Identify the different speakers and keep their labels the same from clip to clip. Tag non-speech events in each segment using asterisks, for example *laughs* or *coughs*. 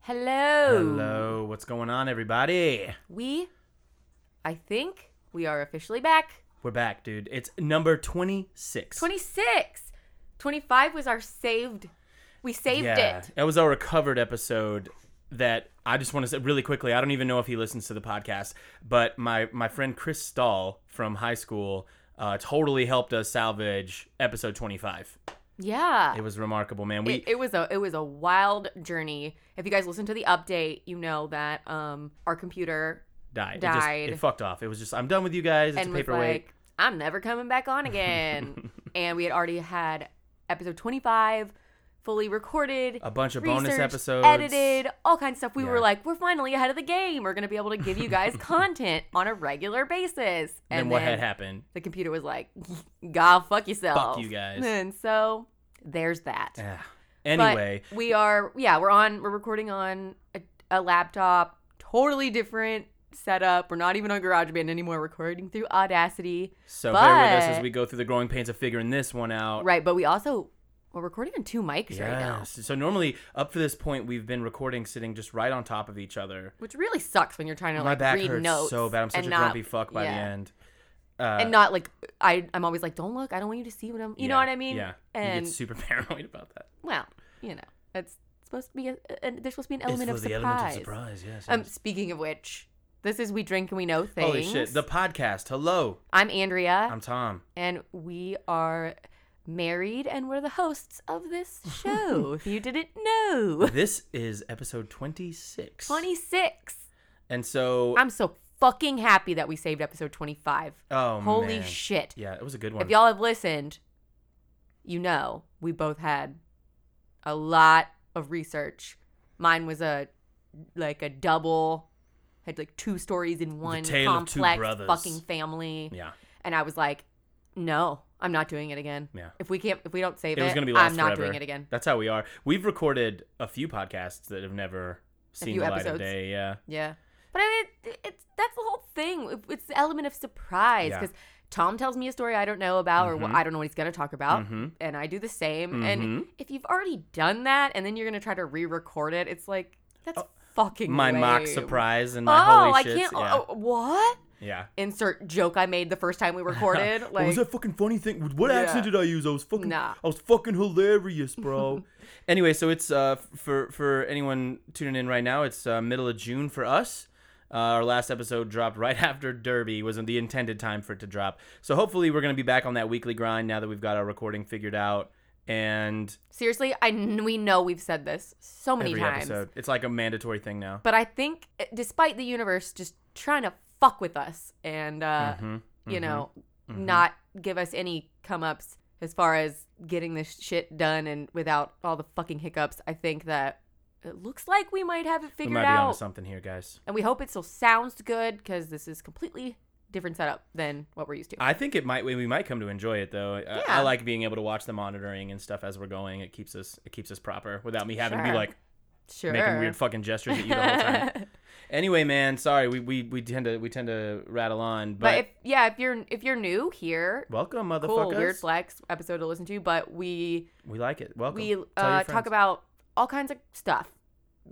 Speaker 1: Hello.
Speaker 2: Hello, what's going on, everybody?
Speaker 1: We, I think, we are officially back.
Speaker 2: We're back, dude. It's number 26.
Speaker 1: 26. 25 was our saved. We saved
Speaker 2: yeah,
Speaker 1: it.
Speaker 2: That was our recovered episode that I just want to say really quickly. I don't even know if he listens to the podcast, but my, my friend Chris Stahl from high school uh, totally helped us salvage episode 25.
Speaker 1: Yeah.
Speaker 2: It was remarkable, man. We
Speaker 1: It, it was a it was a wild journey. If you guys listen to the update, you know that um our computer
Speaker 2: died. It,
Speaker 1: died.
Speaker 2: just, it fucked off. It was just, I'm done with you guys. It's
Speaker 1: and
Speaker 2: a
Speaker 1: was
Speaker 2: paperweight.
Speaker 1: like, I'm never coming back on
Speaker 2: *laughs*
Speaker 1: again. and we had already had episode 25 fully recorded,
Speaker 2: a bunch of bonus
Speaker 1: researched,
Speaker 2: episodes.
Speaker 1: edited, all kinds of stuff. We were
Speaker 2: Yeah.
Speaker 1: like, we're finally ahead of the game. We're going to be able to give you
Speaker 2: *laughs*
Speaker 1: guys content on a regular basis.
Speaker 2: And, then what had happened?
Speaker 1: the computer was like, *laughs* God, fuck yourself.
Speaker 2: you guys.
Speaker 1: And so there's that.
Speaker 2: Yeah.
Speaker 1: But
Speaker 2: Anyway,
Speaker 1: we are, yeah, we're on, we're recording on a, a laptop, totally different setup. We're not even on GarageBand anymore. We're recording through Audacity.
Speaker 2: so bear with us as
Speaker 1: but-
Speaker 2: we go through the growing pains of figuring this one out.
Speaker 1: Right, but we also we're recording on two mics right now,
Speaker 2: Oh. Yes. So normally up to this point we've been recording sitting just right on top of each other.
Speaker 1: which really sucks when you're trying to
Speaker 2: My
Speaker 1: like
Speaker 2: back
Speaker 1: read
Speaker 2: hurts
Speaker 1: notes
Speaker 2: so bad. I'm such
Speaker 1: and
Speaker 2: a
Speaker 1: not-
Speaker 2: grumpy fuck by the
Speaker 1: yeah.
Speaker 2: end. Uh,
Speaker 1: and not like I I'm always like, don't look, I don't want you to see what I'm, you know
Speaker 2: yeah,
Speaker 1: what I mean?
Speaker 2: Yeah. you
Speaker 1: And
Speaker 2: get super *laughs* paranoid about that.
Speaker 1: well, you know, it's supposed to be a, a, there's supposed to be an
Speaker 2: it's
Speaker 1: element, of,
Speaker 2: the
Speaker 1: surprise.
Speaker 2: element of surprise. Yes.
Speaker 1: Um,
Speaker 2: yes.
Speaker 1: speaking of which, this is we drink and we know things. Uh,
Speaker 2: Holy shit! The podcast. Hello,
Speaker 1: I'm Andrea, *laughs*
Speaker 2: I'm Tom.
Speaker 1: and we are married, and we're the hosts of
Speaker 2: *laughs*
Speaker 1: this show. if you didn't know,
Speaker 2: This is episode 26.
Speaker 1: 26.
Speaker 2: And so,
Speaker 1: I'm so fucking happy that we saved episode 25.
Speaker 2: oh
Speaker 1: Holy
Speaker 2: man.
Speaker 1: shit.
Speaker 2: Yeah, it was a good
Speaker 1: If
Speaker 2: one.
Speaker 1: y'all have listened, you know we both had a lot of research. Mine was a like a double had like two stories in one
Speaker 2: tale of two
Speaker 1: complex
Speaker 2: brothers.
Speaker 1: fucking family.
Speaker 2: yeah.
Speaker 1: And I was like, "No, I'm not doing it again.
Speaker 2: Yeah.
Speaker 1: If we can't if we don't save it,
Speaker 2: It was going to be lost
Speaker 1: I'm not
Speaker 2: forever.
Speaker 1: doing it again."
Speaker 2: That's how we are. We've recorded a few podcasts that have never seen
Speaker 1: few
Speaker 2: the light of
Speaker 1: episodes.
Speaker 2: day. Yeah.
Speaker 1: Yeah. But I mean, it, it's that's the whole thing. It- It's the element of surprise
Speaker 2: Yeah.
Speaker 1: because Tom tells me a story I don't know about or
Speaker 2: Mhm.
Speaker 1: what I don't know what he's going to talk about,
Speaker 2: Mhm.
Speaker 1: and I do the same. And
Speaker 2: Mhm.
Speaker 1: if you've already done that and then you're going to try to re-record it, it's like that's fucking
Speaker 2: Oh, My mock
Speaker 1: lame.
Speaker 2: surprise and
Speaker 1: Oh,
Speaker 2: my holy
Speaker 1: I
Speaker 2: shit.
Speaker 1: can't.
Speaker 2: Yeah.
Speaker 1: oh, what?
Speaker 2: yeah.
Speaker 1: Insert joke I made the first time we recorded.
Speaker 2: *laughs* What
Speaker 1: like,
Speaker 2: was that fucking funny thing? What
Speaker 1: Yeah.
Speaker 2: accent did I use? I was fucking,
Speaker 1: Nah.
Speaker 2: I was fucking hilarious,
Speaker 1: *laughs*
Speaker 2: bro. anyway, so it's uh f- for for anyone tuning in right now, it's uh, middle of June for us. Uh, our last episode dropped right *laughs* after Derby was the intended time for it to drop. So hopefully we're gonna be back on that weekly grind now that we've got our recording figured out. And
Speaker 1: seriously, I kn- we know we've said this so many
Speaker 2: every
Speaker 1: times.
Speaker 2: episode, it's like a mandatory thing now.
Speaker 1: But I think, eh, despite the universe just trying to fuck with us and, uh,
Speaker 2: Mhm,
Speaker 1: you
Speaker 2: mhm.
Speaker 1: know, not give us any come ups as far as getting this shit done and without all the fucking hiccups, I think that it looks like we might have it
Speaker 2: we
Speaker 1: figured
Speaker 2: might be onto
Speaker 1: out.
Speaker 2: something here, guys.
Speaker 1: And we hope it still sounds good because this is completely different setup than what we're used to.
Speaker 2: I think it might. We might come to enjoy it though. I, I
Speaker 1: Yeah.
Speaker 2: like being able to watch the monitoring and stuff as we're going. It keeps us. It keeps us proper without me having to
Speaker 1: Sure.
Speaker 2: be like
Speaker 1: sure.
Speaker 2: making weird fucking gestures at you the whole
Speaker 1: *laughs*
Speaker 2: time. anyway, man, sorry. We, we we tend to we tend to rattle on, but,
Speaker 1: but if yeah, if you're if you're new here,
Speaker 2: welcome,
Speaker 1: cool,
Speaker 2: motherfuckers.
Speaker 1: weird flex episode to listen to. But we
Speaker 2: we like it. Welcome.
Speaker 1: we
Speaker 2: Tell your
Speaker 1: uh,
Speaker 2: friends.
Speaker 1: talk about all kinds of stuff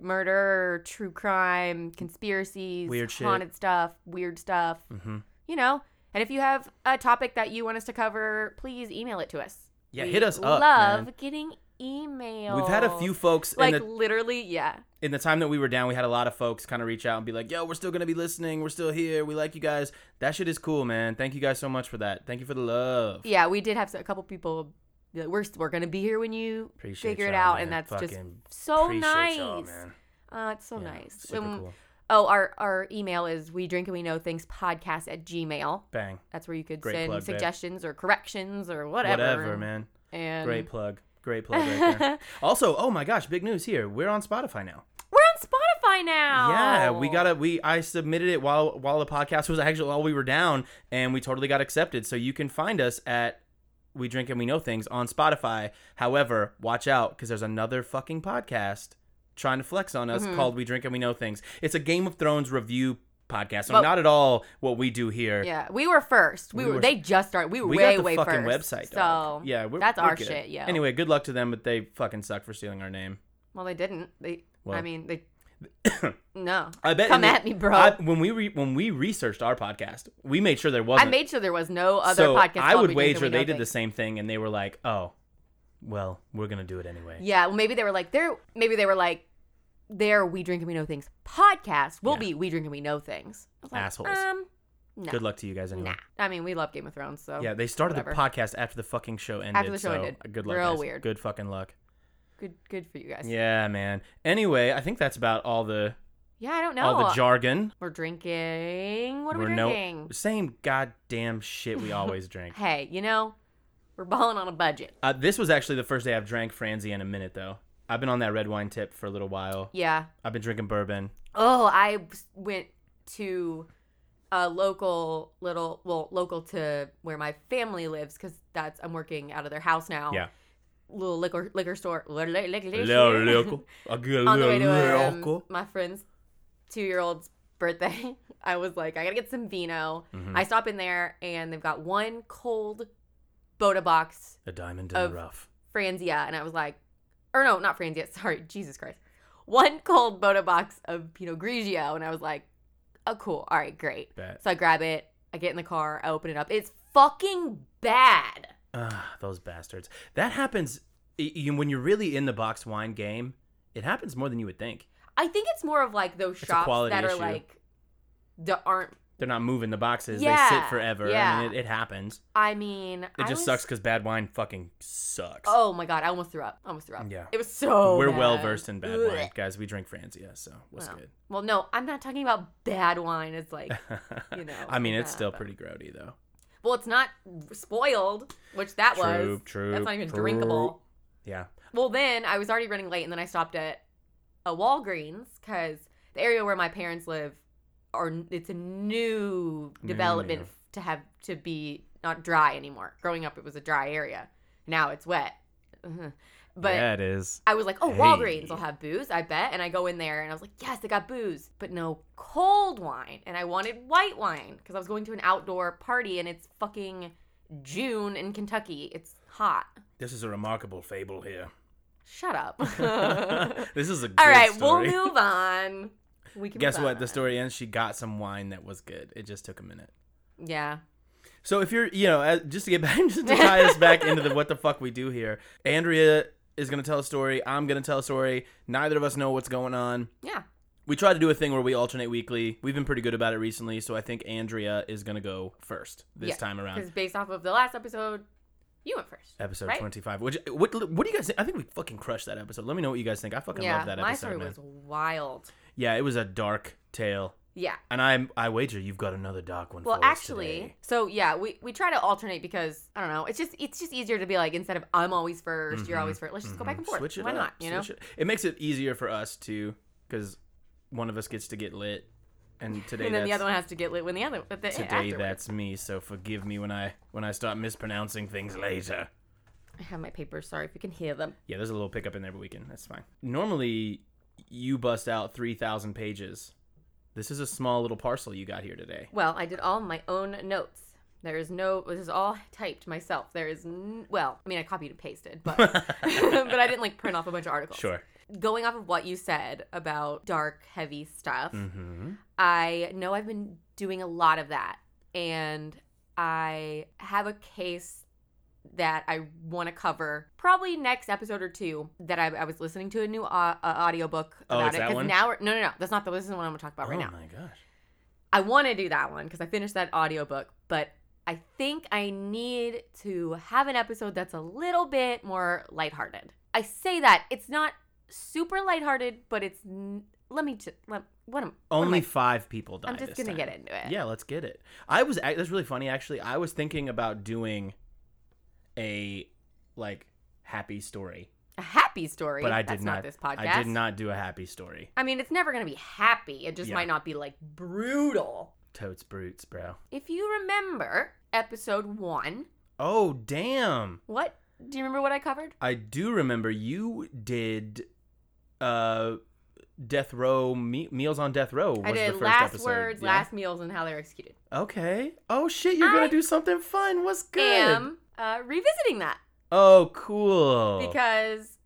Speaker 1: murder true crime conspiracies
Speaker 2: Weird shit.
Speaker 1: haunted stuff weird stuff
Speaker 2: Mhm.
Speaker 1: you know and if you have a topic that you want us to cover please email it to us
Speaker 2: Yeah,
Speaker 1: We
Speaker 2: hit us up,
Speaker 1: love
Speaker 2: man.
Speaker 1: getting email
Speaker 2: We've had a few folks
Speaker 1: like
Speaker 2: in the
Speaker 1: literally yeah
Speaker 2: in the time that we were down. We had a lot of folks kind of reach out and be like, "Yo, we're still gonna be listening. We're still here. We like you guys. That shit is cool, man. Thank you guys so much for that. Thank you for the love.
Speaker 1: yeah we did have a couple people be like, we're, we're gonna be here when you
Speaker 2: Appreciate
Speaker 1: figure it
Speaker 2: y'all,
Speaker 1: out and
Speaker 2: man.
Speaker 1: that's just
Speaker 2: Fucking
Speaker 1: so
Speaker 2: appreciate
Speaker 1: nice
Speaker 2: y'all, man.
Speaker 1: uh, it's so
Speaker 2: Yeah,
Speaker 1: nice
Speaker 2: Super
Speaker 1: Um,
Speaker 2: cool.
Speaker 1: oh our, our email is we drink and we know things podcast at gmail
Speaker 2: Bang.
Speaker 1: That's where you could
Speaker 2: Great
Speaker 1: send
Speaker 2: plug, babe.
Speaker 1: suggestions or corrections or whatever.
Speaker 2: Whatever, man.
Speaker 1: And
Speaker 2: Great plug. Great plug
Speaker 1: *laughs*
Speaker 2: right there. also, oh my gosh, big news here. We're on Spotify now.
Speaker 1: we're on Spotify now.
Speaker 2: Yeah, we
Speaker 1: Oh.
Speaker 2: got to we I submitted it while while the podcast was actually while we were down and we totally got accepted. So you can find us at We Drink and We Know Things on Spotify. However, watch out cuz there's another fucking podcast trying to flex on us
Speaker 1: Mm-hmm.
Speaker 2: called We Drink and We Know Things. It's a Game of Thrones review podcast. So
Speaker 1: But-
Speaker 2: not at all what we do here.
Speaker 1: Yeah, we were first. We,
Speaker 2: We
Speaker 1: were,
Speaker 2: were-
Speaker 1: They just started. We were
Speaker 2: We
Speaker 1: way,
Speaker 2: got the
Speaker 1: way
Speaker 2: fucking
Speaker 1: first.
Speaker 2: website.
Speaker 1: So
Speaker 2: Dog. yeah, we're,
Speaker 1: that's
Speaker 2: we're
Speaker 1: our
Speaker 2: good.
Speaker 1: shit. Yeah.
Speaker 2: Anyway, good luck to them, but they fucking suck for stealing our name.
Speaker 1: Well, they didn't. They.
Speaker 2: Well. *coughs*
Speaker 1: I mean, they No.
Speaker 2: I bet.
Speaker 1: Come
Speaker 2: in the-
Speaker 1: at me, bro.
Speaker 2: I-
Speaker 1: I,
Speaker 2: when we re, when we researched our podcast, we made sure there wasn't.
Speaker 1: made sure there was no other
Speaker 2: so
Speaker 1: podcast.
Speaker 2: I
Speaker 1: called
Speaker 2: would
Speaker 1: We Drink and
Speaker 2: wager
Speaker 1: We Know
Speaker 2: they did the
Speaker 1: Things.
Speaker 2: same thing, and they were like, "Oh, well, we're gonna do it anyway."
Speaker 1: Yeah, well, maybe they were like there. Maybe they were like their We Drink and We Know Things podcast will
Speaker 2: Yeah.
Speaker 1: be We Drink and We Know Things. I was like,
Speaker 2: Assholes.
Speaker 1: Um, no,
Speaker 2: Good luck to you guys anyway.
Speaker 1: nah. I mean, we love Game of Thrones, so
Speaker 2: Yeah, they started the
Speaker 1: whatever.
Speaker 2: podcast after the fucking show ended.
Speaker 1: the show
Speaker 2: so
Speaker 1: ended.
Speaker 2: Good luck.
Speaker 1: Real
Speaker 2: guys.
Speaker 1: weird.
Speaker 2: Good fucking luck.
Speaker 1: good, good for you guys. Yeah,
Speaker 2: Yeah, man. Anyway, I think that's about all the
Speaker 1: I don't know.
Speaker 2: all the jargon.
Speaker 1: we're drinking. What are we
Speaker 2: We're no-
Speaker 1: drinking?
Speaker 2: Same goddamn shit
Speaker 1: *laughs*
Speaker 2: we always drink.
Speaker 1: Hey, you know, we're balling on a budget.
Speaker 2: Uh, this was actually the first day I've drank Franzi in a minute though. I've been on that red wine tip for a little while.
Speaker 1: Yeah.
Speaker 2: I've been drinking bourbon.
Speaker 1: Oh, I s- went to a local little, well, local to where my family lives because that's I'm working out of their house now.
Speaker 2: Yeah.
Speaker 1: Little liquor liquor store. Little liquor-
Speaker 2: Little local. I get
Speaker 1: *laughs*
Speaker 2: a
Speaker 1: On the way to
Speaker 2: little
Speaker 1: um,
Speaker 2: local.
Speaker 1: my friend's two year old's birthday, *laughs* I was like, I gotta get some vino.
Speaker 2: Mhm.
Speaker 1: I stop in there and they've got one cold Boda box
Speaker 2: A diamond in the
Speaker 1: of-
Speaker 2: rough.
Speaker 1: Franzia, and I was like, or no, not Franzia, *laughs* sorry, Jesus Christ. One cold Boda box of Pinot Grigio, and I was like, oh, cool, all right, great.
Speaker 2: Bet.
Speaker 1: So I grab it, I get in the car, I open it up. It's fucking bad.
Speaker 2: Ah, those bastards. That happens y- y- when you're really in the box wine game. It happens more than you would think.
Speaker 1: I think it's more of like those
Speaker 2: It's a
Speaker 1: shops
Speaker 2: quality
Speaker 1: that are
Speaker 2: issue.
Speaker 1: like, that aren't,
Speaker 2: They're not moving the boxes. they
Speaker 1: Yeah,
Speaker 2: sit forever. I
Speaker 1: yeah.
Speaker 2: mean, it, it happens.
Speaker 1: I mean,
Speaker 2: It
Speaker 1: I
Speaker 2: just
Speaker 1: was-
Speaker 2: sucks because bad wine fucking sucks.
Speaker 1: Oh my God, I almost threw up. I almost threw up.
Speaker 2: Yeah.
Speaker 1: It was so
Speaker 2: We're
Speaker 1: bad.
Speaker 2: well versed in bad
Speaker 1: Ugh.
Speaker 2: wine, guys. We drink Franzia, so what's
Speaker 1: Wow.
Speaker 2: good?
Speaker 1: Well, no, I'm not talking about bad wine. It's like, You
Speaker 2: *laughs*
Speaker 1: know,
Speaker 2: I mean, it's
Speaker 1: yeah,
Speaker 2: still
Speaker 1: but-
Speaker 2: pretty grody though.
Speaker 1: well, it's not spoiled, which that was.
Speaker 2: True, true.
Speaker 1: That's not even
Speaker 2: true.
Speaker 1: drinkable.
Speaker 2: Yeah.
Speaker 1: Well, then I was already running late, and then I stopped at a Walgreens because the area where my parents live are it's a new
Speaker 2: New,
Speaker 1: development
Speaker 2: new.
Speaker 1: to have to be not dry anymore. Growing up, it was a dry area. Now it's wet. *laughs* But
Speaker 2: yeah, it is.
Speaker 1: I was like, oh,
Speaker 2: Hey.
Speaker 1: Walgreens will have booze, I bet. And I go in there and I was like, yes, they got booze, but no cold wine. And I wanted white wine because I was going to an outdoor party and it's fucking June in Kentucky. It's hot.
Speaker 2: This is a remarkable fable
Speaker 1: *laughs*
Speaker 2: here. *laughs*
Speaker 1: Shut up. All
Speaker 2: this is a good
Speaker 1: right,
Speaker 2: story.
Speaker 1: we'll move on. We can
Speaker 2: Guess
Speaker 1: move
Speaker 2: what? The
Speaker 1: on.
Speaker 2: story ends. She got some wine that was good. It just took a minute.
Speaker 1: Yeah.
Speaker 2: So if you're, you know, uh, just to get *laughs* back, just to tie us back into the what the fuck we do here. Andrea is gonna tell a story. I'm gonna tell a story. Neither of us know what's going on.
Speaker 1: Yeah.
Speaker 2: We try to do a thing where we alternate weekly. We've been pretty good about it recently, so I think Andrea is gonna go first this
Speaker 1: Yeah,
Speaker 2: time around.
Speaker 1: Because based off of the last episode, you went first.
Speaker 2: Episode
Speaker 1: right?
Speaker 2: 25. Which what what do you guys think? I think we fucking crushed that episode. Let me know what you guys think. I fucking
Speaker 1: yeah.
Speaker 2: love that
Speaker 1: my
Speaker 2: episode.
Speaker 1: story
Speaker 2: man.
Speaker 1: was wild.
Speaker 2: Yeah, it was a dark tale.
Speaker 1: Yeah.
Speaker 2: And I'm I wager you've got another dark one
Speaker 1: Well,
Speaker 2: for us
Speaker 1: actually,
Speaker 2: today.
Speaker 1: so yeah, we, we try to alternate because I don't know. It's just it's just easier to be like instead of I'm always 1st you you're always first. Let's just go back and forth.
Speaker 2: Mm-hmm. Switch it
Speaker 1: Why
Speaker 2: up.
Speaker 1: not? You know,
Speaker 2: Switch it. it makes it easier for us too, because one of us gets to get lit, and
Speaker 1: *laughs*
Speaker 2: today
Speaker 1: and then
Speaker 2: that's,
Speaker 1: the other one has to get lit when the other at the,
Speaker 2: today
Speaker 1: afterwards.
Speaker 2: that's me. So forgive me when I when I start mispronouncing things later.
Speaker 1: I have my papers. Sorry if you can hear them.
Speaker 2: Yeah, there's a little pickup in there, but we can. That's fine. Normally, you bust out three thousand pages. This is a small little parcel you got here today. *laughs*
Speaker 1: Well, I did all my own notes. There is no. This is all typed myself. There is n- well, I mean, I copied and pasted, *laughs*
Speaker 2: *laughs*
Speaker 1: but *laughs* but I didn't like print off a bunch of articles. *laughs*
Speaker 2: Sure.
Speaker 1: Going off of what you said about dark, heavy stuff.
Speaker 2: Mm-hmm.
Speaker 1: I know I've been doing a lot of that. And I have a case that I want to cover probably next episode or two that I, I was listening to a new uh, uh, audiobook
Speaker 2: Oh,
Speaker 1: about
Speaker 2: it's
Speaker 1: it.
Speaker 2: that
Speaker 1: 'cause
Speaker 2: one?
Speaker 1: now we're, no, no, no. That's not the, this is the one I'm going to talk about
Speaker 2: oh
Speaker 1: right now.
Speaker 2: my gosh.
Speaker 1: I want to do that one because I finished that audiobook, but I think I need to have an episode that's a little bit more lighthearted. I say that it's not super lighthearted, but it's. N- let me just. Let, what am, what am
Speaker 2: Only
Speaker 1: I
Speaker 2: five people died.
Speaker 1: I'm just
Speaker 2: this
Speaker 1: gonna
Speaker 2: time.
Speaker 1: get into it.
Speaker 2: Yeah, let's get it. I was ac- that's really funny actually. I was thinking about doing a like happy story,
Speaker 1: A happy story.
Speaker 2: but I did
Speaker 1: That's
Speaker 2: not.
Speaker 1: not, this podcast.
Speaker 2: I did not do a happy story.
Speaker 1: I mean, it's never gonna be happy. It just
Speaker 2: Yeah.
Speaker 1: might not be like brutal.
Speaker 2: Totes brutes, bro.
Speaker 1: If you remember episode one,
Speaker 2: Oh damn!
Speaker 1: what do you remember? What I covered?
Speaker 2: I do remember you did, uh, death row me- meals on death row. Was
Speaker 1: I
Speaker 2: the
Speaker 1: did
Speaker 2: first
Speaker 1: last
Speaker 2: episode.
Speaker 1: words,
Speaker 2: Yeah?
Speaker 1: last meals, and how they were executed.
Speaker 2: Okay. Oh shit! You're gonna
Speaker 1: I
Speaker 2: do something fun. What's good?
Speaker 1: Am uh, revisiting that
Speaker 2: oh cool.
Speaker 1: because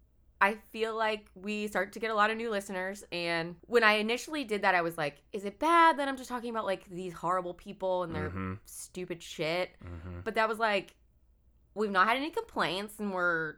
Speaker 1: I feel like we start to get a lot of new listeners. And when I initially did that, I was like, is it bad that I'm just talking about like these horrible people and their
Speaker 2: Mm-hmm.
Speaker 1: stupid shit?
Speaker 2: Mm-hmm.
Speaker 1: But that was like, we've not had any complaints and we're,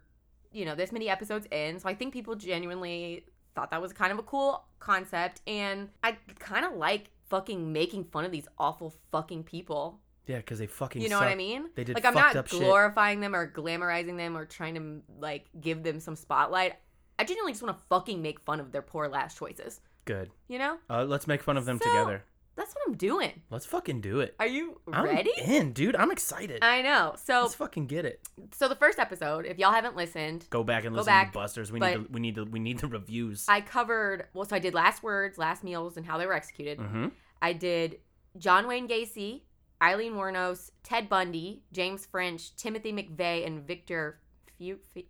Speaker 1: you know, this many episodes in. So I think people genuinely thought that was kind of a cool concept. And I kind of like fucking making fun of these awful fucking people.
Speaker 2: Yeah, because they fucking.
Speaker 1: You know
Speaker 2: suck.
Speaker 1: what I mean?
Speaker 2: They did
Speaker 1: like I'm not
Speaker 2: fucked up shit.
Speaker 1: glorifying them or glamorizing them or trying to like give them some spotlight. I genuinely just want to fucking make fun of their poor last choices.
Speaker 2: Good.
Speaker 1: You know?
Speaker 2: Uh, let's make fun of them
Speaker 1: So-
Speaker 2: together.
Speaker 1: That's what I'm doing.
Speaker 2: Let's fucking do it.
Speaker 1: Are you
Speaker 2: I'm
Speaker 1: ready?
Speaker 2: in, dude. I'm excited.
Speaker 1: I know. So
Speaker 2: Let's fucking get it.
Speaker 1: so the first episode, if y'all haven't listened,
Speaker 2: Go back and
Speaker 1: Go
Speaker 2: listen
Speaker 1: back,
Speaker 2: to Busters. We need
Speaker 1: but-
Speaker 2: to, we need to, we need the reviews.
Speaker 1: I covered well so I did last words, last meals and how they were executed.
Speaker 2: mm-hmm.
Speaker 1: I did John Wayne Gacy, Eileen Warnos, Ted Bundy, James French, Timothy McVeigh and Victor Fu- Fe-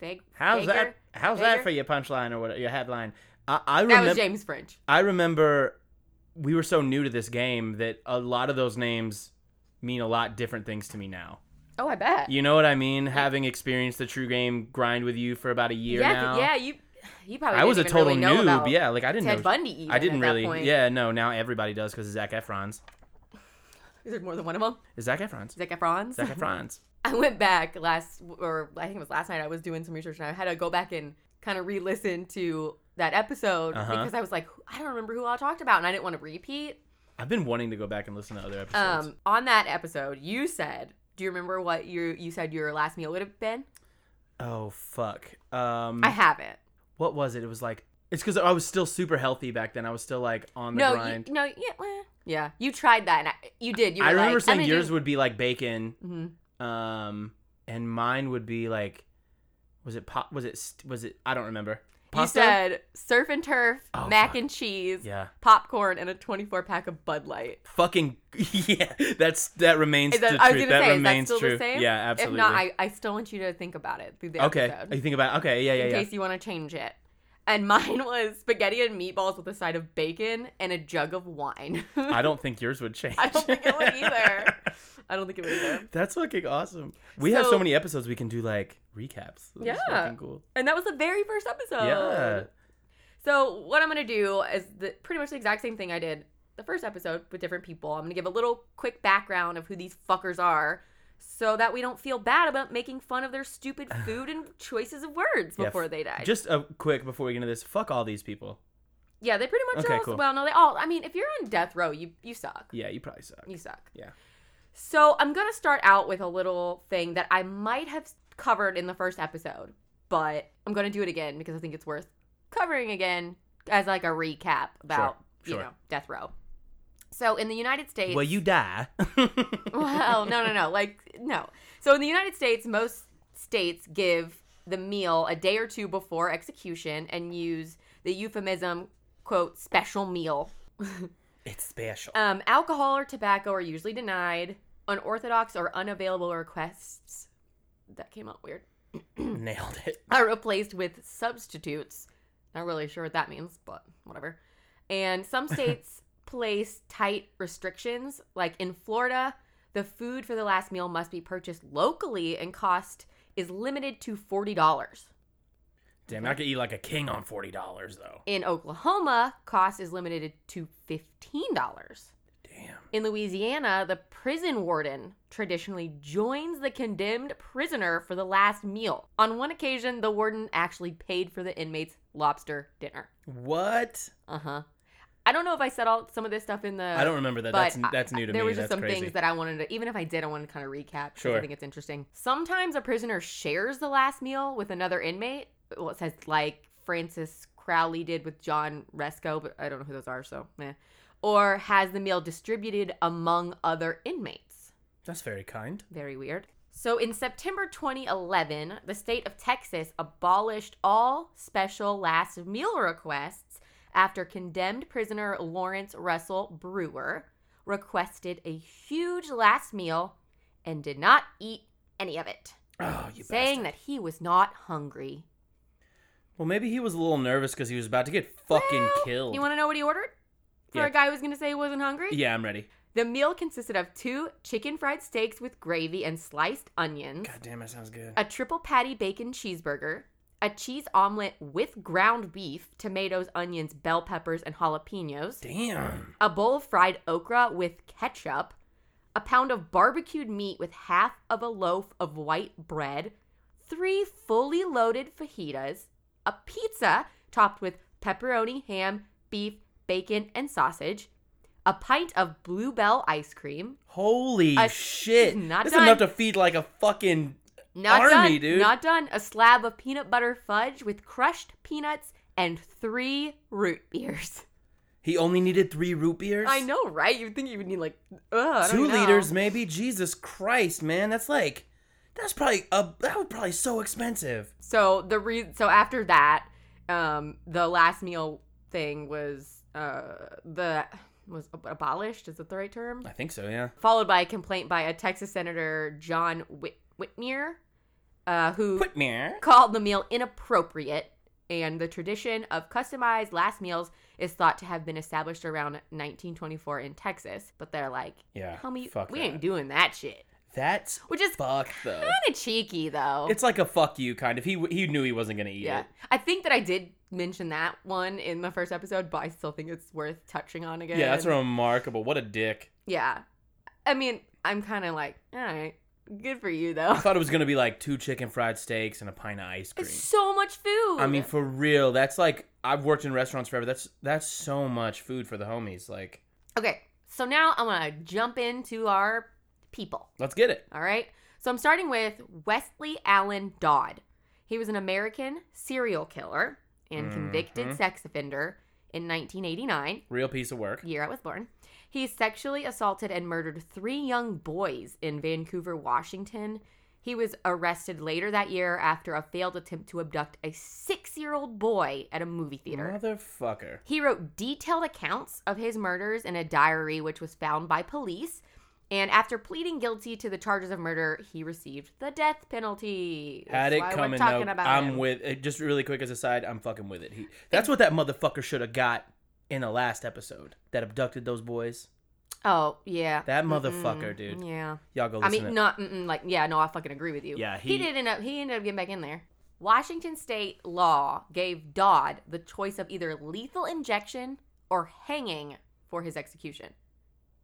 Speaker 1: Feg-
Speaker 2: How's
Speaker 1: Fager?
Speaker 2: that? How's
Speaker 1: Fager?
Speaker 2: that for your punchline or what your headline? I, I
Speaker 1: That was
Speaker 2: remember.
Speaker 1: James French.
Speaker 2: I remember we were so new to this game that a lot of those names mean a lot different things to me now.
Speaker 1: Oh, I bet.
Speaker 2: You know what I mean? Having experienced the true game grind with you for about a year
Speaker 1: yeah,
Speaker 2: now.
Speaker 1: th- yeah, you you probably
Speaker 2: I was a
Speaker 1: didn't
Speaker 2: total
Speaker 1: even really know
Speaker 2: noob.
Speaker 1: about
Speaker 2: Yeah, like I didn't
Speaker 1: Ted
Speaker 2: know.
Speaker 1: Bundy. Even
Speaker 2: I didn't
Speaker 1: at that
Speaker 2: really.
Speaker 1: point.
Speaker 2: Yeah, no. Now everybody does because of Zac Efron's.
Speaker 1: Is there more than one of them?
Speaker 2: Is
Speaker 1: *laughs*
Speaker 2: Zac Efron's?
Speaker 1: Zac Efron's.
Speaker 2: Zac Efron's.
Speaker 1: I went back last, or I think it was last night. I was doing some research and I had to go back and kind of re-listen to that episode
Speaker 2: Uh-huh.
Speaker 1: because I was like, I don't remember who I talked about, and I didn't want to repeat.
Speaker 2: I've been wanting to go back and listen to other episodes.
Speaker 1: Um, on that episode, you said, "Do you remember what you you said your last meal would have been?"
Speaker 2: oh fuck. Um,
Speaker 1: I haven't.
Speaker 2: what was it? It was like it's because I was still super healthy back then. I was still like on the
Speaker 1: No, you,
Speaker 2: grind.
Speaker 1: no, yeah, well, yeah. You tried that, and I, you did. You were
Speaker 2: I remember
Speaker 1: like,
Speaker 2: saying yours would be like bacon,
Speaker 1: hmm
Speaker 2: um, and mine would be like, was it pot? Was it st- was it? I don't remember.
Speaker 1: You
Speaker 2: Pasta.
Speaker 1: said surf and turf,
Speaker 2: Oh,
Speaker 1: mac
Speaker 2: fuck.
Speaker 1: and cheese,
Speaker 2: yeah.
Speaker 1: popcorn, and a 24 pack of Bud Light.
Speaker 2: Fucking *laughs* yeah. That's that remains
Speaker 1: Is that-
Speaker 2: the
Speaker 1: I was
Speaker 2: truth.
Speaker 1: gonna say, is that
Speaker 2: remains
Speaker 1: still the
Speaker 2: true.
Speaker 1: same?
Speaker 2: Yeah, absolutely.
Speaker 1: If not, I, I still want you to think about it through the
Speaker 2: okay.
Speaker 1: episode.
Speaker 2: You think about okay. Yeah,
Speaker 1: in
Speaker 2: yeah, yeah.
Speaker 1: case you want to change it. And *laughs* mine was spaghetti and meatballs with a side of bacon and a jug of wine. *laughs*
Speaker 2: I don't think yours would change.
Speaker 1: I don't think it would
Speaker 2: *laughs*
Speaker 1: either. I don't think it was either.
Speaker 2: That's fucking awesome. We have
Speaker 1: So-
Speaker 2: so many episodes we can do like recaps. That's
Speaker 1: Yeah.
Speaker 2: fucking cool.
Speaker 1: And that was the very first episode.
Speaker 2: yeah.
Speaker 1: So what I'm gonna do is the, pretty much the exact same thing I did the first episode with different people. I'm gonna give a little quick background of who these fuckers are, so that we don't feel bad about making fun of their stupid
Speaker 2: *sighs*
Speaker 1: food and choices of words
Speaker 2: Yeah,
Speaker 1: before
Speaker 2: f-
Speaker 1: they die.
Speaker 2: Just a quick before we get into this. Fuck all these people.
Speaker 1: yeah, they pretty much
Speaker 2: Okay,
Speaker 1: all.
Speaker 2: cool.
Speaker 1: Well, no, they all. I mean, if you're on death row, you you suck.
Speaker 2: Yeah, you probably suck.
Speaker 1: You suck.
Speaker 2: Yeah.
Speaker 1: So I'm gonna start out with a little thing that I might have covered in the first episode, but I'm gonna do it again because I think it's worth covering again as like a recap about
Speaker 2: sure.
Speaker 1: you know death row. So in the United States, *laughs*
Speaker 2: Well, you die. *laughs*
Speaker 1: well, no, no, no, like no. So in the United States, most states give the meal a day or two before execution and use the euphemism quote special meal
Speaker 2: it's special. *laughs*
Speaker 1: um, alcohol or tobacco are usually denied. Unorthodox or unavailable requests that came out weird *laughs*
Speaker 2: Nailed it.
Speaker 1: are replaced with substitutes. Not really sure what that means, but whatever. And some states place tight restrictions. Like in Florida, the food for the last meal must be purchased locally and cost is limited to forty dollars.
Speaker 2: Damn, I could eat like a king on forty dollars though.
Speaker 1: In Oklahoma, cost is limited to fifteen dollars.
Speaker 2: Damn.
Speaker 1: In Louisiana, the prison warden traditionally joins the condemned prisoner for the last meal. On one occasion, the warden actually paid for the inmate's lobster dinner.
Speaker 2: What?
Speaker 1: Uh huh. I don't know if I said all some of this stuff in the.
Speaker 2: I don't remember that.
Speaker 1: but
Speaker 2: That's
Speaker 1: I-
Speaker 2: that's new to
Speaker 1: there
Speaker 2: me.
Speaker 1: was just
Speaker 2: that's
Speaker 1: some
Speaker 2: crazy.
Speaker 1: things that I wanted to, even if I did, I wanted to kind of recap. 'cause I
Speaker 2: Sure.
Speaker 1: think it's interesting. Sometimes a prisoner shares the last meal with another inmate. Well, it says like Francis Crowley did with John Resco, but I don't know who those are, so meh. Or has the meal distributed among other inmates.
Speaker 2: That's very kind.
Speaker 1: Very weird. So in September 2011, the state of Texas abolished all special last meal requests after condemned prisoner Lawrence Russell Brewer requested a huge last meal and did not eat any of it,
Speaker 2: Oh, you
Speaker 1: saying
Speaker 2: bastard.
Speaker 1: that he was not hungry.
Speaker 2: Well, maybe he was a little nervous because he was about to get fucking
Speaker 1: Well,
Speaker 2: killed.
Speaker 1: You want to know what he ordered? For
Speaker 2: Yeah.
Speaker 1: a guy who was going to say he wasn't hungry?
Speaker 2: yeah, I'm ready.
Speaker 1: The meal consisted of two chicken fried steaks with gravy and sliced onions.
Speaker 2: God damn, that sounds good.
Speaker 1: a triple patty bacon cheeseburger, a cheese omelet with ground beef, tomatoes, onions, bell peppers, and jalapenos,
Speaker 2: Damn.
Speaker 1: a bowl of fried okra with ketchup, a pound of barbecued meat with half of a loaf of white bread, three fully loaded fajitas, a pizza topped with pepperoni, ham, beef, bacon, and sausage, a pint of bluebell ice cream.
Speaker 2: Holy
Speaker 1: I-
Speaker 2: shit.
Speaker 1: not
Speaker 2: this
Speaker 1: done.
Speaker 2: is enough to feed like a fucking
Speaker 1: Not
Speaker 2: Army,
Speaker 1: done.
Speaker 2: dude.
Speaker 1: Not done. A slab of peanut butter fudge with crushed peanuts and three root beers.
Speaker 2: He only needed 3 root beers.
Speaker 1: I know, right? You'd think you would need like ugh, I don't
Speaker 2: 2
Speaker 1: know.
Speaker 2: liters maybe. Jesus Christ, man. That's like that's probably a that was probably so expensive.
Speaker 1: So the re- so after that, um, the last meal thing was uh the was ab- abolished. Is that the right term?
Speaker 2: I think so, yeah.
Speaker 1: Followed by a complaint by a Texas senator John Whit- Whitmer, uh, who
Speaker 2: Whitmer.
Speaker 1: called the meal inappropriate, and the tradition of customized last meals is thought to have been established around 1924 in Texas. But they're like,
Speaker 2: Yeah.
Speaker 1: homie,
Speaker 2: fuck
Speaker 1: we
Speaker 2: that.
Speaker 1: ain't doing that shit.
Speaker 2: That's
Speaker 1: Which is kind
Speaker 2: fucked though.
Speaker 1: of cheeky, though.
Speaker 2: It's like a fuck you kind of. He he knew he wasn't gonna eat
Speaker 1: yeah.
Speaker 2: it.
Speaker 1: I think that I did mention that one in the first episode, but I still think it's worth touching on again.
Speaker 2: Yeah, that's remarkable. What a dick.
Speaker 1: Yeah. I mean, I'm kind of like, all right, good for you, though.
Speaker 2: I thought it was gonna be like two chicken fried steaks and a pint of ice cream.
Speaker 1: It's so much food.
Speaker 2: I mean, for real, that's like I've worked in restaurants forever. That's that's so much food for the homies. Like,
Speaker 1: okay. So now I want to jump into our people.
Speaker 2: let's get it.
Speaker 1: All right. So I'm starting with Wesley Allen Dodd. He was an American serial killer and convicted
Speaker 2: Mhm.
Speaker 1: sex offender in 1989,
Speaker 2: Real piece of work.
Speaker 1: the year I was born. He sexually assaulted and murdered three young boys in Vancouver, Washington. He was arrested later that year after a failed attempt to abduct a six year old boy at a movie theater.
Speaker 2: Motherfucker.
Speaker 1: He wrote detailed accounts of his murders in a diary which was found by police. And after pleading guilty to the charges of murder, he received the death penalty.
Speaker 2: Had it
Speaker 1: why we're
Speaker 2: coming
Speaker 1: talking
Speaker 2: though.
Speaker 1: about
Speaker 2: I'm
Speaker 1: him.
Speaker 2: with. uh, Just really quick as a side, I'm fucking with it. He, that's what that motherfucker should have got in the last episode. That abducted those boys.
Speaker 1: Oh yeah.
Speaker 2: That
Speaker 1: Mm-mm.
Speaker 2: motherfucker, dude.
Speaker 1: Yeah.
Speaker 2: Y'all go listen.
Speaker 1: I mean,
Speaker 2: to-
Speaker 1: not mm-mm, like yeah. No, I fucking agree with you.
Speaker 2: Yeah,
Speaker 1: He,
Speaker 2: he-
Speaker 1: did end up. He ended up getting back in there. Washington state law gave Dodd the choice of either lethal injection or hanging for his execution.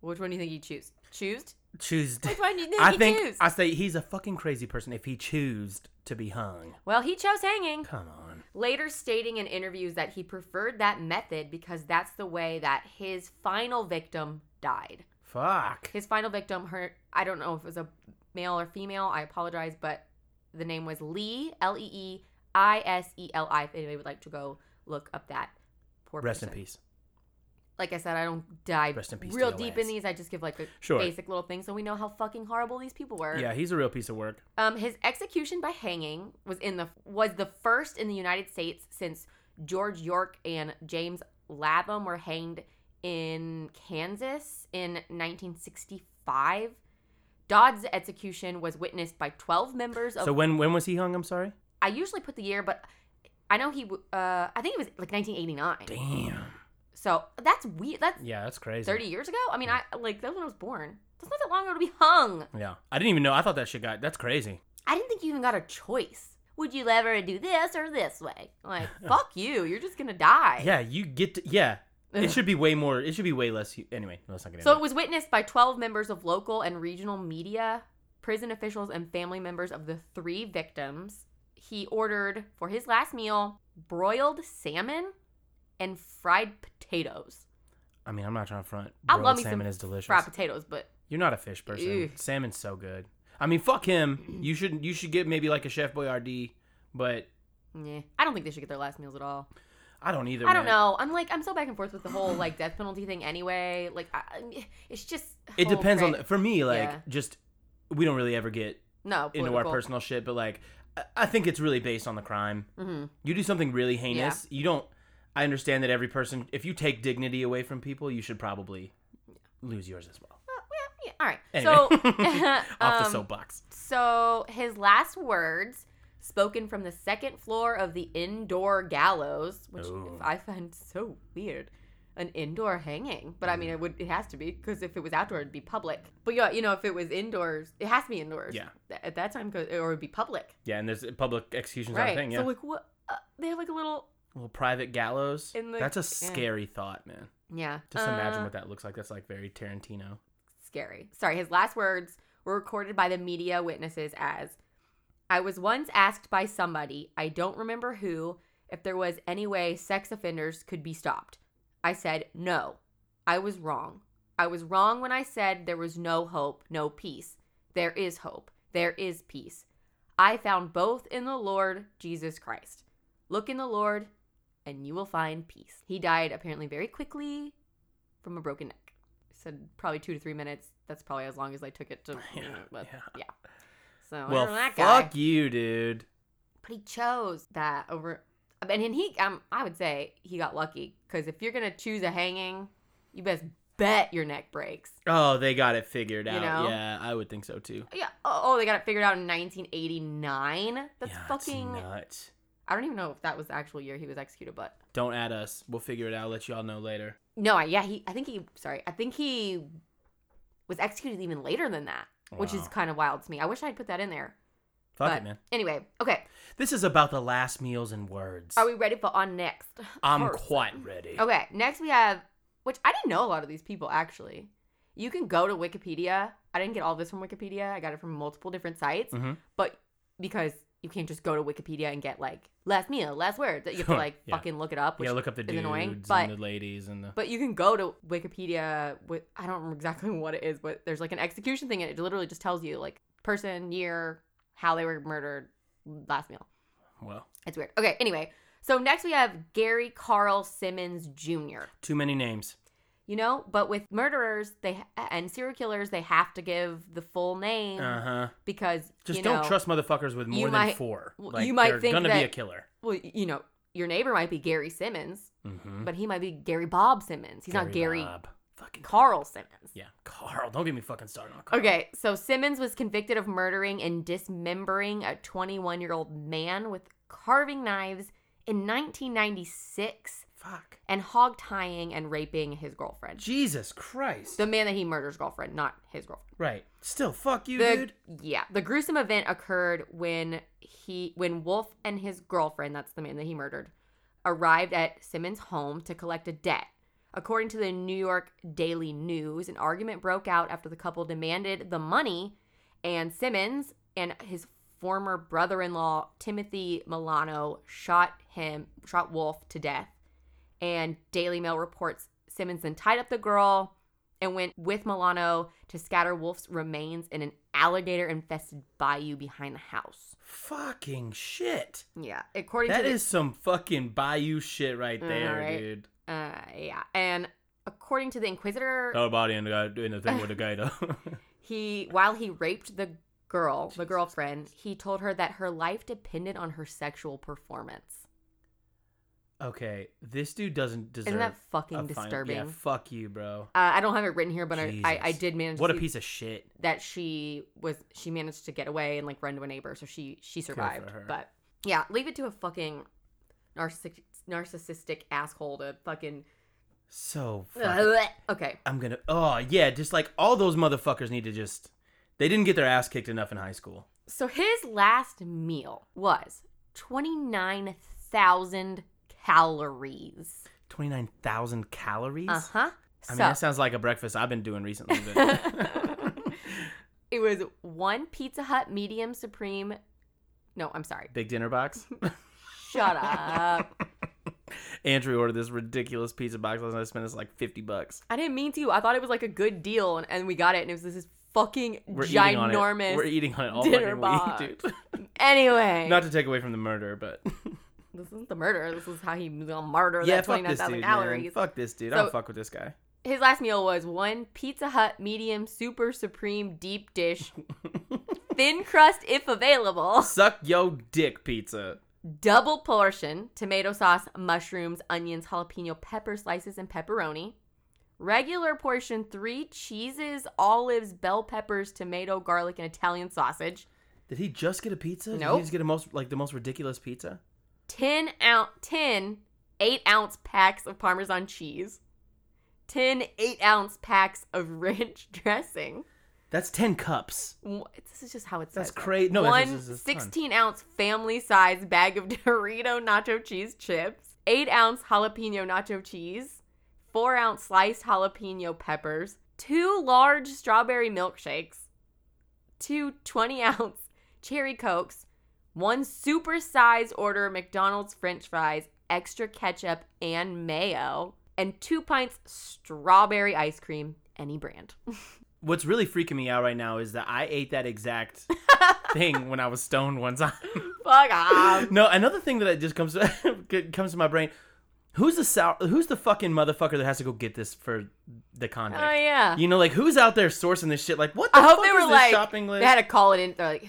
Speaker 1: Which one do you think he choose? Choose?
Speaker 2: choose.
Speaker 1: Which one do you think
Speaker 2: I
Speaker 1: he
Speaker 2: think
Speaker 1: choose?
Speaker 2: I say he's a fucking crazy person if he choose to be hung.
Speaker 1: Well, he chose hanging.
Speaker 2: Come on.
Speaker 1: Later stating in interviews that he preferred that method because that's the way that his final victim died.
Speaker 2: Fuck.
Speaker 1: His final victim, her, I don't know if it was a male or female, I apologize, but the name was Lee, L E E I S E L I, if anybody would like to go look up that poor
Speaker 2: Rest in
Speaker 1: person.
Speaker 2: peace.
Speaker 1: Like I said, I don't dive
Speaker 2: Rest in peace to
Speaker 1: real
Speaker 2: your
Speaker 1: deep in
Speaker 2: ass.
Speaker 1: these. I just give like a
Speaker 2: Sure.
Speaker 1: basic little thing so we know how fucking horrible these people were.
Speaker 2: Yeah, he's a real piece of work.
Speaker 1: Um, his execution by hanging was in the was the first in the United States since George York and James Latham were hanged in Kansas in 1965. Dodd's execution was witnessed by 12 members of.
Speaker 2: So when when was he hung? I'm sorry.
Speaker 1: I usually put the year, but I know he. w- Uh, I think it was like 1989.
Speaker 2: Damn.
Speaker 1: So that's weird. That's
Speaker 2: Yeah, that's crazy.
Speaker 1: 30 years ago. I mean, I like that was when I was born. That's not that long ago to be hung.
Speaker 2: Yeah, I didn't even know. I thought that shit got. That's crazy.
Speaker 1: I didn't think you even got a choice. Would you ever do this or this way?
Speaker 2: *laughs*
Speaker 1: Like, fuck you. You're just gonna die.
Speaker 2: Yeah, you get. To, yeah, it should be way more. It should be way less. hu- Anyway, no, let's not get
Speaker 1: So it
Speaker 2: into
Speaker 1: was witnessed by 12 members of local and regional media, prison officials, and family members of the three victims. He ordered for his last meal broiled salmon and fried potatoes.
Speaker 2: it. I mean, I'm not trying to front.
Speaker 1: I
Speaker 2: Broiled
Speaker 1: love me some
Speaker 2: salmon is delicious.
Speaker 1: Fried potatoes, but
Speaker 2: You're not a fish person.
Speaker 1: Ew.
Speaker 2: Salmon's so good. I mean, fuck him. You should. You should get maybe like a Chef Boyardee, but
Speaker 1: yeah, I don't think they should get their last meals at all.
Speaker 2: I don't either.
Speaker 1: I don't
Speaker 2: man.
Speaker 1: know. I'm like, I'm so back and forth with the whole like death penalty thing anyway. Like, I, I- it's just
Speaker 2: It
Speaker 1: whole
Speaker 2: depends on.
Speaker 1: cra-
Speaker 2: The, for me, like
Speaker 1: Yeah.
Speaker 2: just we don't really ever get
Speaker 1: no
Speaker 2: into our
Speaker 1: political.
Speaker 2: personal shit, but like I, I think it's really based on the crime.
Speaker 1: Mhm.
Speaker 2: You do something really heinous. You don't. I understand that every person. If you take dignity away from people, you should probably lose yours as well.
Speaker 1: Yeah, all right.
Speaker 2: Anyway.
Speaker 1: So,
Speaker 2: *laughs* Off
Speaker 1: *laughs*
Speaker 2: the
Speaker 1: um,
Speaker 2: soapbox.
Speaker 1: so his last words, spoken from the second floor of the indoor gallows, which
Speaker 2: Ooh.
Speaker 1: I find so weird, an indoor hanging. But
Speaker 2: Mm.
Speaker 1: I mean, it would it has to be because if it was outdoor, it'd be public. But yeah, you know, if it was indoors, it has to be indoors.
Speaker 2: Yeah.
Speaker 1: Th- at that time, 'cause- or it'd be public.
Speaker 2: Yeah, and there's public executions not a
Speaker 1: right.
Speaker 2: thing. Yeah,
Speaker 1: So like what uh, they have like a little
Speaker 2: little private gallows.
Speaker 1: In the-
Speaker 2: That's a
Speaker 1: yeah.
Speaker 2: scary thought, man.
Speaker 1: yeah.
Speaker 2: Just imagine
Speaker 1: Uh,
Speaker 2: what that looks like. That's like very Tarantino.
Speaker 1: scary. Sorry, his last words were recorded by the media witnesses as I was once asked by somebody, I don't remember who, if there was any way sex offenders could be stopped. I said, no, I was wrong. I was wrong when I said there was no hope, no peace. There is hope, there is peace. I found both in the Lord Jesus Christ. Look in the Lord, and you will find peace. He died apparently very quickly from a broken neck said probably two to three minutes. That's probably as long as I took it to.
Speaker 2: *laughs* Yeah,
Speaker 1: but,
Speaker 2: yeah.
Speaker 1: yeah. So I don't
Speaker 2: well,
Speaker 1: know that guy.
Speaker 2: fuck you, dude.
Speaker 1: But he chose that over. I mean, and he, um, I would say he got lucky because if you're gonna choose a hanging, you best bet your neck breaks.
Speaker 2: Oh, they got it figured
Speaker 1: You
Speaker 2: out.
Speaker 1: know?
Speaker 2: Yeah, I would think so too.
Speaker 1: Yeah. Oh, oh, they got it figured out in 1989. That's
Speaker 2: Yeah, it's
Speaker 1: fucking.
Speaker 2: nuts.
Speaker 1: I don't even know if that was the actual year he was executed, but
Speaker 2: Don't add us. We'll figure it out. Let y'all know later.
Speaker 1: no, I yeah, he. I think he. Sorry, I think he was executed even later than that, which is
Speaker 2: Wow.
Speaker 1: kind of wild to me. I wish I'd put that in there.
Speaker 2: Fuck
Speaker 1: but
Speaker 2: it, man.
Speaker 1: Anyway, okay.
Speaker 2: This is about the last meals and words.
Speaker 1: Are we ready for on next?
Speaker 2: I'm
Speaker 1: First.
Speaker 2: quite ready.
Speaker 1: Okay, next we have, which I didn't know a lot of these people actually. You can go to Wikipedia. I didn't get all this from Wikipedia. I got it from multiple different sites,
Speaker 2: Mhm.
Speaker 1: but because you can't just go to Wikipedia and get like last meal, last words. You have to
Speaker 2: *laughs*
Speaker 1: like
Speaker 2: Yeah.
Speaker 1: fucking look it up. Which,
Speaker 2: yeah, look up the
Speaker 1: is
Speaker 2: dudes
Speaker 1: annoying,
Speaker 2: and
Speaker 1: but-
Speaker 2: the ladies and the.
Speaker 1: But you can go to Wikipedia with I don't remember exactly *laughs* what it is, but there's like an execution thing, and it literally just tells you like person, year, how they were murdered, last meal.
Speaker 2: Well,
Speaker 1: It's weird. Okay, anyway. So next we have Gary Carl Simmons Jr.
Speaker 2: too many names.
Speaker 1: You know, but with murderers, they and serial killers, they have to give the full name
Speaker 2: Uh huh.
Speaker 1: because
Speaker 2: Just
Speaker 1: you
Speaker 2: don't
Speaker 1: know-
Speaker 2: trust motherfuckers with more
Speaker 1: you
Speaker 2: than
Speaker 1: might-
Speaker 2: four.
Speaker 1: well, you might
Speaker 2: they're
Speaker 1: think
Speaker 2: gonna be
Speaker 1: that-
Speaker 2: a killer.
Speaker 1: Well, you know, your neighbor might be Gary Simmons,
Speaker 2: Mm-hmm.
Speaker 1: but he might be Gary Bob Simmons. He's not Gary
Speaker 2: Fucking
Speaker 1: Carl Simmons.
Speaker 2: Yeah, Carl. Don't get me fucking started on Carl.
Speaker 1: Okay, so Simmons was convicted of murdering and dismembering a 21 year old man with carving knives in 1996
Speaker 2: Fuck.
Speaker 1: and hog tying and raping his girlfriend.
Speaker 2: Jesus Christ.
Speaker 1: The man that he murders girlfriend, not his girlfriend.
Speaker 2: right. Still, fuck you,
Speaker 1: The-
Speaker 2: dude.
Speaker 1: Yeah. The gruesome event occurred when he when Wolf and his girlfriend, that's the man that he murdered, arrived at Simmons' home to collect a debt. According to the New York Daily News, an argument broke out after the couple demanded the money and Simmons and his former brother-in-law Timothy Milano shot him shot Wolf to death. And Daily Mail reports Simmons then tied up the girl and went with Milano to scatter Wolf's remains in an alligator infested bayou behind the house.
Speaker 2: Fucking shit.
Speaker 1: Yeah. According
Speaker 2: That
Speaker 1: to the,
Speaker 2: is some fucking bayou shit right
Speaker 1: Uh,
Speaker 2: there,
Speaker 1: right.
Speaker 2: dude.
Speaker 1: uh yeah. And according to the Inquisitor,
Speaker 2: Throw a body in the, guy- in the thing *laughs* with the guy, though.
Speaker 1: he while he raped the girl, the girlfriend, he told her that her life depended on her sexual performance.
Speaker 2: okay, this dude doesn't deserve
Speaker 1: Isn't that
Speaker 2: a
Speaker 1: fucking
Speaker 2: fine-
Speaker 1: disturbing?
Speaker 2: Yeah, fuck you, bro.
Speaker 1: Uh, I don't have it written here, but I, I, I
Speaker 2: Jesus.
Speaker 1: did manage
Speaker 2: What a
Speaker 1: to see
Speaker 2: piece of shit.
Speaker 1: that she was she managed to get away and like run to a neighbor, so she she
Speaker 2: for
Speaker 1: survived.
Speaker 2: her.
Speaker 1: But yeah, leave it to a fucking narcissistic narcissistic asshole to fucking.
Speaker 2: So fucking
Speaker 1: *laughs* okay,
Speaker 2: I'm gonna. Oh yeah, just like all those motherfuckers need to just. They didn't get their ass kicked enough in high school.
Speaker 1: so his last meal was twenty nine thousand calories.
Speaker 2: Twenty nine thousand calories.
Speaker 1: Uh huh.
Speaker 2: I
Speaker 1: So
Speaker 2: mean, that sounds like a breakfast I've been doing recently. But
Speaker 1: *laughs* it was one Pizza Hut medium supreme. No, I'm sorry.
Speaker 2: big dinner box.
Speaker 1: Shut
Speaker 2: *laughs*
Speaker 1: up.
Speaker 2: Andrew ordered this ridiculous pizza box last night. I spent us like fifty bucks.
Speaker 1: I didn't mean to. I thought it was like a good deal, and, and we got it, and it was this is fucking
Speaker 2: We're eating on
Speaker 1: ginormous.
Speaker 2: it. We're eating on it all
Speaker 1: dinner
Speaker 2: fucking
Speaker 1: box.
Speaker 2: week, dude. *laughs*
Speaker 1: Anyway,
Speaker 2: Not to take away from the murder, but
Speaker 1: this isn't the murder. This is how he was gonna murder
Speaker 2: *laughs* yeah,
Speaker 1: that
Speaker 2: fuck
Speaker 1: twenty nine
Speaker 2: this
Speaker 1: thousand
Speaker 2: dude.
Speaker 1: calories.
Speaker 2: Man. Fuck this dude. I
Speaker 1: So-
Speaker 2: don't fuck with this guy.
Speaker 1: His last meal was one Pizza Hut medium super supreme deep
Speaker 2: *laughs*
Speaker 1: dish, thin crust if available,
Speaker 2: Suck yo dick pizza.
Speaker 1: double portion, tomato sauce, mushrooms, onions, jalapeno pepper slices, and pepperoni. Regular portion three cheeses, olives, bell peppers, tomato, garlic, and Italian sausage.
Speaker 2: Did he just get a pizza? Did
Speaker 1: Nope.
Speaker 2: he just get a most like the most ridiculous pizza?
Speaker 1: 10 ounce 10 8 ounce packs of parmesan cheese 10 8 ounce packs of *laughs* ranch dressing.
Speaker 2: That's 10 cups.
Speaker 1: Wha- This is just how it's
Speaker 2: That's crazy. No, that's,
Speaker 1: One
Speaker 2: that's, that's a ton.
Speaker 1: 16 ounce family size bag of *laughs* Dorito nacho cheese chips, 8 ounce jalapeno nacho cheese, 4 ounce sliced jalapeno peppers, 2 large strawberry milkshakes, 2 20 ounce *laughs* cherry cokes, 1 super size order McDonald's french fries, extra ketchup and mayo, and 2 pints strawberry ice cream, any brand. *laughs*
Speaker 2: What's really freaking me out right now is that I ate
Speaker 1: *laughs*
Speaker 2: that exact thing when I was stoned one time.
Speaker 1: Fuck off.
Speaker 2: *laughs* no, another thing that just comes to, *laughs* comes to my brain. Who's the sou- Who's the fucking motherfucker that has to go get this for the convict?
Speaker 1: Oh yeah.
Speaker 2: You know, like who's out there sourcing this shit? Like, what the
Speaker 1: I hope
Speaker 2: fuck
Speaker 1: they
Speaker 2: is
Speaker 1: were
Speaker 2: this
Speaker 1: like
Speaker 2: shopping list?
Speaker 1: they had to call it in. They're like,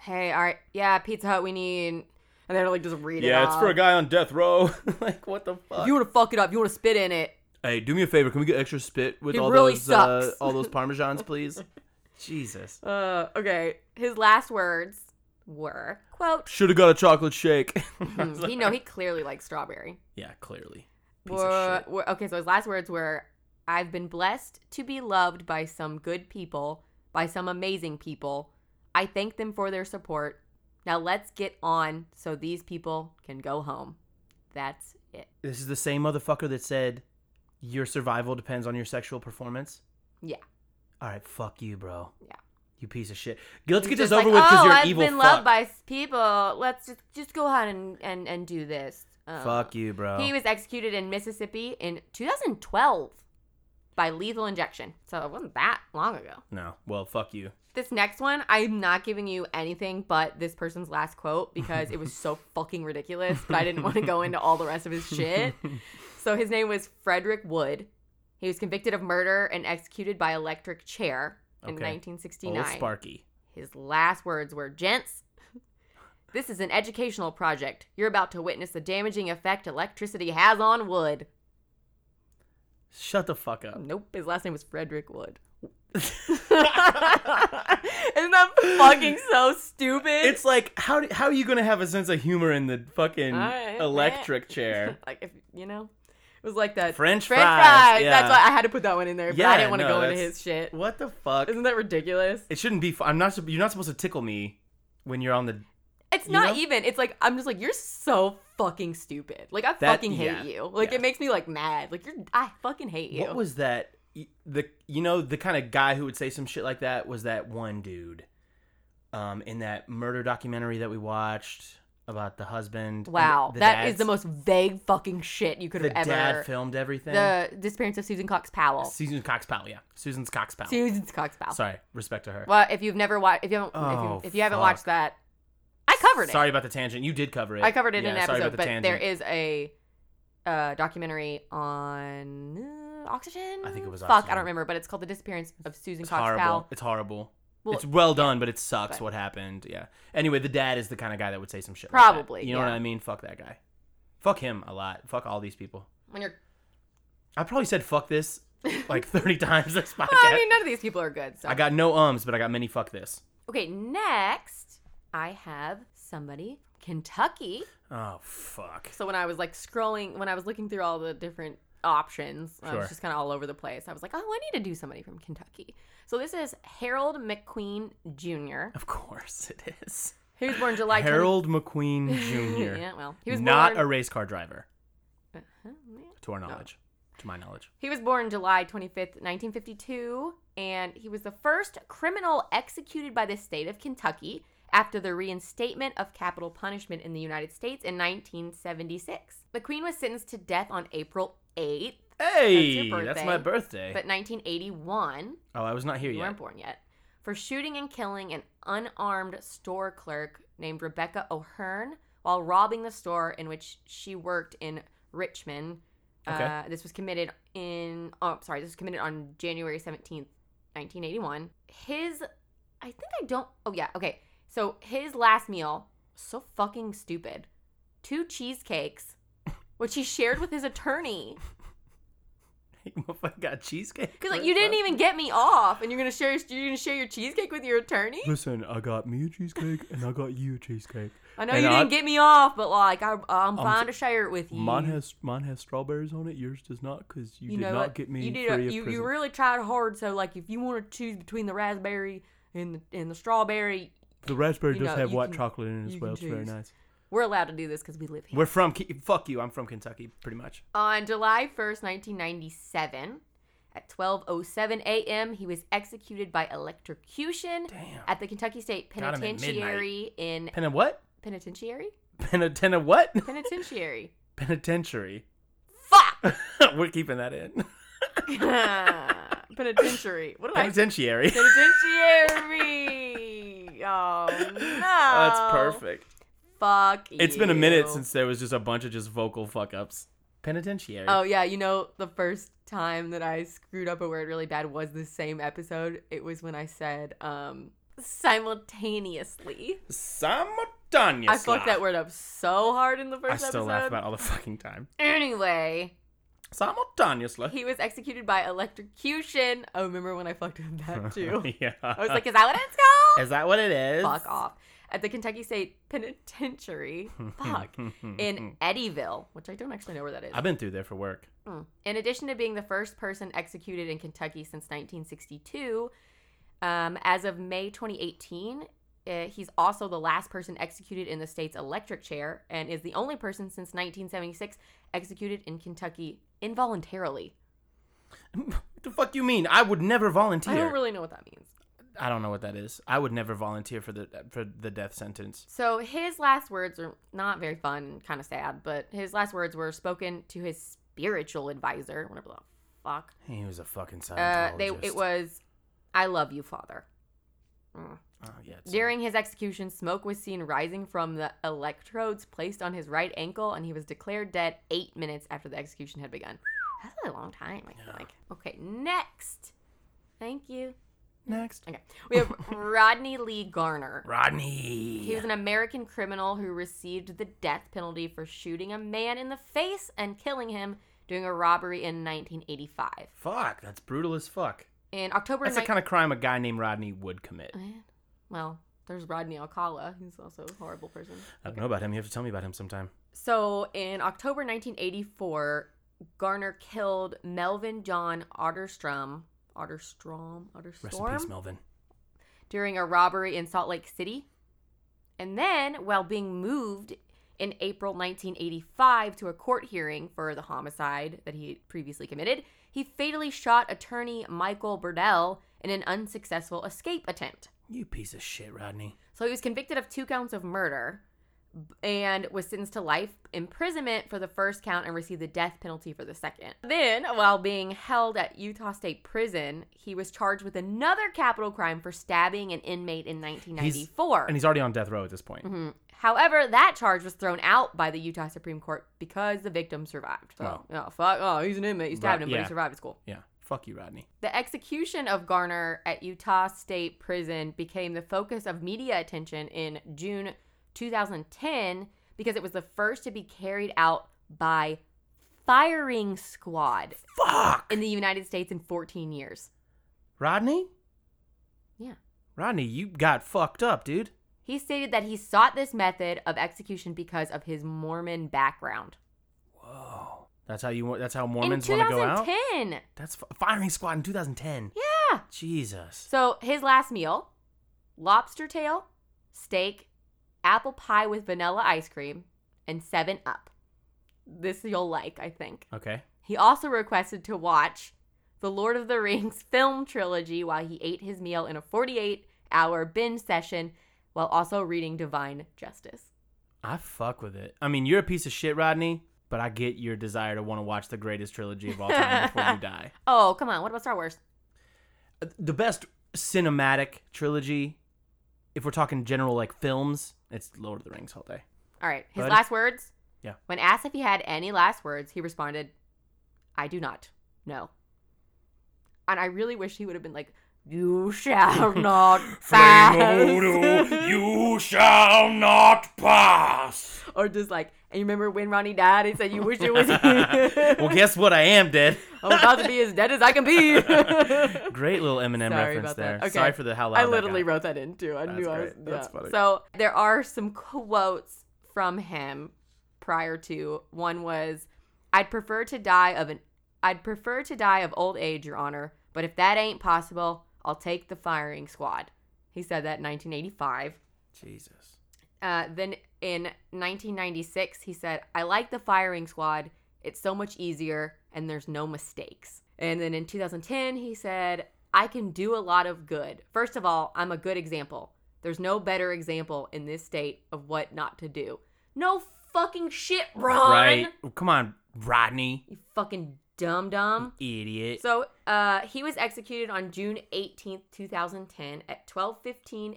Speaker 1: "Hey, all right, yeah, Pizza Hut, we need," and they're like, just read it.
Speaker 2: yeah, it's for a
Speaker 1: off.
Speaker 2: guy on death row. *laughs* like, what the
Speaker 1: If
Speaker 2: fuck?
Speaker 1: you want to fuck it up, you want to spit in it.
Speaker 2: hey, do me a favor. Can we get extra spit with
Speaker 1: He
Speaker 2: all
Speaker 1: really
Speaker 2: those uh,
Speaker 1: sucks.
Speaker 2: all those
Speaker 1: *laughs*
Speaker 2: parmesans, please? Jesus.
Speaker 1: Uh, okay. His last words were,
Speaker 2: *laughs*
Speaker 1: "Quote."
Speaker 2: Should have got a chocolate shake. *laughs*
Speaker 1: Hmm, he no, he clearly likes strawberry.
Speaker 2: yeah, clearly. Piece
Speaker 1: Were,
Speaker 2: of shit.
Speaker 1: were- okay, so his last words were, "I've been blessed to be loved by some good people, by some amazing people. I thank them for their support. Now let's get on so these people can go home." That's it.
Speaker 2: This is the same motherfucker that said your survival depends on your sexual performance.
Speaker 1: Yeah.
Speaker 2: All right, fuck you, bro.
Speaker 1: Yeah.
Speaker 2: You piece of shit. Let's get
Speaker 1: Just
Speaker 2: this over
Speaker 1: like,
Speaker 2: with because
Speaker 1: oh,
Speaker 2: you're an
Speaker 1: I've
Speaker 2: evil.
Speaker 1: been
Speaker 2: fuck.
Speaker 1: loved by s- people. Let's just, just go ahead and, and, and do this. Um,
Speaker 2: fuck you, bro.
Speaker 1: He was executed in Mississippi in 2012 by lethal injection. So it wasn't that long ago.
Speaker 2: no. Well, fuck you.
Speaker 1: This next one, I'm not giving you anything but this person's last quote because it was
Speaker 2: *laughs*
Speaker 1: so fucking ridiculous, but I didn't want to go into all the rest of his shit.
Speaker 2: *laughs*
Speaker 1: So his name was Frederick Wood. He was convicted of murder and executed by electric chair in
Speaker 2: Okay. Old
Speaker 1: 1969.
Speaker 2: Sparky.
Speaker 1: His last words were Gents, this is an educational project. You're about to witness the damaging effect electricity has on wood.
Speaker 2: Shut the fuck
Speaker 1: *laughs*
Speaker 2: up.
Speaker 1: Nope, his last name was Frederick Wood. *laughs* Isn't that fucking so stupid?
Speaker 2: It's like how do, how are you gonna have a sense of humor in the fucking
Speaker 1: All right. *laughs*
Speaker 2: electric chair?
Speaker 1: like if you know, it was like that
Speaker 2: French
Speaker 1: French
Speaker 2: fries,
Speaker 1: fries.
Speaker 2: yeah.
Speaker 1: That's why I had to put that one in there, but
Speaker 2: Yeah,
Speaker 1: I didn't want to
Speaker 2: no,
Speaker 1: go into
Speaker 2: that's-
Speaker 1: his shit.
Speaker 2: What the fuck?
Speaker 1: Isn't that ridiculous?
Speaker 2: It shouldn't be. fu- I'm not. sup- You're not supposed to tickle me when you're on the.
Speaker 1: It's
Speaker 2: You
Speaker 1: not
Speaker 2: know?
Speaker 1: even. It's like I'm just like you're so fucking stupid. Like I
Speaker 2: That-
Speaker 1: fucking hate
Speaker 2: yeah,
Speaker 1: you. Like
Speaker 2: yeah.
Speaker 1: it makes me like mad. Like you're I fucking hate you.
Speaker 2: What was that? Y- The you know the kind of guy who would say some shit like that was that one dude, um, in that murder documentary that we watched about the husband. and
Speaker 1: wow,
Speaker 2: the
Speaker 1: that is
Speaker 2: dads.
Speaker 1: the most vague fucking shit you could
Speaker 2: The
Speaker 1: have ever.
Speaker 2: dad filmed everything.
Speaker 1: the disappearance of Susan Cox Powell.
Speaker 2: Susan Cox Powell, yeah, Susan's Cox Powell.
Speaker 1: Susan Cox Powell.
Speaker 2: Sorry, respect to her.
Speaker 1: Well, if you've never watched, if you haven't,
Speaker 2: Oh,
Speaker 1: if, you, if you haven't
Speaker 2: fuck.
Speaker 1: watched that, I covered it.
Speaker 2: Sorry about the tangent. You did cover it.
Speaker 1: I covered it
Speaker 2: Yeah,
Speaker 1: in an
Speaker 2: sorry
Speaker 1: episode,
Speaker 2: about the
Speaker 1: but
Speaker 2: tangent.
Speaker 1: there is a uh, documentary on uh, oxygen.
Speaker 2: I think it was
Speaker 1: Fuck, I
Speaker 2: Oxygen.
Speaker 1: don't remember, but it's called The Disappearance of Susan
Speaker 2: It's
Speaker 1: Cox
Speaker 2: horrible.
Speaker 1: Powell.
Speaker 2: It's horrible.
Speaker 1: Well,
Speaker 2: it's well done, but it sucks
Speaker 1: but-
Speaker 2: what happened. Yeah. Anyway, the dad is the kind of guy that would say some shit. Like
Speaker 1: Probably,
Speaker 2: that. You know what
Speaker 1: yeah.
Speaker 2: I mean? Fuck that guy. Fuck him a lot. Fuck all these people.
Speaker 1: When you're,
Speaker 2: I probably said
Speaker 1: *laughs*
Speaker 2: fuck this like 30 times this podcast.
Speaker 1: Well, I
Speaker 2: I,
Speaker 1: mean, none of these people are good. So
Speaker 2: got no ums, but I got many fuck this.
Speaker 1: okay, next I have somebody Kentucky.
Speaker 2: Oh, fuck.
Speaker 1: So when I was like scrolling, when I was looking through all the different options, I
Speaker 2: Sure.
Speaker 1: was just kind of all over the place. I was like, oh, I need to do somebody from Kentucky. So this is Harold McQueen Jr.
Speaker 2: Of course it is.
Speaker 1: He was born July 20 *laughs*
Speaker 2: Harold McQueen Jr.
Speaker 1: yeah, well, he was
Speaker 2: not
Speaker 1: born, Oh.
Speaker 2: a race car driver,
Speaker 1: *laughs* a.
Speaker 2: to our knowledge. To my knowledge.
Speaker 1: He was born July 25th, 1952, and he was the first criminal executed by the state of Kentucky after the reinstatement of capital punishment in the United States in 1976. McQueen was sentenced to death on April 8th,
Speaker 2: Hey,
Speaker 1: your
Speaker 2: that's my birthday.
Speaker 1: but 1981,
Speaker 2: oh, I was not here
Speaker 1: you
Speaker 2: yet. *laughs*
Speaker 1: weren't born yet, for shooting and killing an unarmed store clerk named Rebecca O'Hearn while robbing the store in which she worked in Richmond. Uh,
Speaker 2: Okay.
Speaker 1: this was committed in, oh, sorry, this was committed on January 17th, 1981. His, I think I don't, oh yeah, okay. So his last meal, so fucking stupid,
Speaker 2: *laughs*
Speaker 1: two cheesecakes, which he shared with his attorney.
Speaker 2: motherfucker got cheesecake.
Speaker 1: Because like you didn't even get me off, and you're gonna share your, you're gonna share your cheesecake with your attorney.
Speaker 2: Listen, I got me a cheesecake and I got you a cheesecake.
Speaker 1: I know
Speaker 2: And
Speaker 1: you
Speaker 2: I-
Speaker 1: didn't get me off, but like I, I'm bound to share it with you.
Speaker 2: Mine has mine has strawberries on it. Yours does not because you,
Speaker 1: you
Speaker 2: did
Speaker 1: know
Speaker 2: not
Speaker 1: what?
Speaker 2: get me
Speaker 1: you
Speaker 2: free
Speaker 1: did.
Speaker 2: of
Speaker 1: you
Speaker 2: prison.
Speaker 1: you really tried hard. So like, if you want to choose between the raspberry and the, and the strawberry,
Speaker 2: the raspberry
Speaker 1: you
Speaker 2: does
Speaker 1: know,
Speaker 2: have
Speaker 1: you
Speaker 2: white
Speaker 1: can-
Speaker 2: chocolate in it as
Speaker 1: you
Speaker 2: well. It's
Speaker 1: can
Speaker 2: very
Speaker 1: choose.
Speaker 2: nice.
Speaker 1: we're allowed to do this because we live here.
Speaker 2: We're from Ke- fuck you. I'm from Kentucky, pretty much.
Speaker 1: On July 1st, 1997, at 12:07 a.m., he was executed by electrocution
Speaker 2: Damn.
Speaker 1: at the Kentucky State
Speaker 2: Got him at midnight.
Speaker 1: Penitentiary in
Speaker 2: Penna what? *laughs*
Speaker 1: Penitentiary?
Speaker 2: Penitenta what? *laughs*
Speaker 1: Penitentiary.
Speaker 2: Penitentiary. *laughs*
Speaker 1: Fuck. *laughs*
Speaker 2: We're keeping that in.
Speaker 1: Penitentiary. What am I? *laughs*
Speaker 2: Penitentiary.
Speaker 1: Penitentiary. Oh no.
Speaker 2: That's perfect.
Speaker 1: Fuck.
Speaker 2: It's been a minute
Speaker 1: you.
Speaker 2: since there was just a bunch of just vocal fuck ups. Penitentiary.
Speaker 1: Oh yeah, you know the first time that I screwed up a word really bad was the same episode. It was when I said um simultaneously.
Speaker 2: Simultaneous.
Speaker 1: I fucked that word up so hard in the
Speaker 2: I
Speaker 1: first
Speaker 2: still
Speaker 1: episode.
Speaker 2: laugh about it all the fucking time.
Speaker 1: anyway,
Speaker 2: *laughs* Simultaneously.
Speaker 1: he was executed by electrocution. Oh, remember when I fucked up
Speaker 2: *laughs*
Speaker 1: that too?
Speaker 2: yeah.
Speaker 1: I was like, is that what it's called?
Speaker 2: is that what it is?
Speaker 1: Fuck off. At the Kentucky State Penitentiary.
Speaker 2: *laughs*
Speaker 1: Fuck. In Eddyville, which I don't actually know where that is.
Speaker 2: Mm-hmm. I've been through there for work.
Speaker 1: Mm. In addition to being the first person executed in Kentucky since 1962, um, as of May 2018, uh, he's also the last person executed in the state's electric chair and is the only person since 1976 executed in Kentucky involuntarily.
Speaker 2: what the fuck you mean? I would never volunteer.
Speaker 1: I don't really know what that means.
Speaker 2: I don't know what that is. I would never volunteer for the for the death sentence.
Speaker 1: So his last words are not very fun, kind of sad, but his last words were spoken to his spiritual advisor, whatever the fuck.
Speaker 2: He was a fucking
Speaker 1: Uh,
Speaker 2: Scientologist.
Speaker 1: they it was, "I love you, Father."
Speaker 2: Oh, yeah, it's-
Speaker 1: During his execution, smoke was seen rising from the electrodes placed on his right ankle, and he was declared dead eight minutes after the execution had begun. That's a long time, I feel like. Okay, next. Thank you.
Speaker 2: next.
Speaker 1: Okay. We
Speaker 2: *laughs*
Speaker 1: have Rodney Lee Garner.
Speaker 2: Rodney.
Speaker 1: He was an American criminal who received the death penalty for shooting a man in the face and killing him during a robbery in 1985.
Speaker 2: Fuck, that's brutal as fuck.
Speaker 1: In October
Speaker 2: That's the
Speaker 1: nine-
Speaker 2: kind of crime a guy named Rodney would commit.
Speaker 1: Man. Well, there's Rodney Alcala, who's also a horrible person.
Speaker 2: I don't know about him. You have to tell me about him sometime.
Speaker 1: So in October 1984, Garner killed Melvin John Otterstrom, Otterstrom,
Speaker 2: Rest
Speaker 1: Otterstorm
Speaker 2: in peace, Melvin.
Speaker 1: during a robbery in Salt Lake City. And then, while being moved in April 1985 to a court hearing for the homicide that he had previously committed, he fatally shot attorney Michael Burdell in an unsuccessful escape attempt.
Speaker 2: You piece of shit, Rodney.
Speaker 1: So he was convicted of two counts of murder b- and was sentenced to life imprisonment for the first count and received the death penalty for the second. Then, while being held at Utah State Prison, he was charged with another capital crime for stabbing an inmate in 1994.
Speaker 2: And he's already on death row at this point.
Speaker 1: Mhm. However, that charge was thrown out by the Utah Supreme Court because the victim survived. So, oh, fuck. Oh, he's an inmate. You stabbed
Speaker 2: Right,
Speaker 1: him, but
Speaker 2: yeah.
Speaker 1: he survived. It's cool.
Speaker 2: Yeah. Fuck you, Rodney.
Speaker 1: The execution of Garner at Utah State Prison became the focus of media attention in June 2010 because it was the first to be carried out by firing squad
Speaker 2: Fuck!
Speaker 1: in the United States in 14 years.
Speaker 2: Rodney?
Speaker 1: Yeah.
Speaker 2: Rodney, you got fucked up, dude.
Speaker 1: He stated that he sought this method of execution because of his Mormon background.
Speaker 2: Whoa. That's how you want. That's how Mormons
Speaker 1: in
Speaker 2: want to go out.
Speaker 1: 2010.
Speaker 2: That's f- firing squad in 2010.
Speaker 1: Yeah.
Speaker 2: Jesus.
Speaker 1: So his last meal lobster tail, steak, apple pie with vanilla ice cream, and 7 Up. This you'll like, I think.
Speaker 2: Okay.
Speaker 1: He also requested to watch the Lord of the Rings *laughs* film trilogy while he ate his meal in a 48 hour binge session while also reading Divine Justice.
Speaker 2: I fuck with it. I mean, you're a piece of shit, Rodney, but I get your desire to want to watch the greatest trilogy of all
Speaker 1: *laughs*
Speaker 2: time before you die.
Speaker 1: Oh, come on. What about Star Wars?
Speaker 2: The best cinematic trilogy, if we're talking general like films, it's Lord of the Rings all day.
Speaker 1: All right. His
Speaker 2: Buddy?
Speaker 1: last words?
Speaker 2: Yeah.
Speaker 1: When asked if he had any last words, he responded, I do not. No. And I really wish he would have been like, You shall
Speaker 2: *laughs*
Speaker 1: not pass. *laughs*
Speaker 2: you shall not pass. *laughs*
Speaker 1: or just like, and you *laughs* remember when Ronnie died? He said, You wish it was.
Speaker 2: well, guess what? I am dead.
Speaker 1: I'm about to be as dead as I can be.
Speaker 2: *laughs*
Speaker 1: *laughs*
Speaker 2: Great little Eminem
Speaker 1: Sorry
Speaker 2: reference
Speaker 1: about
Speaker 2: there.
Speaker 1: that. Okay.
Speaker 2: Sorry for the how loud
Speaker 1: I
Speaker 2: that
Speaker 1: literally
Speaker 2: got.
Speaker 1: wrote that in too. I
Speaker 2: That's
Speaker 1: knew I was.
Speaker 2: great. That's
Speaker 1: yeah.
Speaker 2: funny.
Speaker 1: So there are some quotes from him prior to one was, "I'd prefer to die of an, I'd prefer to die of old age, Your Honor. But if that ain't possible, I'll take the firing squad." He said that in 1985.
Speaker 2: Jesus.
Speaker 1: Uh, then in 1996, he said, I like the firing squad. It's so much easier and there's no mistakes. And then in 2010, he said, I can do a lot of good. First of all, I'm a good example. There's no better example in this state of what not to do. No fucking shit, Ron.
Speaker 2: Right. Come on, Rodney.
Speaker 1: You fucking dumb dumb.
Speaker 2: Idiot.
Speaker 1: Um, So uh, he was executed on June 18th, 2010 at 12:15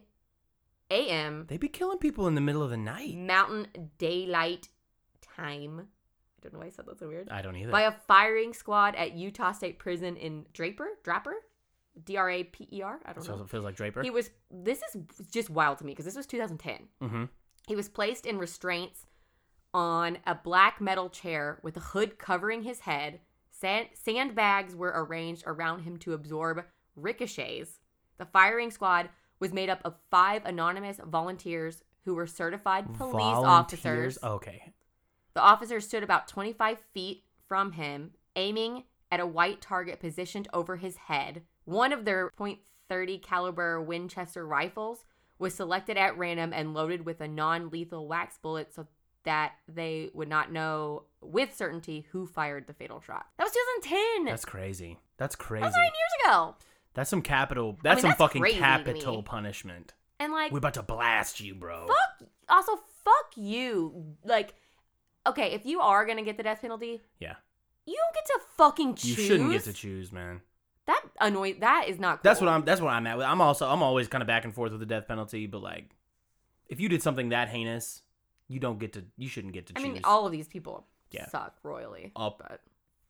Speaker 1: a.m.
Speaker 2: they be killing people in the middle of the night.
Speaker 1: Mountain Daylight Time. I don't know why I said that so weird.
Speaker 2: I don't either.
Speaker 1: Mm, By a firing squad at Utah State Prison in Draper, Draper, D R A P E R. I don't
Speaker 2: so
Speaker 1: know.
Speaker 2: it feels like Draper.
Speaker 1: He was. This is just wild to me because this was 2010.
Speaker 2: mm-hmm.
Speaker 1: He was placed in restraints on a black metal chair with a hood covering his head. Sand- sandbags were arranged around him to absorb ricochets. The firing squad was made up of five anonymous volunteers who were certified police officers.
Speaker 2: Okay.
Speaker 1: The officer stood about 25 feet from him, aiming at a white target positioned over his head. One of their .30 caliber Winchester rifles was selected at random and loaded with a non-lethal wax bullet so that they would not know with certainty who fired the fatal shot. That was 2010.
Speaker 2: That's crazy. That's crazy.
Speaker 1: that was nine years ago.
Speaker 2: That's some capital. That's some
Speaker 1: that's
Speaker 2: fucking
Speaker 1: crazy to
Speaker 2: capital
Speaker 1: me.
Speaker 2: punishment.
Speaker 1: And like
Speaker 2: We're about to blast you, bro.
Speaker 1: fuck also fuck you. Like okay, if you are going to get the death penalty,
Speaker 2: Yeah.
Speaker 1: you don't get to fucking
Speaker 2: You
Speaker 1: choose.
Speaker 2: shouldn't get to choose, man.
Speaker 1: That annoy. That is not. Cool.
Speaker 2: That's what I'm. That's what I'm at. with. I'm also. I'm always kind of back and forth with the death penalty. But like, if you did something that heinous, you don't get to. You shouldn't get to
Speaker 1: I
Speaker 2: choose.
Speaker 1: mean, all of these people
Speaker 2: Yeah.
Speaker 1: suck royally.
Speaker 2: I'll-
Speaker 1: but-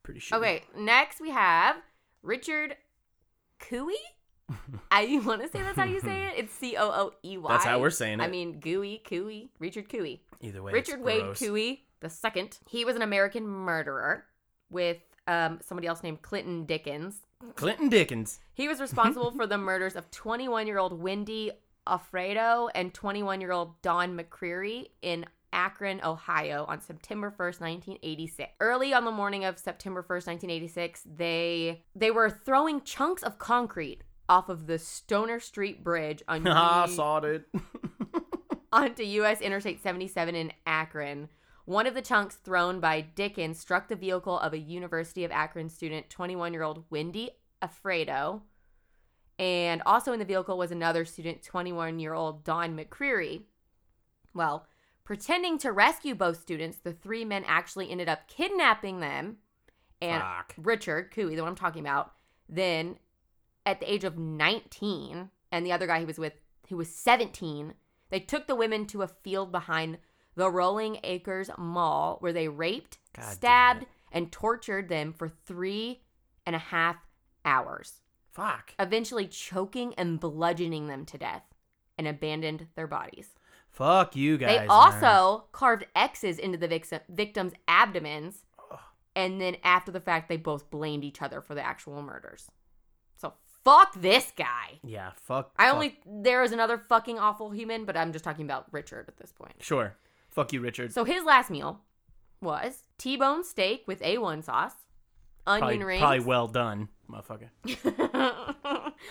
Speaker 2: pretty sure.
Speaker 1: Okay, next we have Richard
Speaker 2: *laughs*
Speaker 1: Cooey. I want to say that's how you say it. It's C O O E Y.
Speaker 2: That's how we're saying it.
Speaker 1: I mean, Gooey, Cooey, Richard Cooey.
Speaker 2: either way,
Speaker 1: Richard
Speaker 2: it's
Speaker 1: Wade
Speaker 2: gross.
Speaker 1: Cooey the second. He was an American murderer with um, somebody else named Clinton Dickens.
Speaker 2: Clinton Dickens. *laughs*
Speaker 1: He was responsible for the murders of 21 year old Wendy Alfredo and 21 year old Don McCreary in Akron, Ohio on September 1st, 1986. Early on the morning of September 1st, 1986, they they were throwing chunks of concrete off of the Stoner Street Bridge on
Speaker 2: *laughs* I
Speaker 1: U-
Speaker 2: saw it.
Speaker 1: onto US Interstate 77 in Akron. One of the chunks thrown by Dickens struck the vehicle of a University of Akron student, 21 year old Wendy Afredo. And also in the vehicle was another student, 21 year old Don McCreary. Well, pretending to rescue both students, the three men actually ended up kidnapping them. And
Speaker 2: Fuck.
Speaker 1: Richard Cooey, the one I'm talking about, then at the age of 19, and the other guy he was with, who was 17, they took the women to a field behind the Rolling Acres Mall where they raped,
Speaker 2: God damn
Speaker 1: stabbed,
Speaker 2: it.
Speaker 1: and tortured them for three and a half hours,
Speaker 2: Fuck.
Speaker 1: eventually choking and bludgeoning them to death and abandoned their bodies.
Speaker 2: Fuck you guys.
Speaker 1: They
Speaker 2: man.
Speaker 1: also carved X's into the victim, victims' abdomens,
Speaker 2: Ugh.
Speaker 1: and then after the fact, they both blamed each other for the actual murders. So fuck this guy.
Speaker 2: Yeah. Fuck.
Speaker 1: I
Speaker 2: fuck.
Speaker 1: only there is another fucking awful human, but I'm just talking about Richard at this point.
Speaker 2: Sure. Fuck you, Richard.
Speaker 1: So his last meal was T-bone steak with A1 sauce, onion
Speaker 2: probably,
Speaker 1: rings,
Speaker 2: probably well done, motherfucker.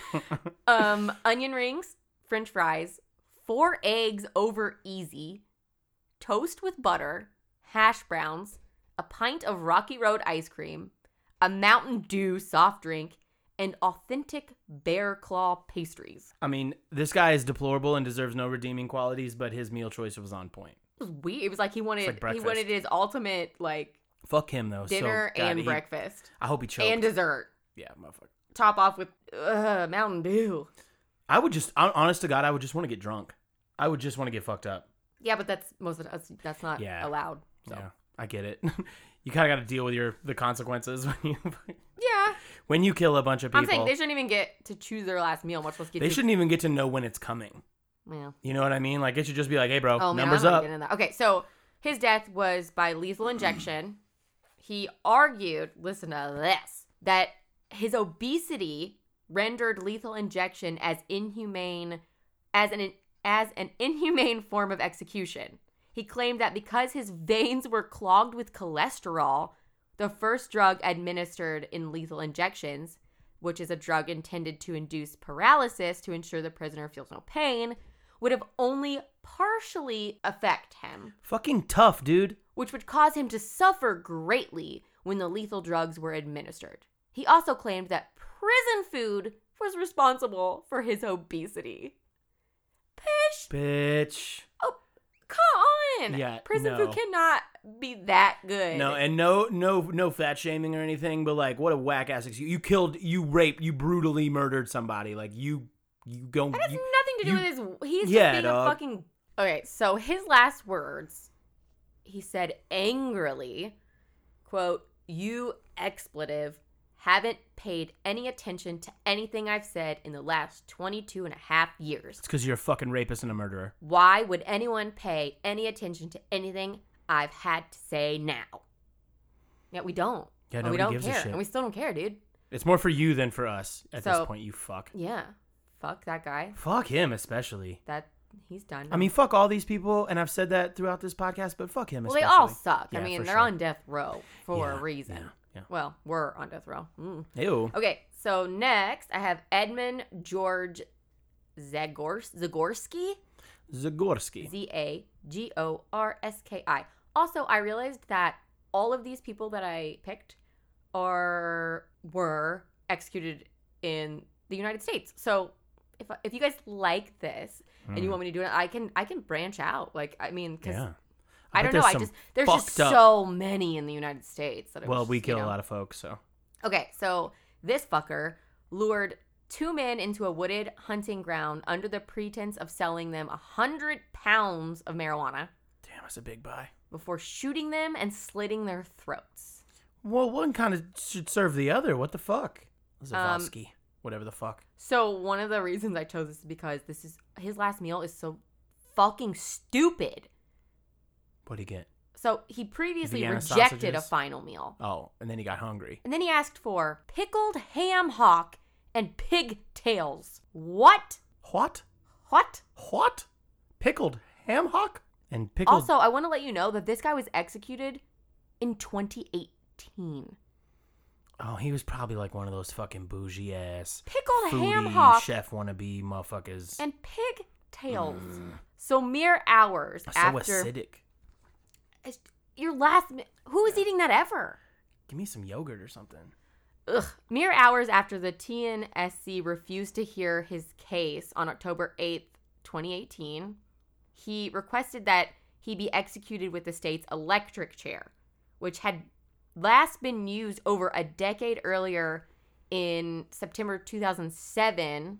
Speaker 1: *laughs* um, onion rings, french fries, four eggs over easy, toast with butter, hash browns, a pint of Rocky Road ice cream, a Mountain Dew soft drink, and authentic bear claw pastries.
Speaker 2: I mean, this guy is deplorable and deserves no redeeming qualities, but his meal choice was on point.
Speaker 1: It was weird. It was like he wanted
Speaker 2: like
Speaker 1: he
Speaker 2: breakfast.
Speaker 1: wanted his ultimate like
Speaker 2: Fuck him though.
Speaker 1: dinner
Speaker 2: so, God,
Speaker 1: and
Speaker 2: he-
Speaker 1: breakfast
Speaker 2: I hope he choked.
Speaker 1: and dessert.
Speaker 2: yeah, motherfucker.
Speaker 1: Top off with uh, Mountain Dew.
Speaker 2: I would just, hon- honest to God, I would just want to get drunk. I would just want to get fucked up.
Speaker 1: Yeah, but that's most of us. That's not
Speaker 2: Yeah.
Speaker 1: allowed. So.
Speaker 2: Yeah, I get it. *laughs* you kind of got to deal with your the consequences *laughs* when you
Speaker 1: yeah.
Speaker 2: when you kill a bunch of people.
Speaker 1: I'm saying they shouldn't even get to choose their last meal, much less get
Speaker 2: they
Speaker 1: to.
Speaker 2: shouldn't even get to know when it's coming.
Speaker 1: Yeah.
Speaker 2: You know what I mean? Like it should just be like, hey, bro,
Speaker 1: Oh, man,
Speaker 2: numbers
Speaker 1: I'm not
Speaker 2: up.
Speaker 1: getting into that. Okay, so *clears throat* his death was by lethal injection. he argued, listen to this, that his obesity rendered lethal injection as inhumane as an as an *laughs* inhumane form of execution. He claimed that because his veins were clogged with cholesterol, the first drug administered in lethal injections, which is a drug intended to induce paralysis to ensure the prisoner feels no pain, would have only partially affect him,
Speaker 2: Fucking tough, dude.
Speaker 1: which would cause him to suffer greatly when the lethal drugs were administered. He also claimed that prison food was responsible for his obesity. Pish!
Speaker 2: Bitch.
Speaker 1: Oh, come on!
Speaker 2: Yeah,
Speaker 1: prison
Speaker 2: no.
Speaker 1: food cannot be that good.
Speaker 2: No, and no, no, no fat shaming or anything, but like, what a whack ass excuse! You killed, you raped, you brutally murdered somebody. Like, you, you don't.
Speaker 1: that has
Speaker 2: you- you-
Speaker 1: nothing to do with his. He's
Speaker 2: Yeah,
Speaker 1: just being
Speaker 2: dog.
Speaker 1: a fucking. Okay, so his last words, he said angrily, "quote You expletive haven't paid any attention to anything I've said in the last 22 and a half years.
Speaker 2: It's because you're a fucking rapist and a murderer.
Speaker 1: Why would anyone pay any attention to anything I've had to say now? Yet we don't.
Speaker 2: Yeah,
Speaker 1: and we
Speaker 2: nobody
Speaker 1: don't
Speaker 2: gives a
Speaker 1: care,
Speaker 2: shit.
Speaker 1: and we still don't care, dude.
Speaker 2: It's more for you than for us at
Speaker 1: So-
Speaker 2: this point. You fuck.
Speaker 1: Yeah, fuck that guy.
Speaker 2: Fuck him especially.
Speaker 1: That he's done.
Speaker 2: I mean, fuck all these people, and I've said that throughout this podcast, but fuck him.
Speaker 1: Well, they
Speaker 2: especially.
Speaker 1: all suck.
Speaker 2: Yeah,
Speaker 1: I mean,
Speaker 2: for
Speaker 1: they're
Speaker 2: sure.
Speaker 1: on death row for
Speaker 2: Yeah,
Speaker 1: a reason.
Speaker 2: yeah,
Speaker 1: Well, we're on death row. Mm.
Speaker 2: yeah. Ew.
Speaker 1: Okay, so next I have Edmund George Zagors- Zagorski.
Speaker 2: Zagorski.
Speaker 1: Z A G O R S K I. Also, I realized that all of these people that I picked are were executed in the United States. So if if you guys like this and you want me to do it, I can I can branch out. Like I mean, because
Speaker 2: Hmm. Yeah.
Speaker 1: I,
Speaker 2: bet
Speaker 1: don't know.
Speaker 2: there's
Speaker 1: I
Speaker 2: some
Speaker 1: just there's just
Speaker 2: fucked up-
Speaker 1: so many in the United States. That it was
Speaker 2: Well, we
Speaker 1: just,
Speaker 2: kill
Speaker 1: you
Speaker 2: a
Speaker 1: know.
Speaker 2: lot of folks, so
Speaker 1: Okay, so this fucker lured two men into a wooded hunting ground under the pretense of selling them a hundred pounds of marijuana
Speaker 2: damn, that's a big buy.
Speaker 1: before shooting them and slitting their throats.
Speaker 2: Well, one kind of should serve the other. What the fuck?
Speaker 1: Um,
Speaker 2: Zavoski. Whatever the fuck.
Speaker 1: So one of the reasons I chose this is because this is his last meal is so fucking stupid.
Speaker 2: What'd he get?
Speaker 1: So he previously
Speaker 2: Vienna
Speaker 1: rejected a
Speaker 2: sausages?
Speaker 1: final meal.
Speaker 2: Oh, and then he got hungry.
Speaker 1: And then he asked for pickled ham hock and pig tails. What?
Speaker 2: What?
Speaker 1: What?
Speaker 2: What? Pickled ham hock? And pickled.
Speaker 1: Also, I want to let you know that this guy was executed in 2018.
Speaker 2: oh, he was probably like one of those fucking bougie ass.
Speaker 1: Pickled ham
Speaker 2: foodie
Speaker 1: hock
Speaker 2: Chef wannabe motherfuckers.
Speaker 1: and pig tails. So mere hours
Speaker 2: Mm. so
Speaker 1: after
Speaker 2: acidic.
Speaker 1: It's- your last mi- who is eating that ever
Speaker 2: Give me some yogurt or something.
Speaker 1: Ugh. mere hours after the tnsc refused to hear his case on october 8th 2018 he requested that he be executed with the state's electric chair which had last been used over a decade earlier in september 2007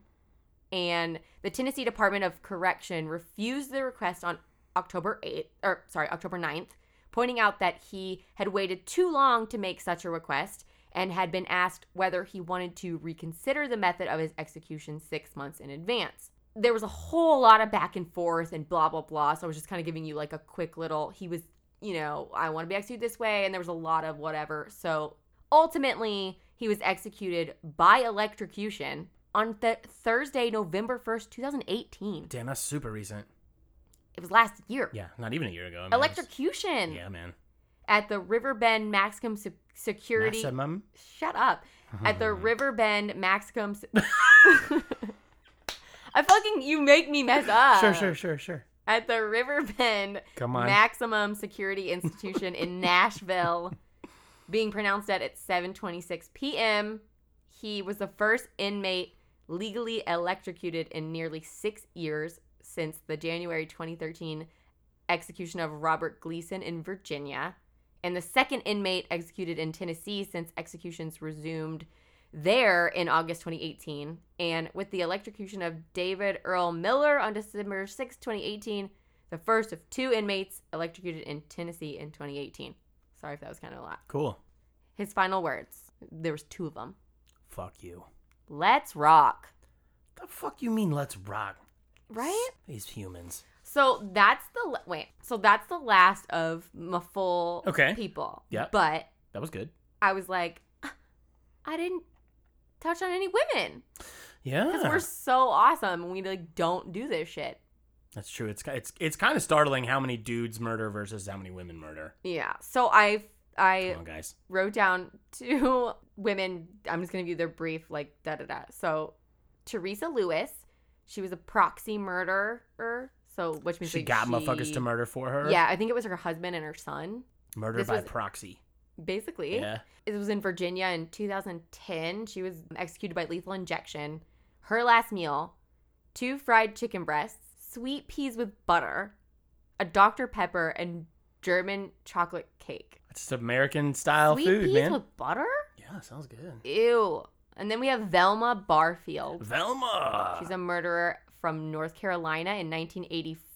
Speaker 1: and the tennessee department of correction refused the request on October 8th, or sorry, October 9th, pointing out that he had waited too long to make such a request and had been asked whether he wanted to reconsider the method of his execution six months in advance. There was a whole lot of back and forth and blah, blah, blah. So I was just kind of giving you like a quick little, he was, you know, I want to be executed this way. And there was a lot of whatever. So ultimately, he was executed by electrocution on th- Thursday, November 1st, 2018.
Speaker 2: Damn, that's super recent.
Speaker 1: It was last year.
Speaker 2: Yeah, not even a year ago. I mean, that's-
Speaker 1: Electrocution
Speaker 2: Yeah, man.
Speaker 1: at the Riverbend Maximum Se- Security.
Speaker 2: Maximum.
Speaker 1: Shut up. At
Speaker 2: Mm-hmm.
Speaker 1: the Riverbend Maximum.
Speaker 2: *laughs*
Speaker 1: Se- *laughs* I fucking you make me mess up.
Speaker 2: sure, sure, sure, sure.
Speaker 1: At the Riverbend
Speaker 2: Come on.
Speaker 1: Maximum Security Institution in Nashville, being pronounced dead at 7:26 p.m. He was the first inmate legally electrocuted in nearly six years since the January 2013 execution of Robert Gleason in Virginia, and the second inmate executed in Tennessee since executions resumed there in August 2018. And with the electrocution of David Earl Miller on December 6, 2018, the first of two inmates electrocuted in Tennessee in 2018. Sorry if that was kind of a lot.
Speaker 2: cool.
Speaker 1: His final words. There was two of them.
Speaker 2: Fuck you.
Speaker 1: Let's rock.
Speaker 2: The fuck you mean? Let's rock.
Speaker 1: Right?
Speaker 2: These humans.
Speaker 1: So that's the la- wait. So that's the last of my full
Speaker 2: Okay.
Speaker 1: people.
Speaker 2: Yeah.
Speaker 1: But
Speaker 2: That was good.
Speaker 1: I was like, I didn't touch on any women because
Speaker 2: Yeah,
Speaker 1: we're so awesome and we like don't do this shit.
Speaker 2: that's true. It's ki- it's it's kind of startling how many dudes murder versus how many women murder.
Speaker 1: Yeah. So I I
Speaker 2: Come on, guys.
Speaker 1: wrote down two *laughs* women. I'm just gonna give you their brief, like da da da. So Teresa Lewis, she was a proxy murderer. So which means
Speaker 2: She
Speaker 1: like,
Speaker 2: got motherfuckers to murder for her.
Speaker 1: Yeah, I think it was her husband and her son.
Speaker 2: murder
Speaker 1: This
Speaker 2: by
Speaker 1: was-
Speaker 2: proxy.
Speaker 1: Basically,
Speaker 2: Yeah,
Speaker 1: it was in Virginia in 2010. She was executed by lethal injection. Her last meal two fried chicken breasts, sweet peas with butter, a Dr. Pepper, and German chocolate cake.
Speaker 2: it's American style
Speaker 1: sweet
Speaker 2: food,
Speaker 1: peas
Speaker 2: man.
Speaker 1: with butter?
Speaker 2: yeah, sounds good.
Speaker 1: Ew. And then we have Velma Barfield.
Speaker 2: Velma.
Speaker 1: She's a murderer from North Carolina in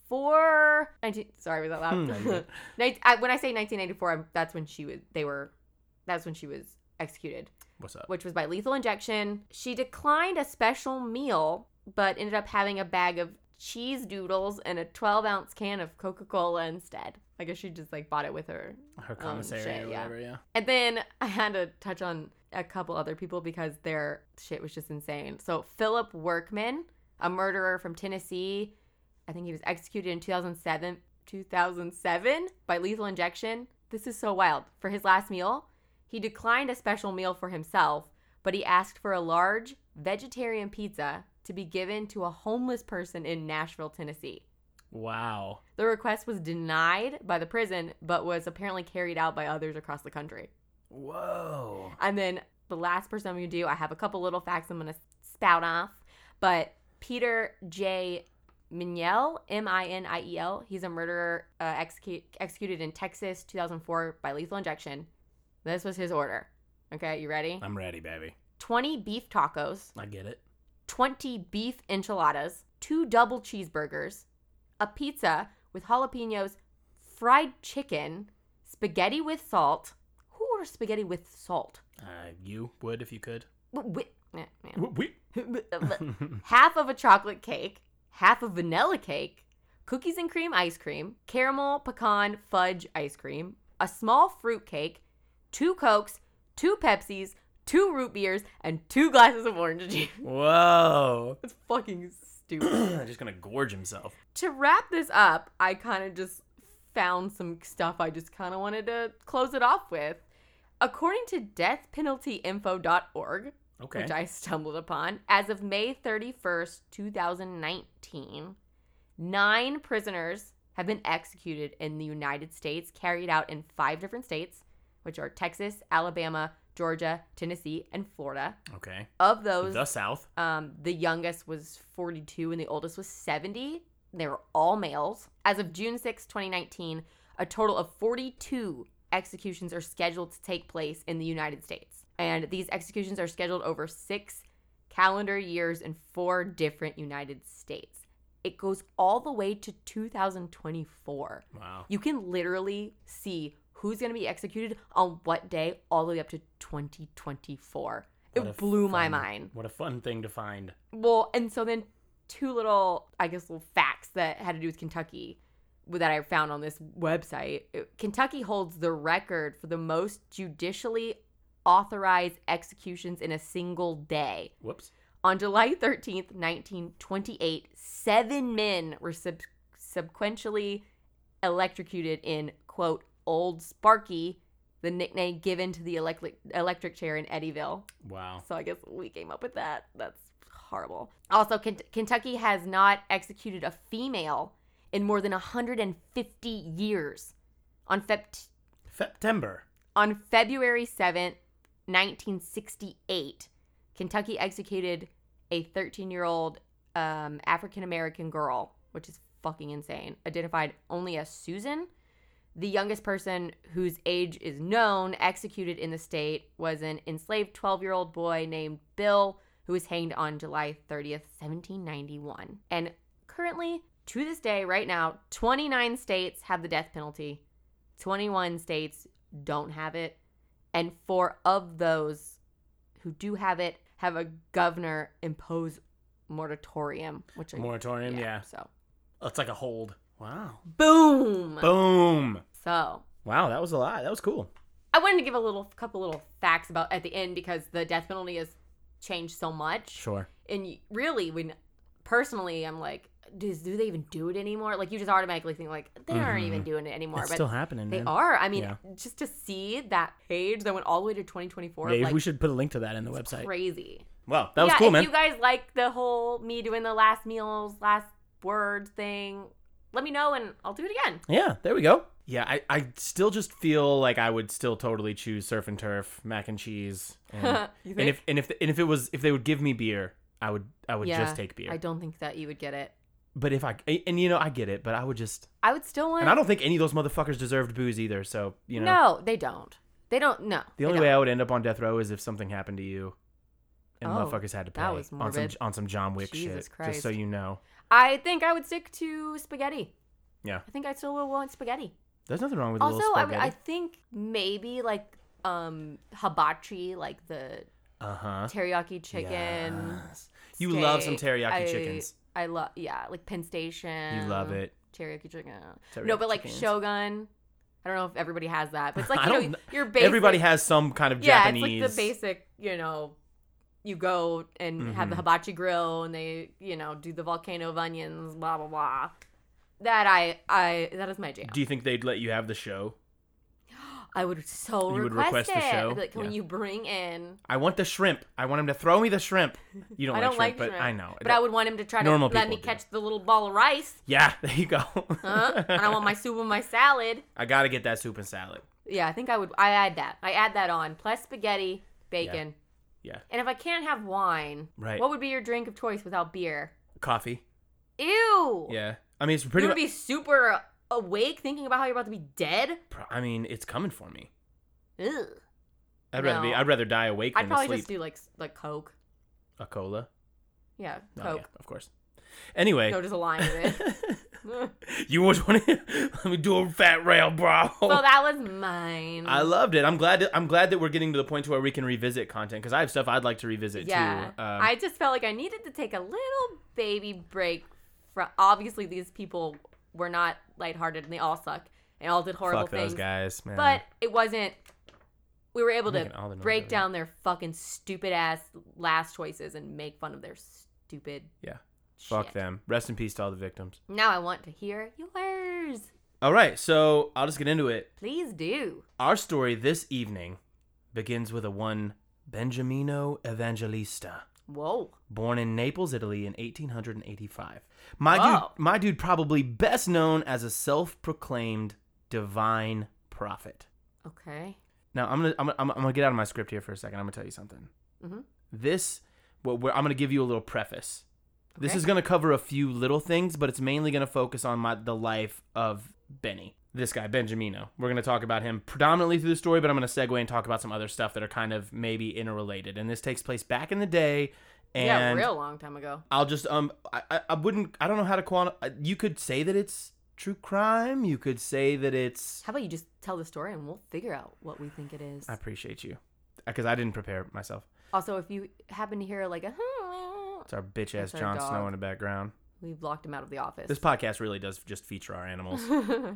Speaker 1: 1984. 19, sorry, was that
Speaker 2: Hmm, I knew
Speaker 1: loud? *laughs*
Speaker 2: it.
Speaker 1: Nin- I- when I say 1984, I'm, that's when she was. They were. That's when she was executed,
Speaker 2: What's up?
Speaker 1: which was by lethal injection. She declined a special meal, but ended up having a bag of cheese doodles and a 12 ounce can of Coca Cola instead. I guess she just like bought it with her
Speaker 2: Her commissary
Speaker 1: Um, shit,
Speaker 2: or
Speaker 1: yeah.
Speaker 2: whatever. Yeah.
Speaker 1: and then I had to touch on a couple other people because their shit was just insane. So Philip Workman, a murderer from Tennessee, I think he was executed in 2007, 2007 by lethal injection. This is so wild. For his last meal, he declined a special meal for himself, but he asked for a large vegetarian pizza to be given to a homeless person in Nashville, Tennessee.
Speaker 2: Wow.
Speaker 1: The request was denied by the prison, but was apparently carried out by others across the country.
Speaker 2: Whoa.
Speaker 1: And then the last person I'm going to do, I have a couple little facts I'm going to spout off. But Peter J. Miniel, M I N I E L, he's a murderer uh, execu- executed in Texas 2004 by lethal injection. This was his order. Okay, you ready?
Speaker 2: I'm ready, baby.
Speaker 1: 20 beef tacos,
Speaker 2: I get it.
Speaker 1: 20 beef enchiladas, two double cheeseburgers, a pizza with jalapenos, fried chicken, spaghetti with salt. Who orders spaghetti with salt?
Speaker 2: Uh, you would if you could.
Speaker 1: Wh- wh- eh, man.
Speaker 2: That's
Speaker 1: *laughs* half of a chocolate cake, half of vanilla cake, cookies and cream ice cream, caramel pecan fudge ice cream, a small fruit cake, two cokes, two Pepsis, two root beers, and two glasses of orange juice.
Speaker 2: *laughs*
Speaker 1: *laughs*
Speaker 2: Whoa.
Speaker 1: That's fucking stupid.
Speaker 2: *clears throat* Just gonna gorge himself.
Speaker 1: to wrap this up, I kind of just found some stuff I just kind of wanted to close it off with. According to deathpenaltyinfo.org,
Speaker 2: Okay.
Speaker 1: which I stumbled upon. As of May 31st, 2019, nine prisoners have been executed in the United States, carried out in five different states, which are Texas, Alabama, Georgia, Tennessee, and Florida.
Speaker 2: okay.
Speaker 1: Of those,
Speaker 2: The South.
Speaker 1: um, the youngest was 42 and the oldest was 70. They were all males. As of June 6, 2019, a total of 42 executions are scheduled to take place in the United States. And these executions are scheduled over six calendar years in four different United States. It goes all the way to 2024.
Speaker 2: Wow.
Speaker 1: You can literally see who's going to be executed on what day, all the way up to 2024.
Speaker 2: What a
Speaker 1: It blew my
Speaker 2: fun-
Speaker 1: mind.
Speaker 2: What a fun thing to find.
Speaker 1: Well, and so then two little, I guess, little facts that had to do with Kentucky that I found on this website. Kentucky holds the record for the most judicially authorized executions in a single day.
Speaker 2: Whoops.
Speaker 1: On July 13th, 1928, seven men were sub- subsequently electrocuted in, quote, Old Sparky, the nickname given to the electric, electric chair in Eddyville.
Speaker 2: Wow.
Speaker 1: So I guess we came up with that. That's horrible. Also, Ken- Kentucky has not executed a female in more than 150 years. On, Feb-
Speaker 2: September.
Speaker 1: on February 7th, 1968, Kentucky executed a 13 year old um, African American girl, which is fucking insane, identified only as Susan. The youngest person whose age is known executed in the state was an enslaved 12 year old boy named Bill, who was hanged on July 30th, 1791. And currently, to this day, right now, 29 states have the death penalty, 21 states don't have it, and four of those who do have it have a governor impose moratorium, which I
Speaker 2: Moratorium. Yeah. Oh,
Speaker 1: So,
Speaker 2: It's like a hold. Wow.
Speaker 1: boom.
Speaker 2: Boom.
Speaker 1: So,
Speaker 2: Wow. That was a lot. That was cool.
Speaker 1: I wanted to give a little couple little facts about at the end because the death penalty has changed so much.
Speaker 2: Sure.
Speaker 1: And y- really, when personally, I'm like, does do they even do it anymore? Like you just automatically think like they aren't
Speaker 2: Mhm.
Speaker 1: even doing it anymore.
Speaker 2: it's
Speaker 1: but
Speaker 2: still happening,
Speaker 1: they
Speaker 2: man.
Speaker 1: are. I mean,
Speaker 2: Yeah.
Speaker 1: just to see that page that went all the way to 2024,
Speaker 2: Maybe
Speaker 1: like
Speaker 2: we should put a link to that in the website.
Speaker 1: crazy.
Speaker 2: Wow, that was
Speaker 1: yeah,
Speaker 2: cool,
Speaker 1: if
Speaker 2: man.
Speaker 1: you guys like the whole me doing the last meals, last words thing, let me know and I'll do it again.
Speaker 2: Yeah, there we go. Yeah, I, I still just feel like I would still totally choose surf and turf, mac
Speaker 1: *laughs*
Speaker 2: and cheese, and,
Speaker 1: You
Speaker 2: and if and if and if it was if they would give me beer, I would I would
Speaker 1: Yeah,
Speaker 2: just take beer.
Speaker 1: I don't think that you would get it.
Speaker 2: but if I and you know I get it, but I would just
Speaker 1: I would still want.
Speaker 2: and I don't think any of those motherfuckers deserved booze either. So you know,
Speaker 1: No, they don't. They don't. No.
Speaker 2: the
Speaker 1: they
Speaker 2: only
Speaker 1: don't.
Speaker 2: way I would end up on death row is if something happened to you, and
Speaker 1: Oh,
Speaker 2: motherfuckers had to pay
Speaker 1: that was
Speaker 2: on some
Speaker 1: morbid.
Speaker 2: on some John Wick
Speaker 1: Jesus
Speaker 2: shit. Just so
Speaker 1: Christ.
Speaker 2: you know,
Speaker 1: I think I would stick to spaghetti.
Speaker 2: Yeah.
Speaker 1: I think I still will want spaghetti.
Speaker 2: there's nothing wrong with a
Speaker 1: also,
Speaker 2: little
Speaker 1: I, would-
Speaker 2: spaghetti.
Speaker 1: I think maybe like um hibachi, like the
Speaker 2: uh huh.
Speaker 1: teriyaki chicken.
Speaker 2: You love some
Speaker 1: steak.
Speaker 2: teriyaki
Speaker 1: I-
Speaker 2: chickens.
Speaker 1: I love yeah, like Penn Station.
Speaker 2: You love it.
Speaker 1: Teriyaki chicken. no,
Speaker 2: Teriyaki
Speaker 1: but like
Speaker 2: chickens.
Speaker 1: Shogun. I don't know if everybody has that, but it's like
Speaker 2: *laughs* I
Speaker 1: you
Speaker 2: don't
Speaker 1: know
Speaker 2: kn-
Speaker 1: your basic.
Speaker 2: Everybody has some kind of
Speaker 1: yeah,
Speaker 2: Japanese.
Speaker 1: it's like the basic. You know, you go and have the
Speaker 2: Mhm.
Speaker 1: hibachi grill, and they you know do the volcano of onions, blah blah blah. That I I that is my jam.
Speaker 2: Do you think they'd let you have the show?
Speaker 1: I would so
Speaker 2: You would
Speaker 1: request,
Speaker 2: request the
Speaker 1: it. I'd
Speaker 2: show?
Speaker 1: be like, can
Speaker 2: Yeah.
Speaker 1: you bring in?
Speaker 2: I want the shrimp. I want him to throw me the shrimp. You don't,
Speaker 1: *laughs* I don't
Speaker 2: like
Speaker 1: like
Speaker 2: shrimp, but
Speaker 1: shrimp,
Speaker 2: I know.
Speaker 1: But I would want him to try to
Speaker 2: Normal
Speaker 1: let me
Speaker 2: people do.
Speaker 1: catch the little ball of rice,
Speaker 2: yeah, *laughs* there you go.
Speaker 1: huh? Uh-huh, and I
Speaker 2: *laughs*
Speaker 1: want my soup and my salad.
Speaker 2: I gotta get that soup and salad.
Speaker 1: Yeah, I think I would. I add that. I add that on plus spaghetti, bacon.
Speaker 2: Yeah.
Speaker 1: And if I can't have wine,
Speaker 2: Right.
Speaker 1: What would be your drink of choice without beer?
Speaker 2: Coffee.
Speaker 1: Ew.
Speaker 2: Yeah. I mean, it's
Speaker 1: You
Speaker 2: pretty.
Speaker 1: would
Speaker 2: Mu-
Speaker 1: be super awake thinking about how you're about to be dead.
Speaker 2: Pro- I mean, it's coming for me.
Speaker 1: Ugh.
Speaker 2: I'd rather be.
Speaker 1: No.
Speaker 2: I'd rather die awake
Speaker 1: I'd
Speaker 2: than
Speaker 1: probably
Speaker 2: asleep.
Speaker 1: just do like s- like Coke.
Speaker 2: A cola.
Speaker 1: Yeah,
Speaker 2: Oh,
Speaker 1: Coke.
Speaker 2: yeah, of course. Anyway,
Speaker 1: No, just a line
Speaker 2: *laughs*
Speaker 1: with it. *laughs* so
Speaker 2: you always want to *laughs* let me do a fat rail, bro.
Speaker 1: that was mine.
Speaker 2: Oh. I loved it. I'm glad. That, I'm glad that we're getting to the point to where we can revisit content because I have stuff I'd like to revisit
Speaker 1: yeah.
Speaker 2: too. Um,
Speaker 1: I just felt like I needed to take a little baby break from. Obviously, these people were not lighthearted and they all suck and all did horrible
Speaker 2: fuck
Speaker 1: things.
Speaker 2: those guys, man.
Speaker 1: But it wasn't. We were able
Speaker 2: I'm making all the
Speaker 1: to
Speaker 2: noise
Speaker 1: break
Speaker 2: over
Speaker 1: down their fucking stupid ass last choices and make fun of their stupid.
Speaker 2: Yeah. fuck
Speaker 1: shit.
Speaker 2: them. Rest in peace to all the victims.
Speaker 1: Now I want to hear yours.
Speaker 2: All right, so I'll just get into it.
Speaker 1: Please do.
Speaker 2: Our story this evening begins with a one Benjamino Evangelista,
Speaker 1: Whoa.
Speaker 2: born in Naples, Italy, in 1885. My dude,
Speaker 1: Wow.
Speaker 2: my dude, probably best known as a self-proclaimed divine prophet.
Speaker 1: Okay.
Speaker 2: Now I'm gonna I'm, gonna- I'm, gonna- I'm gonna get out of my script here for a second. I'm gonna tell you something.
Speaker 1: Mhm.
Speaker 2: This what we're, I'm gonna give you a little preface. This
Speaker 1: Okay.
Speaker 2: is gonna cover a few little things, but it's mainly gonna focus on my the life of Benny, this guy Benjamino. We're gonna talk about him predominantly through the story, but I'm gonna segue and talk about some other stuff that are kind of maybe interrelated. And this takes place back in the day. And
Speaker 1: yeah, real long time ago.
Speaker 2: I'll just um I, I I wouldn't I don't know how to quantify. You could say that it's true crime. You could say that it's
Speaker 1: How about you just tell the story and we'll figure out what we think it is.
Speaker 2: I appreciate you. Because I didn't prepare myself.
Speaker 1: Also, if you happen to hear like a, *laughs*
Speaker 2: It's our bitch ass
Speaker 1: That's our
Speaker 2: Jon
Speaker 1: dog.
Speaker 2: Snow in the background.
Speaker 1: we've locked him out of the office.
Speaker 2: This podcast really does just feature our animals.
Speaker 1: Uh-huh.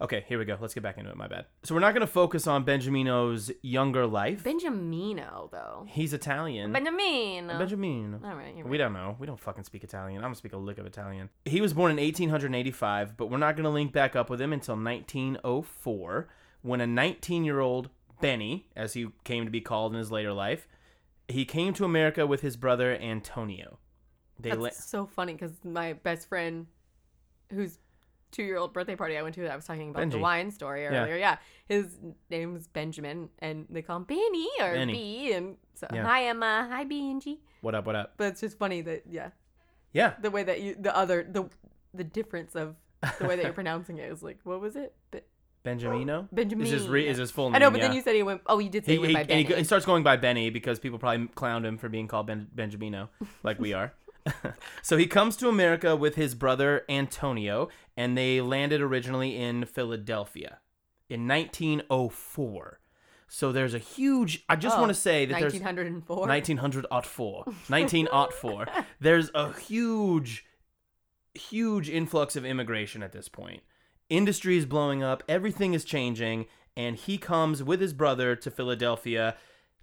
Speaker 2: okay, here we go. Let's get back into it. My bad. So we're not going to focus on Benjamino's younger
Speaker 1: *laughs*
Speaker 2: life.
Speaker 1: Benjamino though.
Speaker 2: He's Italian.
Speaker 1: Benjamino.
Speaker 2: Benjamino.
Speaker 1: All right. You're
Speaker 2: We
Speaker 1: right.
Speaker 2: don't know. We don't fucking speak Italian. I don't speak a lick of Italian. He was born in 1885, but we're not going to link back up with him until 1904, when a 19 year old Benny, as he came to be called in his later life, he came to America with his brother Antonio. They
Speaker 1: That's
Speaker 2: la-
Speaker 1: so funny because my best friend, whose two-year-old birthday party I went to, that I was talking about the
Speaker 2: Benji.
Speaker 1: wine story earlier. Yeah, his name's Benjamin, and they call him Benny or
Speaker 2: Benny.
Speaker 1: B. And so,
Speaker 2: Yeah.
Speaker 1: hi Emma, hi Benji.
Speaker 2: what up? What up?
Speaker 1: But it's just funny that yeah,
Speaker 2: Yeah,
Speaker 1: the way that you the other the the difference of the way that
Speaker 2: *laughs*
Speaker 1: you're pronouncing it is like what was it? Be-
Speaker 2: Benjamino.
Speaker 1: Benjamin.
Speaker 2: Is his re- is his full name?
Speaker 1: I know, but
Speaker 2: yeah.
Speaker 1: then you said he went. Oh, you did say
Speaker 2: He,
Speaker 1: he, went
Speaker 2: he-
Speaker 1: by
Speaker 2: and he
Speaker 1: Benny.
Speaker 2: go- he starts going by Benny because people probably clowned him for being called ben, Benjamino, like we are. *laughs* so he comes to America with his brother Antonio, and they landed originally in Philadelphia in 1904. So there's a huge. I just
Speaker 1: Oh,
Speaker 2: want to say that there's
Speaker 1: 1904. *laughs*
Speaker 2: 1904.
Speaker 1: Oh,
Speaker 2: 1904. There's a huge, huge influx of immigration at this point. Industry is blowing up, everything is changing, and he comes with his brother to Philadelphia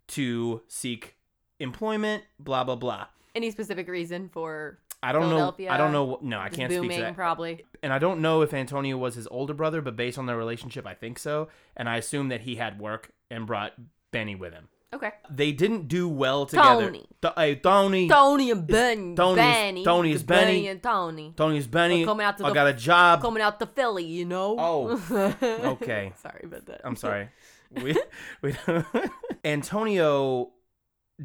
Speaker 2: to seek employment. Blah blah blah.
Speaker 1: Any specific reason for
Speaker 2: I don't know.
Speaker 1: Philadelphia
Speaker 2: I don't know. No, I
Speaker 1: just
Speaker 2: can't
Speaker 1: booming?
Speaker 2: speak to that.
Speaker 1: Probably.
Speaker 2: And I don't know if Antonio was his older brother, but based on their relationship, I think so. And I assume that he had work and brought Benny with him.
Speaker 1: Okay.
Speaker 2: They didn't do well together.
Speaker 1: Tony.
Speaker 2: Th- hey, Tony.
Speaker 1: Tony and Ben.
Speaker 2: Tony is-
Speaker 1: Benny.
Speaker 2: Tony is Benny.
Speaker 1: and Tony.
Speaker 2: Tony's Benny.
Speaker 1: We're coming out to
Speaker 2: I
Speaker 1: the-
Speaker 2: got a job.
Speaker 1: Coming out to Philly, you know. *laughs*
Speaker 2: Oh, okay.
Speaker 1: Sorry about that.
Speaker 2: I'm sorry. *laughs* We, we Antonio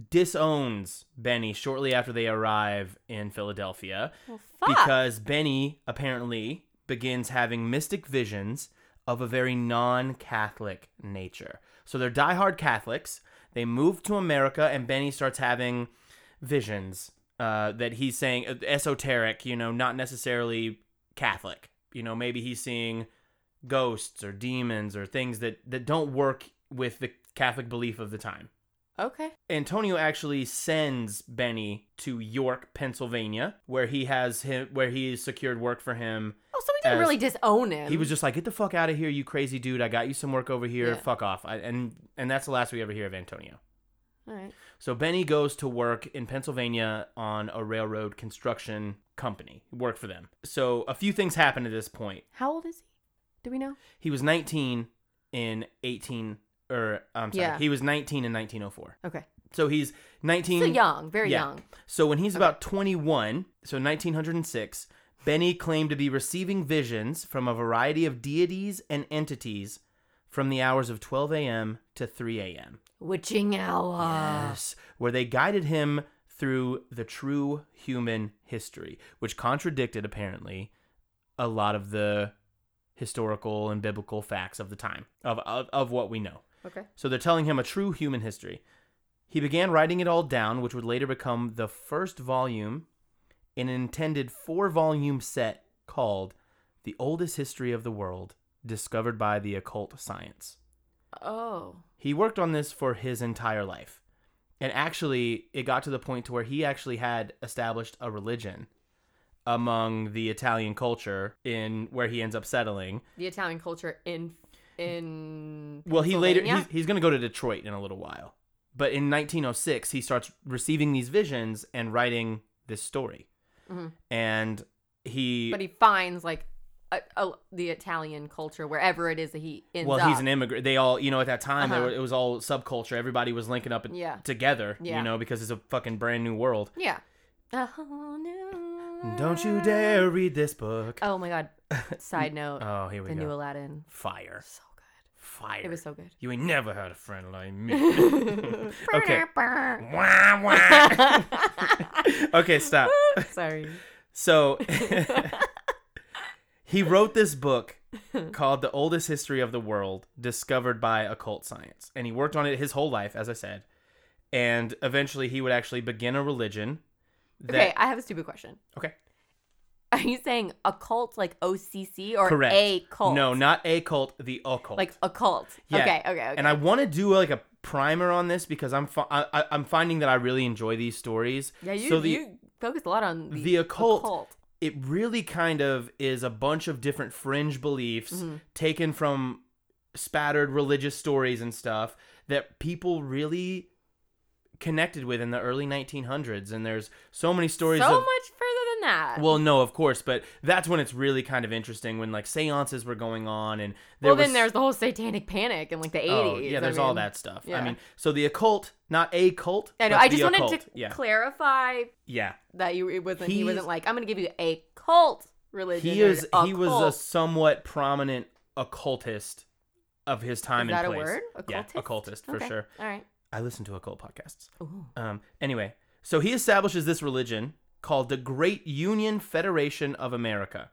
Speaker 2: disowns Benny shortly after they arrive in Philadelphia
Speaker 1: Well, fuck.
Speaker 2: because Benny apparently begins having mystic visions of a very non-Catholic nature. So they're diehard Catholics. They move to America, and Benny starts having visions uh, that he's saying uh, esoteric, you know, not necessarily Catholic. You know, maybe he's seeing ghosts or demons or things that that don't work with the Catholic belief of the time.
Speaker 1: okay.
Speaker 2: Antonio actually sends Benny to York, Pennsylvania, where he has him where he secured work for him.
Speaker 1: Oh, so he didn't
Speaker 2: As-
Speaker 1: really disown him.
Speaker 2: He was just like, "Get the fuck out of here, you crazy dude! I got you some work over here.
Speaker 1: Yeah.
Speaker 2: Fuck off!" I, and and that's the last we ever hear of Antonio.
Speaker 1: All right.
Speaker 2: So Benny goes to work in Pennsylvania on a railroad construction company. Work for them. So a few things happen at this point.
Speaker 1: How old is he? Do we know?
Speaker 2: He was 19 in 18 or I'm sorry.
Speaker 1: Yeah.
Speaker 2: He was 19 in 1904.
Speaker 1: Okay.
Speaker 2: So he's 19
Speaker 1: So young, very
Speaker 2: Yeah.
Speaker 1: young.
Speaker 2: So when he's about 21, so 1906, Benny claimed to be receiving visions from a variety of deities and entities from the hours of 12 a.m. to 3 a.m.
Speaker 1: Witching hour.
Speaker 2: Yes, where they guided him through the true human history, which contradicted apparently a lot of the historical and biblical facts of the time of of, of what we know.
Speaker 1: Okay.
Speaker 2: So they're telling him a true human history. He began writing it all down, which would later become the first volume in an intended four volume set called The Oldest History of the World Discovered by the Occult Science.
Speaker 1: Oh.
Speaker 2: He worked on this for his entire life. And actually, it got to the point to where he actually had established a religion among the Italian culture in where he ends up settling.
Speaker 1: The Italian culture in in
Speaker 2: Well, he later
Speaker 1: Pennsylvania?
Speaker 2: he's, he's going to go to Detroit in a little while. But in 1906, he starts receiving these visions and writing this story.
Speaker 1: Mhm.
Speaker 2: And he,
Speaker 1: but he finds like a, a, the Italian culture wherever it is that he ends
Speaker 2: well,
Speaker 1: up.
Speaker 2: he's an immigrant. They all, you know, at that time,
Speaker 1: Uh-huh.
Speaker 2: they were, it was all subculture. Everybody was linking up
Speaker 1: Yeah.
Speaker 2: together,
Speaker 1: Yeah.
Speaker 2: you know, because it's a fucking brand new world.
Speaker 1: yeah. Oh, no.
Speaker 2: Don't you dare read this book.
Speaker 1: Oh my
Speaker 2: *laughs*
Speaker 1: god. Side note:
Speaker 2: Oh, here
Speaker 1: the
Speaker 2: we
Speaker 1: new
Speaker 2: go.
Speaker 1: Aladdin,
Speaker 2: Fire.
Speaker 1: so good.
Speaker 2: Fire.
Speaker 1: It was so good.
Speaker 2: you ain't never had a friend
Speaker 1: *laughs*
Speaker 2: like me. *laughs* okay. Wah, wah. okay, stop.
Speaker 1: Sorry.
Speaker 2: So *laughs* he wrote this book called The Oldest History of the World Discovered by Occult Science. And he worked on it his whole life, as I said. And eventually he would actually begin a religion.
Speaker 1: okay,
Speaker 2: That,
Speaker 1: I have a stupid question.
Speaker 2: okay.
Speaker 1: Are you saying occult like OCC or
Speaker 2: Correct.
Speaker 1: a cult?
Speaker 2: No, not a cult, the occult.
Speaker 1: like occult.
Speaker 2: Yeah.
Speaker 1: Okay, okay, okay.
Speaker 2: And I want to do like a primer on this because I'm fi- I, I- I'm finding that I really enjoy these stories.
Speaker 1: yeah, you
Speaker 2: so the
Speaker 1: you focused a lot on the,
Speaker 2: the occult- it really kind of is a bunch of different fringe beliefs
Speaker 1: Mm-hmm.
Speaker 2: taken from spattered religious stories and stuff that people really connected with in the early 1900s and there's so many stories
Speaker 1: So
Speaker 2: of
Speaker 1: much further than that.
Speaker 2: well no of course but that's when it's really kind of interesting when like seances were going on and there
Speaker 1: well,
Speaker 2: was
Speaker 1: then there's the whole satanic panic in like the 80s.
Speaker 2: oh, yeah there's
Speaker 1: I
Speaker 2: all
Speaker 1: mean-
Speaker 2: that stuff i
Speaker 1: yeah.
Speaker 2: mean so the occult not a cult
Speaker 1: I know.
Speaker 2: but
Speaker 1: I
Speaker 2: the
Speaker 1: just wanted
Speaker 2: occult.
Speaker 1: to
Speaker 2: yeah
Speaker 1: clarify
Speaker 2: yeah
Speaker 1: that you it wasn't he
Speaker 2: He's-
Speaker 1: wasn't like I'm going to give you a cult religion.
Speaker 2: he
Speaker 1: or
Speaker 2: is
Speaker 1: a
Speaker 2: he was a
Speaker 1: cult."
Speaker 2: somewhat prominent occultist of his time
Speaker 1: Is that
Speaker 2: and
Speaker 1: a
Speaker 2: place.
Speaker 1: word?
Speaker 2: Yeah, occultist for
Speaker 1: Okay.
Speaker 2: sure.
Speaker 1: All right.
Speaker 2: I listen to occult podcasts.
Speaker 1: Ooh.
Speaker 2: Um, anyway, so he establishes this religion called the Great Union Federation of America,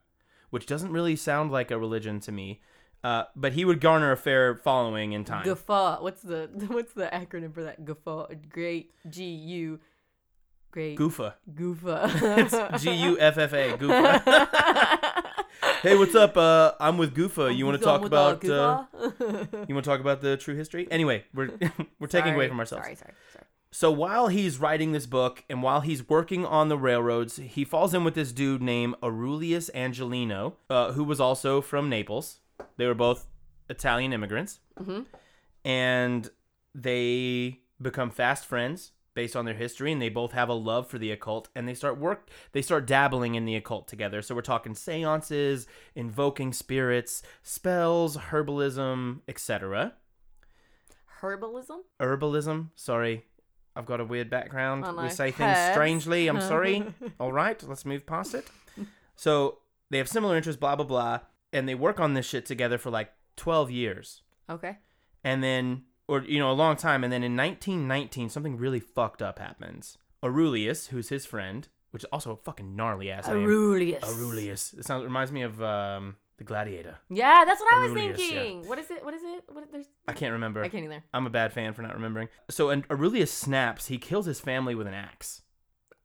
Speaker 2: which doesn't really sound like a religion to me. Uh, but he would garner a fair following in time.
Speaker 1: Guffaw. What's the *laughs* what's the acronym for that? Guffaw. Great G U. Great *laughs*
Speaker 2: Goofa.
Speaker 1: Goofa.
Speaker 2: G U F F
Speaker 1: *laughs*
Speaker 2: A. Goofa. hey, what's up? Uh, I'm with Goofa. *laughs* You want to talk about? Uh,
Speaker 1: *laughs*
Speaker 2: you want to talk about the true history? Anyway, we're *laughs* we're taking away from ourselves.
Speaker 1: Sorry, sorry, sorry.
Speaker 2: So while he's writing this book and while he's working on the railroads, he falls in with this dude named Aurelius Angelino, uh, who was also from Naples. They were both Italian immigrants,
Speaker 1: hmm
Speaker 2: and they become fast friends based on their history, and they both have a love for the occult, and they start work. They start dabbling in the occult together. So we're talking seances, invoking spirits, spells, herbalism, etc.
Speaker 1: Herbalism?
Speaker 2: Herbalism. Sorry, I've got a weird background.
Speaker 1: Oh, no.
Speaker 2: We say things
Speaker 1: Herbs.
Speaker 2: strangely.
Speaker 1: *laughs*
Speaker 2: I'm sorry. All right, let's move past it. So they have similar interests, blah, blah, blah. And they work on this shit together for like 12 years.
Speaker 1: okay.
Speaker 2: And then, or, you know, a long time. And then in 1919, something really fucked up happens. Aurelius, who's his friend, which is also a fucking gnarly ass name.
Speaker 1: Aurelius.
Speaker 2: Aurelius. It sounds, reminds me of um, The Gladiator.
Speaker 1: Yeah, that's what I was
Speaker 2: Aurelius, yeah.
Speaker 1: thinking. What is it? What is it? What, there's,
Speaker 2: I can't remember.
Speaker 1: I can't either.
Speaker 2: I'm a bad fan for not remembering. So, and Aurelius snaps. He kills his family with
Speaker 1: *laughs*
Speaker 2: an axe.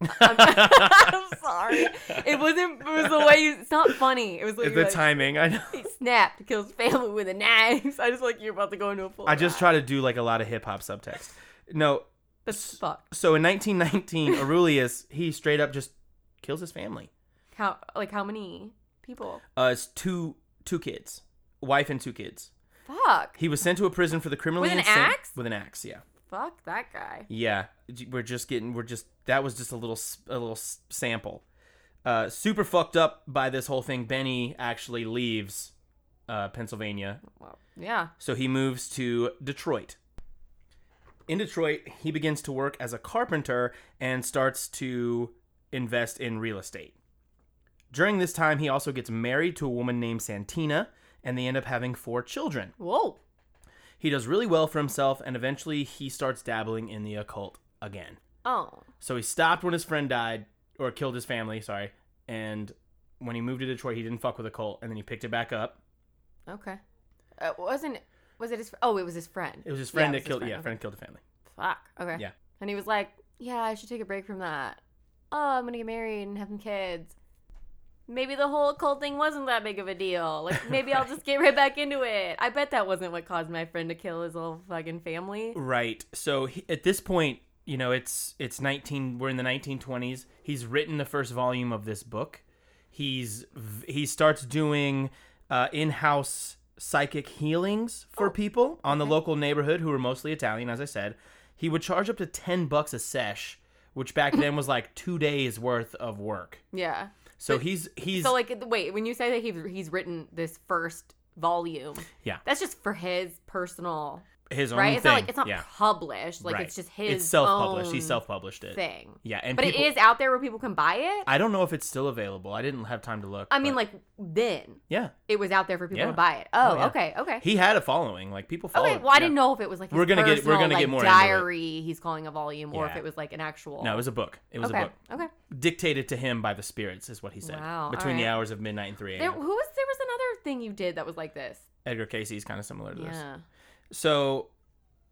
Speaker 2: *laughs*
Speaker 1: I'm sorry. It wasn't. It was the way you. It's not funny. It was like,
Speaker 2: the
Speaker 1: you're like,
Speaker 2: timing, I know.
Speaker 1: he snapped, kills family with a knife. *laughs* I just like you're about to go into a full.
Speaker 2: I just
Speaker 1: rot.
Speaker 2: try to do like a lot of hip hop subtext. No,
Speaker 1: That's fucked.
Speaker 2: so
Speaker 1: *laughs*
Speaker 2: in 1919, Aurelius he straight up just kills his family.
Speaker 1: How like how many people?
Speaker 2: Uh, it's two two kids, wife and two kids.
Speaker 1: Fuck.
Speaker 2: He was sent to a prison for the criminally
Speaker 1: With an
Speaker 2: insane-
Speaker 1: axe?
Speaker 2: With an axe, yeah,
Speaker 1: Fuck that guy.
Speaker 2: yeah. J- We're just getting, we're just that was just a little s- a little s- sample. Uh, super fucked up by this whole thing. Benny actually leaves uh, Pennsylvania
Speaker 1: Well, yeah.
Speaker 2: So he moves to Detroit. In Detroit, he begins to work as a carpenter and starts to invest in real estate. During this time, he also gets married to a woman named Santina, and they end up having four children.
Speaker 1: Whoa.
Speaker 2: He does really well for himself, and eventually he starts dabbling in the occult again.
Speaker 1: Oh.
Speaker 2: So he stopped when his friend died, or killed his family, sorry, and when he moved to Detroit, he didn't fuck with occult, and then he picked it back up.
Speaker 1: Okay. Uh, wasn't was it his? fr- Oh, it was his friend.
Speaker 2: It was his friend
Speaker 1: Yeah, it
Speaker 2: that
Speaker 1: was his
Speaker 2: killed, yeah,
Speaker 1: okay.
Speaker 2: friend killed the family.
Speaker 1: Fuck. Okay.
Speaker 2: Yeah.
Speaker 1: And he was like, "Yeah, I should take a break from that. Oh, I'm gonna get married and have some kids. Maybe the whole cult thing wasn't that big of a deal. Like, maybe I'll just get right back into it. I bet that wasn't what caused my friend to kill his whole fucking family.
Speaker 2: Right. So he, at this point, you know, it's it's 19 we're in the 1920s. He's written the first volume of this book. He's v- he starts doing uh, in-house psychic healings for
Speaker 1: Oh,
Speaker 2: people on the local neighborhood who were mostly Italian as I said. He would charge up to 10 bucks a sesh, which back then was like 2 days worth of work.
Speaker 1: Yeah.
Speaker 2: So he's he's
Speaker 1: So like, wait, when you say that he's he's written this first volume,
Speaker 2: Yeah.
Speaker 1: that's just for his personal,
Speaker 2: his own
Speaker 1: right?
Speaker 2: thing.
Speaker 1: It's not like it's not
Speaker 2: yeah.
Speaker 1: published. Like
Speaker 2: right.
Speaker 1: it's just his
Speaker 2: It's self-published.
Speaker 1: own
Speaker 2: he self-published it.
Speaker 1: thing.
Speaker 2: Yeah, and
Speaker 1: But
Speaker 2: people-
Speaker 1: it is out there where people can buy it.
Speaker 2: I don't know if it's still available. I didn't have time to look.
Speaker 1: I mean, like
Speaker 2: but-
Speaker 1: then
Speaker 2: yeah.
Speaker 1: it was out there for people
Speaker 2: Yeah.
Speaker 1: to buy it. Oh,
Speaker 2: Oh, yeah.
Speaker 1: okay, okay,
Speaker 2: He had a following. Like people followed.
Speaker 1: okay. Well, I didn't know if it was like his
Speaker 2: We're gonna get- we're
Speaker 1: personal,
Speaker 2: gonna get
Speaker 1: like,
Speaker 2: more into it.
Speaker 1: diary. He's calling a volume, or if
Speaker 2: Yeah.
Speaker 1: it was like an actual.
Speaker 2: No, it was a book. It was
Speaker 1: okay,
Speaker 2: a book
Speaker 1: okay.
Speaker 2: dictated to him by the spirits, is what he said.
Speaker 1: Wow,
Speaker 2: Between the
Speaker 1: alright.
Speaker 2: hours of midnight and three
Speaker 1: There,
Speaker 2: a.m.
Speaker 1: who was there was another thing you did that was like this.
Speaker 2: Edgar Casey's kind of similar to this.
Speaker 1: Yeah.
Speaker 2: So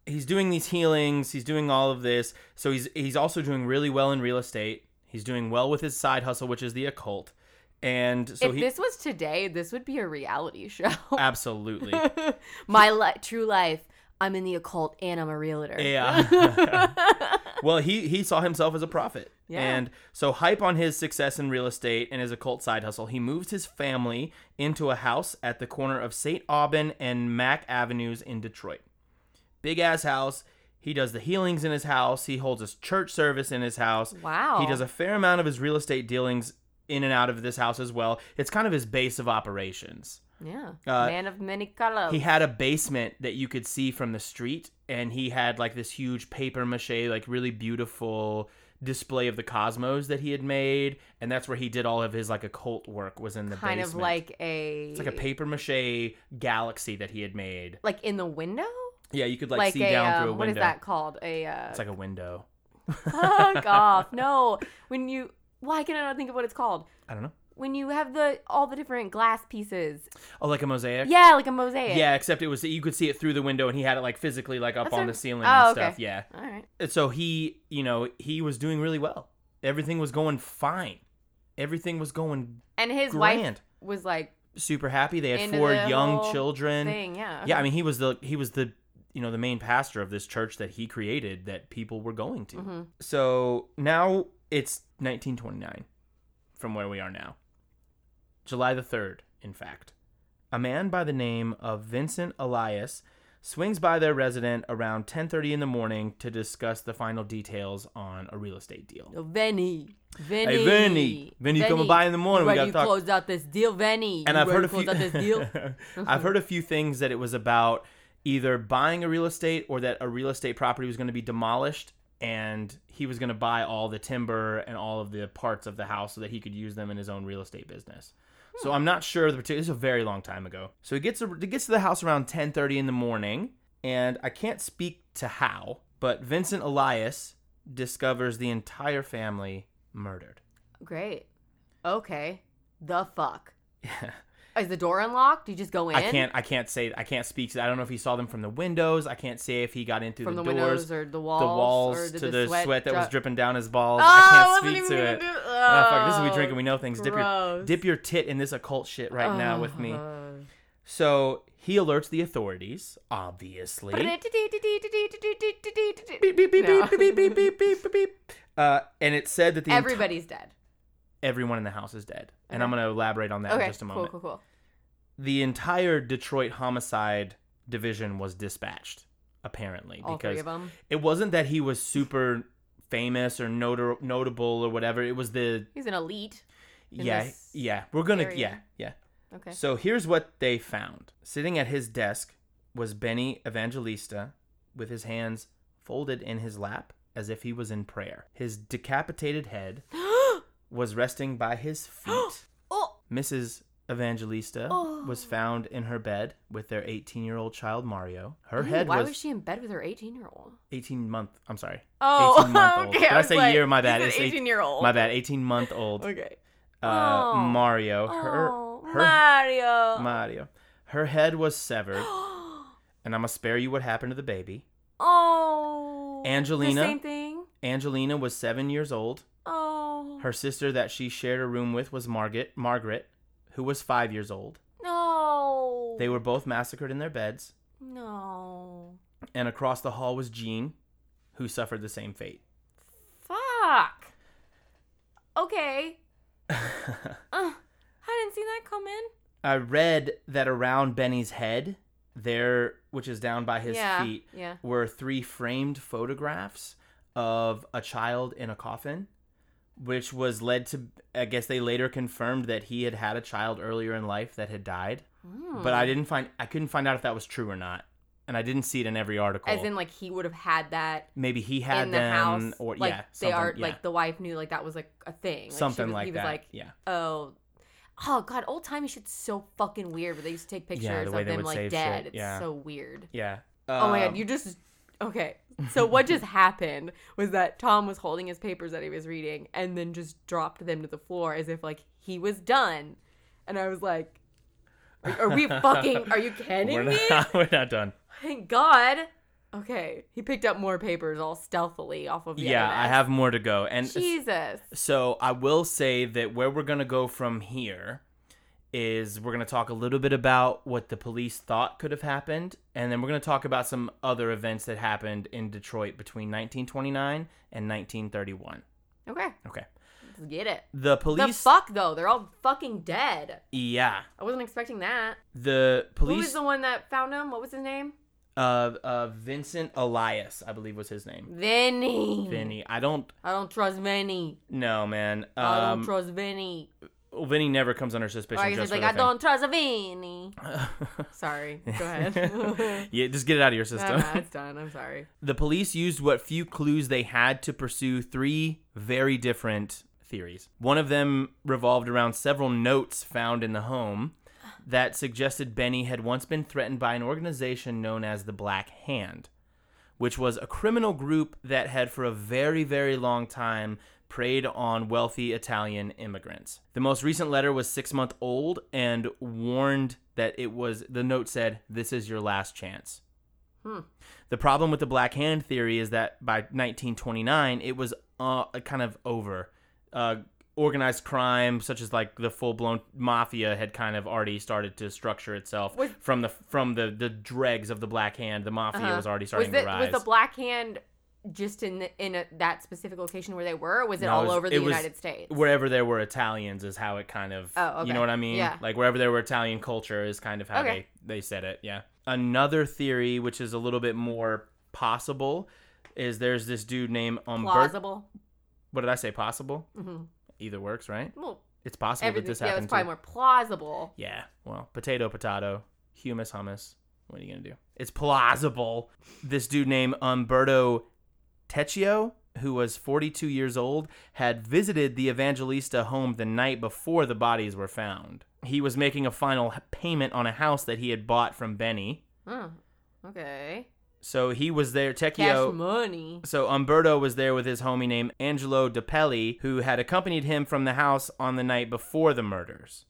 Speaker 2: he's doing these healings. He's doing all of this. So he's he's also doing really well in real estate. He's doing well with his side hustle, which is the occult. And so
Speaker 1: if
Speaker 2: he
Speaker 1: this was today, this would be a reality show. *laughs*
Speaker 2: absolutely.
Speaker 1: My li- true life. I'm in the occult and I'm a realtor.
Speaker 2: *laughs* Yeah. well, he he saw himself as a prophet.
Speaker 1: Yeah.
Speaker 2: And so hype on his success in real estate and his occult side hustle, he moved his family into a house at the corner of St. Aubin and Mack Avenues in Detroit. Big ass house. He does the healings in his house. He holds a church service in his house.
Speaker 1: *laughs* Wow.
Speaker 2: He does a fair amount of his real estate dealings in and out of this house as well. It's kind of his base of operations
Speaker 1: yeah.
Speaker 2: Uh,
Speaker 1: Man of many colors.
Speaker 2: he had a basement that you could see from the street and he had like this huge paper mache like really beautiful display of the cosmos that he had made and that's where he did all of his like occult work was in the
Speaker 1: kind
Speaker 2: basement
Speaker 1: of like a.
Speaker 2: it's like a paper mache galaxy that he had made
Speaker 1: like in the window.
Speaker 2: yeah you could like, see
Speaker 1: a,
Speaker 2: down through a
Speaker 1: um,
Speaker 2: window
Speaker 1: what is that called? A uh,
Speaker 2: it's like a window
Speaker 1: fuck off. No, when you why can I not think of what it's called?
Speaker 2: i don't know
Speaker 1: When you have the all the different glass pieces.
Speaker 2: oh like a mosaic
Speaker 1: Yeah, like a mosaic.
Speaker 2: yeah except it was you could see it through the window and he had it like physically like up
Speaker 1: That's
Speaker 2: on
Speaker 1: what-
Speaker 2: the ceiling
Speaker 1: Oh,
Speaker 2: and
Speaker 1: okay.
Speaker 2: stuff yeah
Speaker 1: All right.
Speaker 2: And so he, you know, he was doing really well. Everything was going fine. Everything was going
Speaker 1: And his wife
Speaker 2: grand.
Speaker 1: was like
Speaker 2: Super happy. They had
Speaker 1: Into
Speaker 2: four
Speaker 1: the
Speaker 2: young
Speaker 1: whole
Speaker 2: children.
Speaker 1: thing, yeah.
Speaker 2: Yeah, I mean, he was the he was the you know the main pastor of this church that he created that people were going to.
Speaker 1: Mhm.
Speaker 2: So now it's 1929, from where we are now, July the third, in fact, a man by the name of Vincent Elias swings by their resident around 10:30 in the morning to discuss the final details on a real estate deal.
Speaker 1: Oh, Vinny. Vinny.
Speaker 2: Hey, Vinny, Vinny, coming by in the morning.
Speaker 1: Ready
Speaker 2: we got
Speaker 1: to
Speaker 2: to talk.
Speaker 1: close out this deal, Vinny.
Speaker 2: and
Speaker 1: You
Speaker 2: I've heard
Speaker 1: ready
Speaker 2: a
Speaker 1: to close
Speaker 2: few.
Speaker 1: out
Speaker 2: *laughs*
Speaker 1: this deal. Uh-huh.
Speaker 2: I've heard a few things that it was about either buying a real estate or that a real estate property was going to be demolished and he was going to buy all the timber and all of the parts of the house so that he could use them in his own real estate business. So I'm not sure the particular. This is a very long time ago. So he gets to, he gets to the house around 10:30 in the morning, and I can't speak to how, but Vincent Elias discovers the entire family murdered. *laughs*
Speaker 1: Great. Okay. The fuck.
Speaker 2: Yeah.
Speaker 1: Is the door unlocked? Do you just go in?
Speaker 2: I can't. I can't say. I can't speak. to that. I don't know if he saw them from the windows. I can't say if he got in through
Speaker 1: From
Speaker 2: the,
Speaker 1: the,
Speaker 2: doors,
Speaker 1: windows or the walls.
Speaker 2: the walls,
Speaker 1: or did
Speaker 2: to the sweat, that was
Speaker 1: drip-
Speaker 2: dripping down his balls.
Speaker 1: Oh,
Speaker 2: I
Speaker 1: wasn't
Speaker 2: can't speak
Speaker 1: even
Speaker 2: to
Speaker 1: gonna
Speaker 2: it.
Speaker 1: do-
Speaker 2: Oh, fuck, this is we
Speaker 1: Oh,
Speaker 2: drink and we know things. Dip your
Speaker 1: gross.
Speaker 2: dip your tit in this occult shit right now with me.
Speaker 1: Oh.
Speaker 2: So he alerts the authorities. Obviously. beep, beep, beep,
Speaker 1: No.
Speaker 2: beep, beep, beep, beep, beep, beep, beep. Uh, and it said that the enti-
Speaker 1: Everybody's dead.
Speaker 2: everyone in the house is dead. And
Speaker 1: Okay.
Speaker 2: I'm going to elaborate on that
Speaker 1: Okay.
Speaker 2: in just a
Speaker 1: Cool,
Speaker 2: moment.
Speaker 1: cool, cool.
Speaker 2: the entire Detroit homicide division was dispatched, apparently,
Speaker 1: All three
Speaker 2: because
Speaker 1: of them.
Speaker 2: it wasn't that he was super famous or notor- notable or whatever. It was the
Speaker 1: He's an elite. In
Speaker 2: yeah,
Speaker 1: this
Speaker 2: yeah. We're gonna
Speaker 1: area.
Speaker 2: yeah, yeah.
Speaker 1: Okay.
Speaker 2: So here's what they found. Sitting at his desk was Benny Evangelista with his hands folded in his lap as if he was in prayer. His
Speaker 1: *gasps*
Speaker 2: decapitated head was resting by his feet.
Speaker 1: oh,
Speaker 2: Mrs. Evangelista
Speaker 1: Oh.
Speaker 2: was found in her bed with their 18 year old child Mario. Her
Speaker 1: ew,
Speaker 2: head
Speaker 1: why
Speaker 2: was,
Speaker 1: was... she in bed with her 18 year old?
Speaker 2: 18 month. I'm sorry.
Speaker 1: Oh,
Speaker 2: 18 month old.
Speaker 1: okay.
Speaker 2: Did I
Speaker 1: was
Speaker 2: say
Speaker 1: like,
Speaker 2: year? My
Speaker 1: you
Speaker 2: bad.
Speaker 1: said
Speaker 2: It's eight-
Speaker 1: 18 year old.
Speaker 2: My bad. 18 month old
Speaker 1: Okay.
Speaker 2: uh,
Speaker 1: Oh.
Speaker 2: Mario. Her
Speaker 1: oh,
Speaker 2: her-
Speaker 1: Mario.
Speaker 2: Mario. Her head
Speaker 1: *gasps*
Speaker 2: was severed, and I'm gonna spare you what happened to the baby.
Speaker 1: oh.
Speaker 2: Angelina.
Speaker 1: The same thing.
Speaker 2: Angelina was seven years old.
Speaker 1: Oh.
Speaker 2: Her sister that she shared a room with was Margaret. Margaret, who was five years old.
Speaker 1: No.
Speaker 2: They were both massacred in their beds,
Speaker 1: No.
Speaker 2: and across the hall was Jean, who suffered the same fate. *laughs*
Speaker 1: Fuck. Okay. Uh, I didn't see that coming.
Speaker 2: I read that around Benny's head, there, which is down by his
Speaker 1: yeah.
Speaker 2: feet,
Speaker 1: Yeah.
Speaker 2: were three framed photographs of a child in a coffin, which was led to, I guess they later confirmed that he had had a child earlier in life that had died.
Speaker 1: Hmm.
Speaker 2: But I didn't find, I couldn't find out if that was true or not. And I didn't see it in every article.
Speaker 1: As in, like he would have had that
Speaker 2: Maybe he had
Speaker 1: in the
Speaker 2: them,
Speaker 1: house,
Speaker 2: or
Speaker 1: like
Speaker 2: yeah,
Speaker 1: they
Speaker 2: something,
Speaker 1: are,
Speaker 2: yeah,
Speaker 1: like the wife knew, like that was like a thing, like, she
Speaker 2: something
Speaker 1: was-
Speaker 2: like
Speaker 1: he was
Speaker 2: that.
Speaker 1: like,
Speaker 2: yeah,
Speaker 1: oh, oh god, old timey shit's so fucking weird. But they used to take pictures
Speaker 2: way
Speaker 1: of
Speaker 2: they
Speaker 1: them
Speaker 2: would
Speaker 1: like
Speaker 2: save
Speaker 1: dead.
Speaker 2: shit,
Speaker 1: It's
Speaker 2: yeah.
Speaker 1: so weird.
Speaker 2: yeah.
Speaker 1: Oh my
Speaker 2: Um,
Speaker 1: god, you just okay. So what just *laughs* happened was that Tom was holding his papers that he was reading and then just dropped them to the floor as if like he was done. And I was like, "Are, are
Speaker 2: *laughs*
Speaker 1: we fucking? Are you
Speaker 2: we're
Speaker 1: kidding me?
Speaker 2: not, *laughs* we're not done.
Speaker 1: Thank God." Okay, he picked up more papers all stealthily off of the
Speaker 2: Yeah, I
Speaker 1: other
Speaker 2: have more to go. And
Speaker 1: desk. Jesus.
Speaker 2: So I will say that where we're gonna go from here is we're gonna talk a little bit about what the police thought could have happened, and then we're gonna talk about some other events that happened in Detroit between 1929 and 1931.
Speaker 1: Okay,
Speaker 2: Okay,
Speaker 1: let's get it.
Speaker 2: the
Speaker 1: The
Speaker 2: police.
Speaker 1: fuck though, they're all fucking dead.
Speaker 2: yeah,
Speaker 1: I wasn't expecting that.
Speaker 2: the
Speaker 1: Who was
Speaker 2: police.
Speaker 1: the one that found him? What was his name?
Speaker 2: uh, uh, Vincent Elias, I believe was his name.
Speaker 1: Vinny.
Speaker 2: Vinny. I don't
Speaker 1: I don't trust Vinny.
Speaker 2: know, man.
Speaker 1: I Oh, don't
Speaker 2: Um,
Speaker 1: trust Vinny.
Speaker 2: Vinny never comes under suspicion.
Speaker 1: Or I guess
Speaker 2: just
Speaker 1: it's like, I don't trust
Speaker 2: *laughs*
Speaker 1: Vinny. Sorry. Go ahead. *laughs*
Speaker 2: yeah, just get it out of your
Speaker 1: Nah, *laughs*
Speaker 2: system.
Speaker 1: nah, it's done. I'm sorry.
Speaker 2: The police used what few clues they had to pursue three very different theories. One of them revolved around several notes found in the home that suggested Benny had once been threatened by an organization known as the Black Hand, which was a criminal group that had for a very, very long time preyed on wealthy Italian immigrants. The most recent letter was 6 month old and warned that it was the note said, "This is your last chance."
Speaker 1: Hmm.
Speaker 2: The problem with the black hand theory is that by 1929, it was uh, kind of over. Uh, organized crime, such as like the full blown mafia, had kind of already started to structure itself
Speaker 1: Was-
Speaker 2: from the from the the dregs of the black hand. The mafia
Speaker 1: Uh-huh.
Speaker 2: was already
Speaker 1: Was,
Speaker 2: starting
Speaker 1: the,
Speaker 2: to
Speaker 1: was
Speaker 2: rise.
Speaker 1: the Black Hand just in the, in a, that specific location where they were? Or was it
Speaker 2: No, it
Speaker 1: all
Speaker 2: was-
Speaker 1: over the
Speaker 2: it was-
Speaker 1: United States?
Speaker 2: Wherever there were Italians is how it kind of,
Speaker 1: Oh,
Speaker 2: you
Speaker 1: okay.
Speaker 2: know what I mean?
Speaker 1: Yeah.
Speaker 2: Like wherever there were Italian culture is kind of how
Speaker 1: Okay.
Speaker 2: they, they said it. Yeah. Another theory, which is a little bit more possible, is there's this dude named Umberto.
Speaker 1: Plausible.
Speaker 2: What did I say? Possible?
Speaker 1: hmm
Speaker 2: Either works, right?
Speaker 1: Well,
Speaker 2: It's possible that
Speaker 1: everything.
Speaker 2: this
Speaker 1: Yeah,
Speaker 2: happened.
Speaker 1: it's
Speaker 2: too.
Speaker 1: probably more plausible.
Speaker 2: Yeah. Well, potato, potato, humus, hummus. What are you gonna do? It's plausible. This dude named Umberto Tecchio, who was 42 years old, had visited the Evangelista home the night before the bodies were found. He was making a final h- payment on a house that he had bought from Benny.
Speaker 1: Oh, okay.
Speaker 2: So he was there.
Speaker 1: Cash
Speaker 2: Tecchio.
Speaker 1: money.
Speaker 2: So Umberto was there with his homie named Angelo DePelli, who had accompanied him from the house on the night before the murders.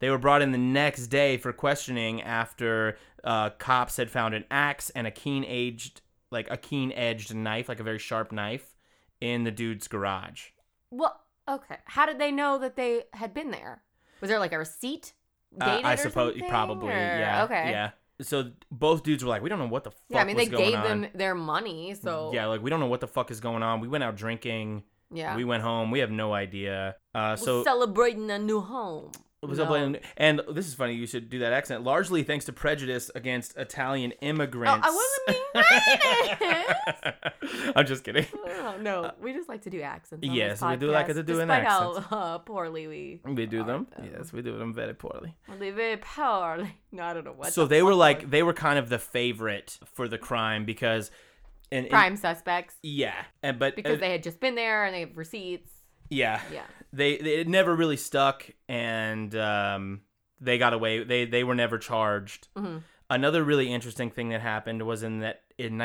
Speaker 2: They were brought in the next day for questioning after uh, cops had found an axe and a keen edged, like a keen edged knife, like a very sharp knife, in the dude's garage.
Speaker 1: Well, okay. How did they know that they had been there? Was there like a receipt?
Speaker 2: Uh,
Speaker 1: dated
Speaker 2: I
Speaker 1: or
Speaker 2: suppose
Speaker 1: something,
Speaker 2: probably,
Speaker 1: or-
Speaker 2: yeah.
Speaker 1: Okay.
Speaker 2: Yeah. So both dudes were like, "We don't know what the fuck."
Speaker 1: Yeah, I mean, they
Speaker 2: was going
Speaker 1: gave
Speaker 2: on. Mm,
Speaker 1: them their money, so
Speaker 2: Yeah, like we don't know what the fuck is going on. We went out drinking.
Speaker 1: yeah.
Speaker 2: We went home. We have no idea. Uh,
Speaker 1: We're
Speaker 2: so
Speaker 1: celebrating a new home.
Speaker 2: It was
Speaker 1: No.
Speaker 2: up and, and this is funny. You should do that accent. Largely thanks to prejudice against Italian immigrants.
Speaker 1: Oh,
Speaker 2: *laughs*
Speaker 1: I wasn't being
Speaker 2: racist. I'm just kidding.
Speaker 1: *laughs* Oh, no, we just like to do accents. On
Speaker 2: yes,
Speaker 1: this
Speaker 2: we do like
Speaker 1: podcast,
Speaker 2: to do an Mm.
Speaker 1: despite how uh, poorly we
Speaker 2: We do
Speaker 1: are,
Speaker 2: them.
Speaker 1: though.
Speaker 2: Yes, we do them very poorly.
Speaker 1: we very poorly. *laughs* No, I don't know what.
Speaker 2: so
Speaker 1: the
Speaker 2: they were
Speaker 1: fuck
Speaker 2: like
Speaker 1: was-
Speaker 2: they were kind of the favorite for the crime because, and, and-
Speaker 1: prime suspects
Speaker 2: yeah, and but
Speaker 1: because
Speaker 2: uh,
Speaker 1: they had just been there and they have receipts.
Speaker 2: yeah,
Speaker 1: Yeah,
Speaker 2: they, they it never really stuck and um they got away. They they were never charged.
Speaker 1: Mhm.
Speaker 2: Another really interesting thing that happened was in that in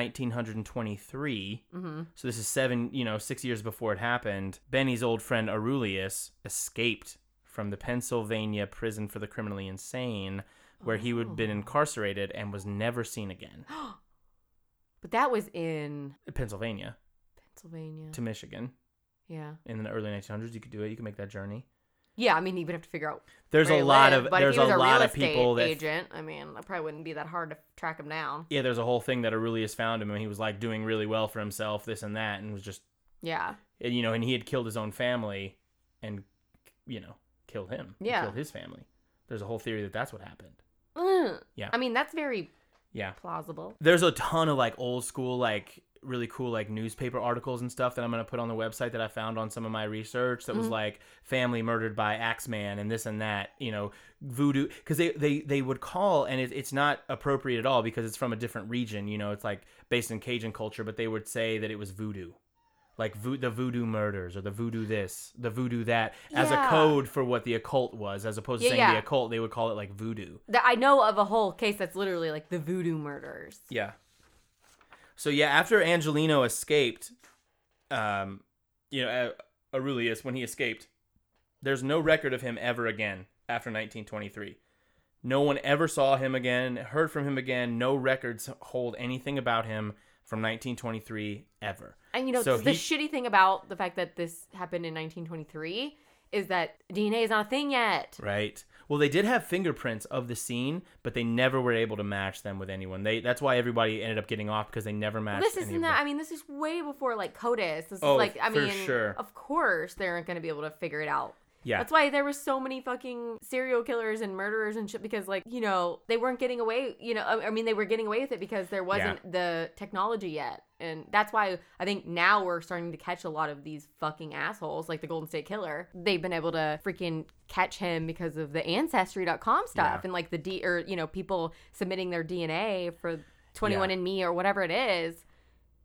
Speaker 2: 1923.
Speaker 1: mm-hmm.
Speaker 2: So this is seven, you know, six years before it happened. Benny's old friend Aurelius escaped from the Pennsylvania prison for the criminally insane, where he would
Speaker 1: Oh.
Speaker 2: been incarcerated and was never seen again. *gasps*
Speaker 1: but that was in
Speaker 2: Pennsylvania
Speaker 1: Pennsylvania.
Speaker 2: to Michigan
Speaker 1: yeah,
Speaker 2: in the early 1900s. You could do it. You could make that journey.
Speaker 1: yeah. I mean, he would have to figure out.
Speaker 2: There's
Speaker 1: where
Speaker 2: a
Speaker 1: he
Speaker 2: lot
Speaker 1: lived,
Speaker 2: of
Speaker 1: but if
Speaker 2: there's
Speaker 1: he
Speaker 2: a
Speaker 1: was a
Speaker 2: lot
Speaker 1: real
Speaker 2: of people
Speaker 1: estate
Speaker 2: that
Speaker 1: agent. I mean, it probably wouldn't be that hard to track him down.
Speaker 2: yeah. There's a whole thing that Aurelius found him and he was like doing really well for himself, this and that, and was just
Speaker 1: Yeah,
Speaker 2: and, you know, and he had killed his own family, and you know, killed him. He
Speaker 1: Yeah.
Speaker 2: killed his family. There's a whole theory that that's what happened.
Speaker 1: Ugh.
Speaker 2: Yeah.
Speaker 1: Mm. I mean, that's very
Speaker 2: Yeah.
Speaker 1: plausible.
Speaker 2: there's a ton of like old school like really cool like newspaper articles and stuff that I'm gonna put on the website that I found on some of my research that was
Speaker 1: Mhm.
Speaker 2: like family murdered by Axeman and this and that you know voodoo because they, they they would call and it, it's not appropriate at all because it's from a different region you know it's like based in Cajun culture but they would say that it was voodoo like vo- the voodoo murders or the voodoo this the voodoo that as a
Speaker 1: Yeah.
Speaker 2: code for what the occult was as opposed to
Speaker 1: Yeah,
Speaker 2: saying the
Speaker 1: yeah.
Speaker 2: occult they would call it like voodoo
Speaker 1: That I know of a whole case that's literally like the voodoo murders.
Speaker 2: Yeah. So yeah, after Angelino escaped, um, you know, uh, Aurelius when he escaped, there's no record of him ever again after 1923. No one ever saw him again, heard from him again. No records hold anything about him from 1923 ever.
Speaker 1: And you know,
Speaker 2: So
Speaker 1: the
Speaker 2: he-
Speaker 1: shitty thing about the fact that this happened in 1923 is that DNA is not a thing yet.
Speaker 2: Right. Well, they did have fingerprints of the scene, but they never were able to match them with anyone. They that's why everybody ended up getting off because they never matched.
Speaker 1: This
Speaker 2: any of
Speaker 1: isn't
Speaker 2: them.
Speaker 1: that. I mean, this is way before like CODIS. This
Speaker 2: Oh,
Speaker 1: is like, I
Speaker 2: for
Speaker 1: mean,
Speaker 2: sure.
Speaker 1: of course they aren't going to be able to figure it out.
Speaker 2: Yeah.
Speaker 1: That's why there were so many fucking serial killers and murderers and shit because, like, you know, they weren't getting away. You know, I I mean, they were getting away with it because there wasn't the technology yet, and that's why I think now we're starting to catch a lot of these fucking assholes, like the Golden State Killer. They've been able to freaking catch him because of the Ancestry.com stuff
Speaker 2: Yeah.
Speaker 1: and like the D or you know people submitting their DNA for 21andMe or whatever it is.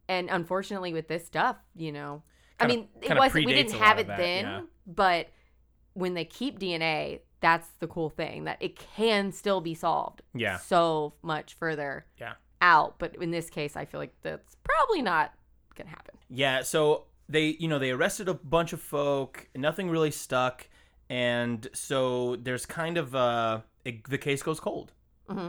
Speaker 1: And unfortunately, with this stuff, you know,
Speaker 2: Kinda-
Speaker 1: I mean, it
Speaker 2: kinda
Speaker 1: wasn't. We
Speaker 2: predates
Speaker 1: didn't
Speaker 2: a lot
Speaker 1: have
Speaker 2: of
Speaker 1: it
Speaker 2: that,
Speaker 1: then,
Speaker 2: yeah.
Speaker 1: but when they keep DNA, that's the cool thing that it can still be solved.
Speaker 2: Yeah.
Speaker 1: So much further.
Speaker 2: Yeah.
Speaker 1: Out, but in this case, I feel like that's probably not gonna happen.
Speaker 2: Yeah, so they, you know, they arrested a bunch of folk. Nothing really stuck, and so there's kind of uh, it, the case goes cold. Mm-hmm.
Speaker 1: hmm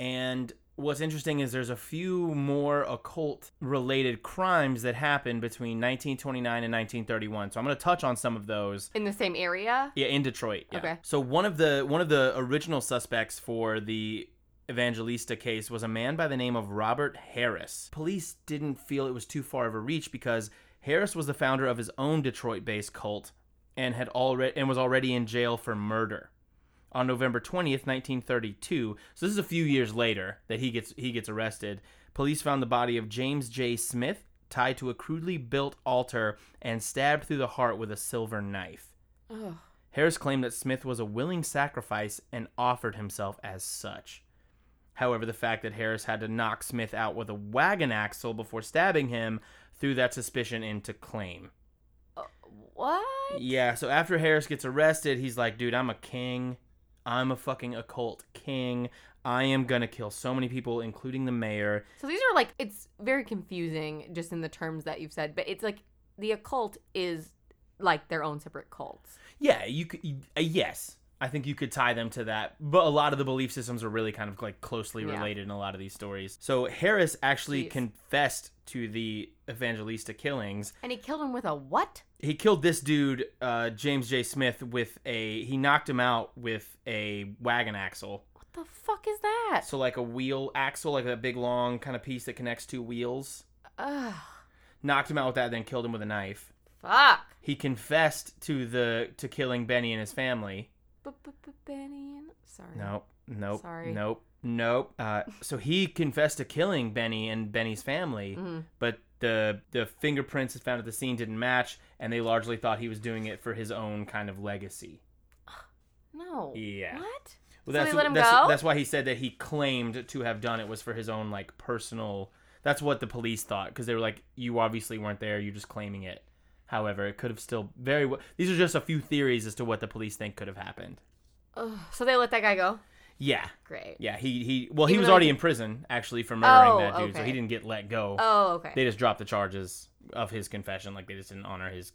Speaker 2: And what's interesting is there's a few more occult related crimes that happened between 1929 and 1931. So I'm going to touch on some of those.
Speaker 1: In the same area.
Speaker 2: Yeah, in Detroit. yeah.
Speaker 1: Okay.
Speaker 2: So one of the one of the original suspects for the Evangelista case was a man by the name of Robert Harris. Police didn't feel it was too far of a reach because Harris was the founder of his own Detroit-based cult and had already and was already in jail for murder on November 20th, 1932. So this is a few years later that he gets he gets arrested. Police found the body of James J. Smith tied to a crudely built altar and stabbed through the heart with a silver knife.
Speaker 1: Ugh.
Speaker 2: Harris claimed that Smith was a willing sacrifice and offered himself as such. However, the fact that Harris had to knock Smith out with a wagon axle before stabbing him threw that suspicion into claim.
Speaker 1: Uh, What?
Speaker 2: Yeah, so after Harris gets arrested, he's like, dude, I'm a king. I'm a fucking occult king. I am gonna kill so many people, including the mayor.
Speaker 1: So these are like it's very confusing just in the terms that you've said, but it's like the occult is like their own separate cults.
Speaker 2: Yeah, you could. you- uh, yes, I think you could tie them to that. But a lot of the belief systems are really kind of like closely
Speaker 1: Yeah.
Speaker 2: related in a lot of these stories. So Harris actually
Speaker 1: Jeez.
Speaker 2: confessed to the Evangelista killings.
Speaker 1: And he killed him with a what?
Speaker 2: He killed this dude, uh, James J. Smith, with a. He knocked him out with a wagon axle.
Speaker 1: What the fuck is that?
Speaker 2: So like a wheel axle, like a big long kind of piece that connects two wheels.
Speaker 1: Ugh.
Speaker 2: Knocked him out with that, then killed him with a knife.
Speaker 1: Fuck.
Speaker 2: He confessed to the to killing Benny and his family.
Speaker 1: Benny and sorry.
Speaker 2: Nope. Nope.
Speaker 1: Sorry.
Speaker 2: Nope. Nope. Uh,
Speaker 1: *laughs*
Speaker 2: so he confessed to killing Benny and Benny's family,
Speaker 1: Mhm.
Speaker 2: but the the fingerprints found at the scene didn't match, and they largely thought he was doing it for his own kind of legacy.
Speaker 1: No.
Speaker 2: Yeah.
Speaker 1: What? So
Speaker 2: Well, that's,
Speaker 1: they let him
Speaker 2: that's,
Speaker 1: go?
Speaker 2: that's why he said that he claimed to have done it was for his own like personal. That's what the police thought because they were like, "You obviously weren't there. You're just claiming it." However, it could have still very. well These are just a few theories as to what the police think could have happened.
Speaker 1: Ugh. So they let that guy go.
Speaker 2: Yeah,
Speaker 1: Great.
Speaker 2: Yeah, he he well, he
Speaker 1: Even
Speaker 2: was
Speaker 1: though
Speaker 2: already
Speaker 1: he-
Speaker 2: in prison actually for murdering
Speaker 1: Oh,
Speaker 2: that dude, so
Speaker 1: okay.
Speaker 2: he didn't get let go.
Speaker 1: Oh, okay.
Speaker 2: They just dropped the charges of his confession, like they just didn't honor his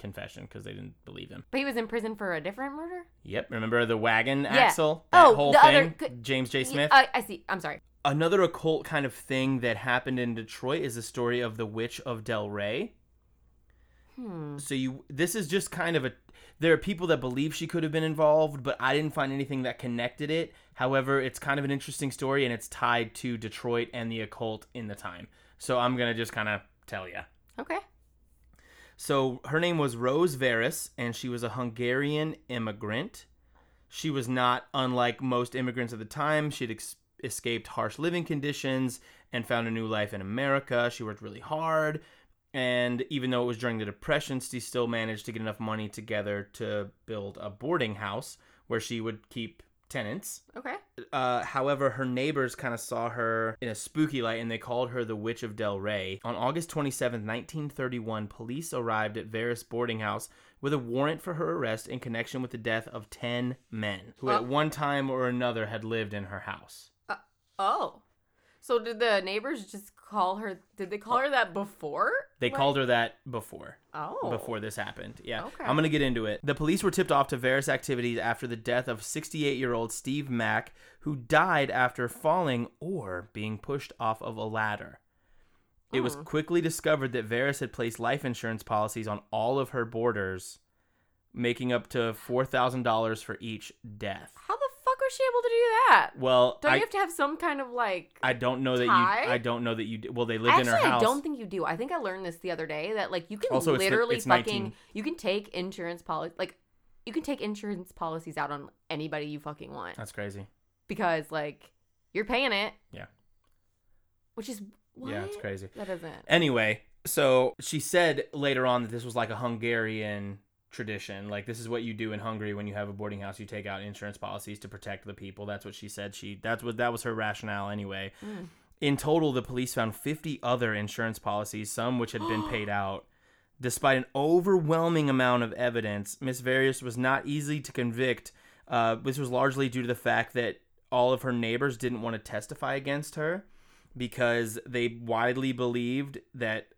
Speaker 2: confession because they didn't believe him.
Speaker 1: but he was in prison for a different murder.
Speaker 2: Yep, remember the wagon axle? That
Speaker 1: Oh,
Speaker 2: whole
Speaker 1: the
Speaker 2: thing.
Speaker 1: other- good-
Speaker 2: James
Speaker 1: Y-
Speaker 2: J.
Speaker 1: uh,
Speaker 2: Smith.
Speaker 1: I, I see. I'm sorry.
Speaker 2: Another occult kind of thing that happened in Detroit is the story of the Witch of Del Rey.
Speaker 1: Hmm.
Speaker 2: So you this is just kind of a there are people that believe she could have been involved, but I didn't find anything that connected it. However, it's kind of an interesting story and it's tied to Detroit and the occult in the time. So I'm going to just kind of tell you.
Speaker 1: Okay.
Speaker 2: So her name was Rose Veris and she was a Hungarian immigrant. She was not unlike most immigrants at the time. She'd ex- escaped harsh living conditions and found a new life in America. She worked really hard. And even though it was during the Depression, she still managed to get enough money together to build a boarding house where she would keep tenants.
Speaker 1: Okay.
Speaker 2: Uh, however, her neighbors kind of saw her in a spooky light and they called her the Witch of Del Rey. On August 27, 1931, police arrived at Vera's boarding house with a warrant for her arrest in connection with the death of 10 men who
Speaker 1: Oh.
Speaker 2: at one time or another had lived in her house.
Speaker 1: Oh. So did the neighbors just call her? Did they call her that before?
Speaker 2: They
Speaker 1: Like-
Speaker 2: called her that before.
Speaker 1: Oh.
Speaker 2: before this happened. Yeah.
Speaker 1: Okay.
Speaker 2: I'm going to get into it. The police were tipped off to various activities after the death of 68 year old Steve Mack, who died after falling or being pushed off of a ladder. It was
Speaker 1: Mm.
Speaker 2: quickly discovered that Varys had placed life insurance policies on all of her boarders, making up to $4,000 for each death.
Speaker 1: How the fuck was she able to do that?
Speaker 2: Well,
Speaker 1: Don't
Speaker 2: I,
Speaker 1: you have to have some kind of like?
Speaker 2: I don't know that you.
Speaker 1: tie?
Speaker 2: I don't know that you. d- Well, they lived
Speaker 1: Actually,
Speaker 2: in her
Speaker 1: I
Speaker 2: house.
Speaker 1: don't think you do. I think I learned this the other day that like you can
Speaker 2: Also, it's the-
Speaker 1: literally
Speaker 2: it's
Speaker 1: fucking
Speaker 2: 19.
Speaker 1: you can take insurance policy like you can take insurance policies out on anybody you fucking want
Speaker 2: That's crazy.
Speaker 1: because like you're paying it.
Speaker 2: Yeah.
Speaker 1: Which is what?
Speaker 2: Yeah, it's crazy.
Speaker 1: That isn't.
Speaker 2: Anyway, so she said later on that this was like a Hungarian tradition. Like this is what you do in Hungary when you have a boarding house. You take out insurance policies to protect the people. That's what she said. She that's what that was her rationale anyway.
Speaker 1: Mm.
Speaker 2: In total, the police found 50 other insurance policies, some which had
Speaker 1: *gasps*
Speaker 2: been paid out. Despite an overwhelming amount of evidence, Miss Various was not easy to convict. Uh, this was largely due to the fact that all of her neighbors didn't want to testify against her because they widely believed that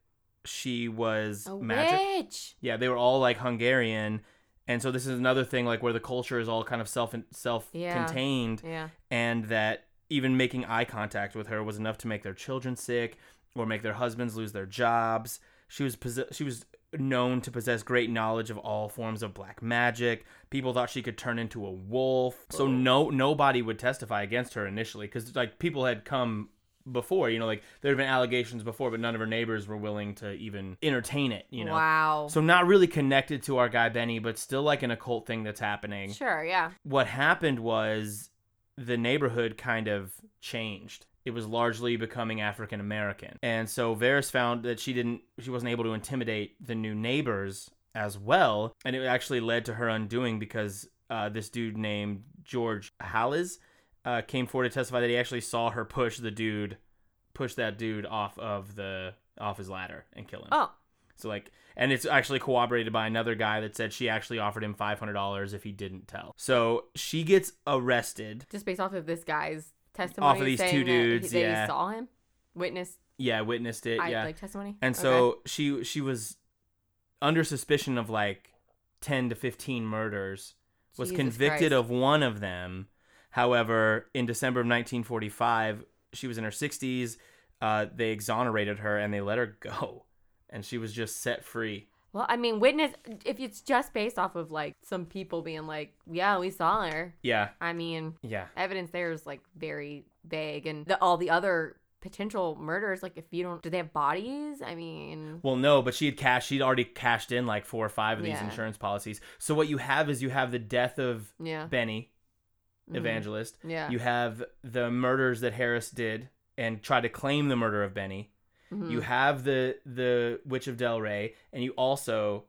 Speaker 2: she was
Speaker 1: A
Speaker 2: magic.
Speaker 1: witch.
Speaker 2: Yeah, they were all like Hungarian, and so this is another thing like where the culture is all kind of self self contained
Speaker 1: Yeah.
Speaker 2: and that even making eye contact with her was enough to make their children sick or make their husbands lose their jobs. She was possess- she was known to possess great knowledge of all forms of black magic. People thought she could turn into a wolf. So no nobody would testify against her initially cuz like people had come before, you know, like there had been allegations before, but none of her neighbors were willing to even entertain it, you know.
Speaker 1: Wow.
Speaker 2: So not really connected to our guy Benny, but still like an occult thing that's happening.
Speaker 1: sure, yeah.
Speaker 2: What happened was the neighborhood kind of changed. It was largely becoming African American. And so Varys found that she didn't she wasn't able to intimidate the new neighbors as well, and it actually led to her undoing because uh, this dude named George Hallis uh, came forward to testify that he actually saw her push the dude push that dude off of the off his ladder and kill him.
Speaker 1: Oh,
Speaker 2: So like, and it's actually corroborated by another guy that said she actually offered him five hundred dollars if he didn't tell. So she gets arrested.
Speaker 1: just based off of this guy's testimony.
Speaker 2: these
Speaker 1: saying
Speaker 2: two
Speaker 1: that he-
Speaker 2: dudes,
Speaker 1: that he,
Speaker 2: yeah.
Speaker 1: saw him, witnessed,
Speaker 2: Yeah, witnessed it.
Speaker 1: I,
Speaker 2: yeah,
Speaker 1: like testimony.
Speaker 2: and
Speaker 1: Okay.
Speaker 2: so she she was under suspicion of like ten to fifteen murders. Was
Speaker 1: Jesus
Speaker 2: convicted
Speaker 1: Christ.
Speaker 2: of one of them. However, in December of 1945, she was in her 60s. Uh, they exonerated her and they let her go, and she was just set free.
Speaker 1: Well, I mean, witness. If it's just based off of like some people being like, "Yeah, we saw her,"
Speaker 2: Yeah,
Speaker 1: I mean,
Speaker 2: yeah.
Speaker 1: evidence there is like very vague, and the, all the other potential murders, like if you don't, do they have bodies? I mean,
Speaker 2: Well, no, but she had cashed. She'd already cashed in like four or five of these
Speaker 1: Yeah.
Speaker 2: insurance policies. So what you have is you have the death of
Speaker 1: yeah,
Speaker 2: Benny
Speaker 1: Mhm.
Speaker 2: Evangelist.
Speaker 1: yeah,
Speaker 2: You have the murders that Harris did and tried to claim the murder of Benny.
Speaker 1: mhm.
Speaker 2: You have the the Witch of Del Rey, and you also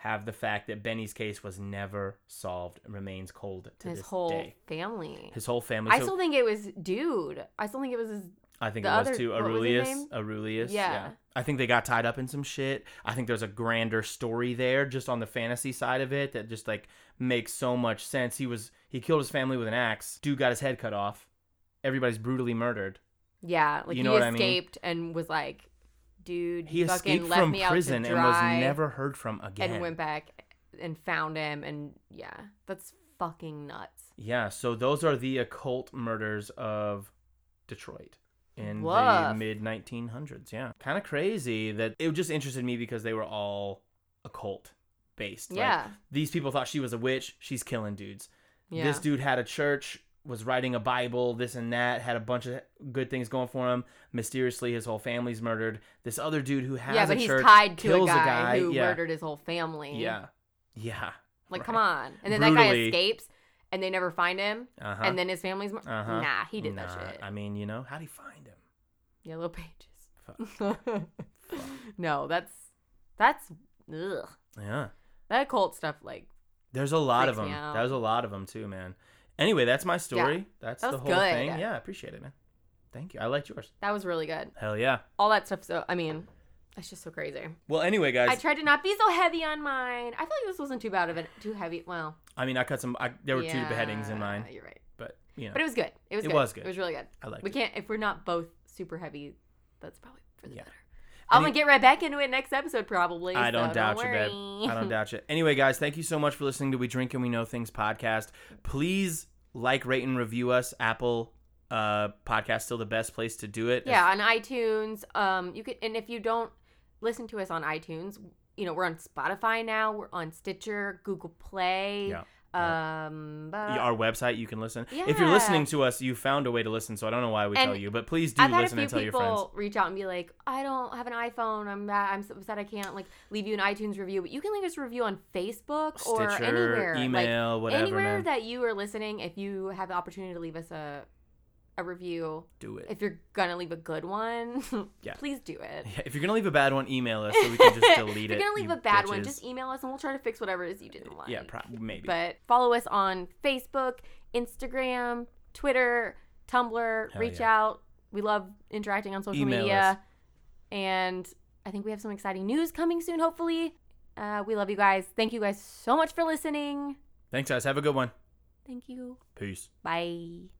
Speaker 2: have the fact that Benny's case was never solved and remains cold to
Speaker 1: his
Speaker 2: this
Speaker 1: whole
Speaker 2: day.
Speaker 1: family.
Speaker 2: His whole family.
Speaker 1: I
Speaker 2: so
Speaker 1: still think it was dude. I still think it was his.
Speaker 2: I think it
Speaker 1: the
Speaker 2: was
Speaker 1: other-
Speaker 2: too.
Speaker 1: what was his
Speaker 2: Aurelius.
Speaker 1: name?
Speaker 2: Aurelius. Yeah.
Speaker 1: Yeah.
Speaker 2: I think they got tied up in some shit. I think there's a grander story there, just on the fantasy side of it, that just like makes so much sense. He was he killed his family with an axe. Dude got his head cut off. Everybody's brutally murdered.
Speaker 1: Yeah, like
Speaker 2: You know
Speaker 1: he
Speaker 2: what I mean?
Speaker 1: escaped and was like, dude,
Speaker 2: He
Speaker 1: you
Speaker 2: escaped
Speaker 1: fucking left
Speaker 2: from
Speaker 1: me out
Speaker 2: prison
Speaker 1: to
Speaker 2: and was
Speaker 1: dry.
Speaker 2: never heard from again.
Speaker 1: and went back and found him and yeah that's fucking nuts
Speaker 2: Yeah, so those are the occult murders of Detroit in the
Speaker 1: Woof.
Speaker 2: mid 1900s. Yeah. Kind of crazy that it just interested me because they were all occult based. Like,
Speaker 1: yeah
Speaker 2: these people thought she was a witch. She's killing dudes.
Speaker 1: yeah
Speaker 2: This dude had a church, was writing a Bible, this and that, had a bunch of good things going for him. Mysteriously, his whole family's murdered. This other dude who has
Speaker 1: yeah but
Speaker 2: a
Speaker 1: he's
Speaker 2: church
Speaker 1: tied to a
Speaker 2: kills
Speaker 1: guy, who
Speaker 2: yeah.
Speaker 1: murdered his whole family
Speaker 2: Yeah. Yeah.
Speaker 1: like
Speaker 2: Right.
Speaker 1: come on and then that guy
Speaker 2: Brutally.
Speaker 1: escapes and they never find him
Speaker 2: Uh-huh.
Speaker 1: and then his family's mur-
Speaker 2: Uh-huh.
Speaker 1: nah he did that
Speaker 2: Nah,
Speaker 1: shit
Speaker 2: I mean, you know, how'd he find him?
Speaker 1: yellow pages *laughs* no that's that's ugh.
Speaker 2: Yeah.
Speaker 1: that cult stuff like
Speaker 2: There's a lot of
Speaker 1: Freaks
Speaker 2: them.
Speaker 1: me out.
Speaker 2: There's a lot of them too, man. Anyway, that's my story. That's
Speaker 1: That
Speaker 2: the
Speaker 1: was
Speaker 2: whole
Speaker 1: good.
Speaker 2: thing. Yeah, I appreciate it, man. Thank you. I liked yours.
Speaker 1: that was really good
Speaker 2: Hell yeah.
Speaker 1: all that stuff so i mean that's just so crazy
Speaker 2: Well, anyway,
Speaker 1: I
Speaker 2: guys.
Speaker 1: tried to not be so heavy on mine. I feel like this wasn't too bad of a too heavy. Well,
Speaker 2: I mean, I cut some. I, there were two beheadings in
Speaker 1: yeah,
Speaker 2: mine,
Speaker 1: You're right,
Speaker 2: but you know,
Speaker 1: but it was good. It was
Speaker 2: It
Speaker 1: good.
Speaker 2: was good.
Speaker 1: It was really good.
Speaker 2: I liked
Speaker 1: We
Speaker 2: it.
Speaker 1: can't if we're not both super heavy. That's probably for the
Speaker 2: Yeah.
Speaker 1: better. I'm
Speaker 2: Any-
Speaker 1: gonna get right back into it next episode probably.
Speaker 2: I don't
Speaker 1: so
Speaker 2: doubt
Speaker 1: don't
Speaker 2: you,
Speaker 1: worry.
Speaker 2: babe. I
Speaker 1: *laughs*
Speaker 2: don't doubt you. Anyway, guys, thank you so much for listening to We Drink and We Know Things podcast. Please like, rate, and review us. Apple uh, podcast still the best place to do it.
Speaker 1: yeah, on iTunes. Um, you could, and if you don't listen to us on iTunes, you know we're on Spotify now. We're on Stitcher, Google Play.
Speaker 2: Yeah.
Speaker 1: Um, but-
Speaker 2: our website you can listen. If you're
Speaker 1: Yeah.
Speaker 2: listening to us, you found a way to listen, so I don't know why we
Speaker 1: And
Speaker 2: tell you, but please do
Speaker 1: I've had a
Speaker 2: listen
Speaker 1: few
Speaker 2: and tell your friends.
Speaker 1: people reach out and be like, "I don't have an iPhone. I'm mad. I'm so upset. I can't like leave you an iTunes review, but you can leave us a review on Facebook or
Speaker 2: Stitcher,
Speaker 1: anywhere, like
Speaker 2: email, whatever,
Speaker 1: anywhere
Speaker 2: man.
Speaker 1: that you are listening. If you have the opportunity to leave us a a review,
Speaker 2: do it.
Speaker 1: if you're gonna leave a good one, *laughs*
Speaker 2: Yeah.
Speaker 1: please do it.
Speaker 2: *laughs* Yeah, if you're gonna leave a bad one, email us so *laughs* we can just
Speaker 1: *laughs*
Speaker 2: delete
Speaker 1: if
Speaker 2: it.
Speaker 1: you're gonna
Speaker 2: you
Speaker 1: leave a bad one,
Speaker 2: bitches.
Speaker 1: just email us and we'll try to fix whatever it is you didn't like.
Speaker 2: yeah, pro- maybe.
Speaker 1: But follow us on Facebook, Instagram, Twitter, Tumblr.
Speaker 2: Hell
Speaker 1: reach out. We love interacting on social
Speaker 2: Email
Speaker 1: media.
Speaker 2: us.
Speaker 1: And I think we have some exciting news coming soon, hopefully. Uh, we love you guys. Thank you guys so much for listening.
Speaker 2: Thanks, guys. Have a good one.
Speaker 1: Thank you.
Speaker 2: Peace.
Speaker 1: Bye.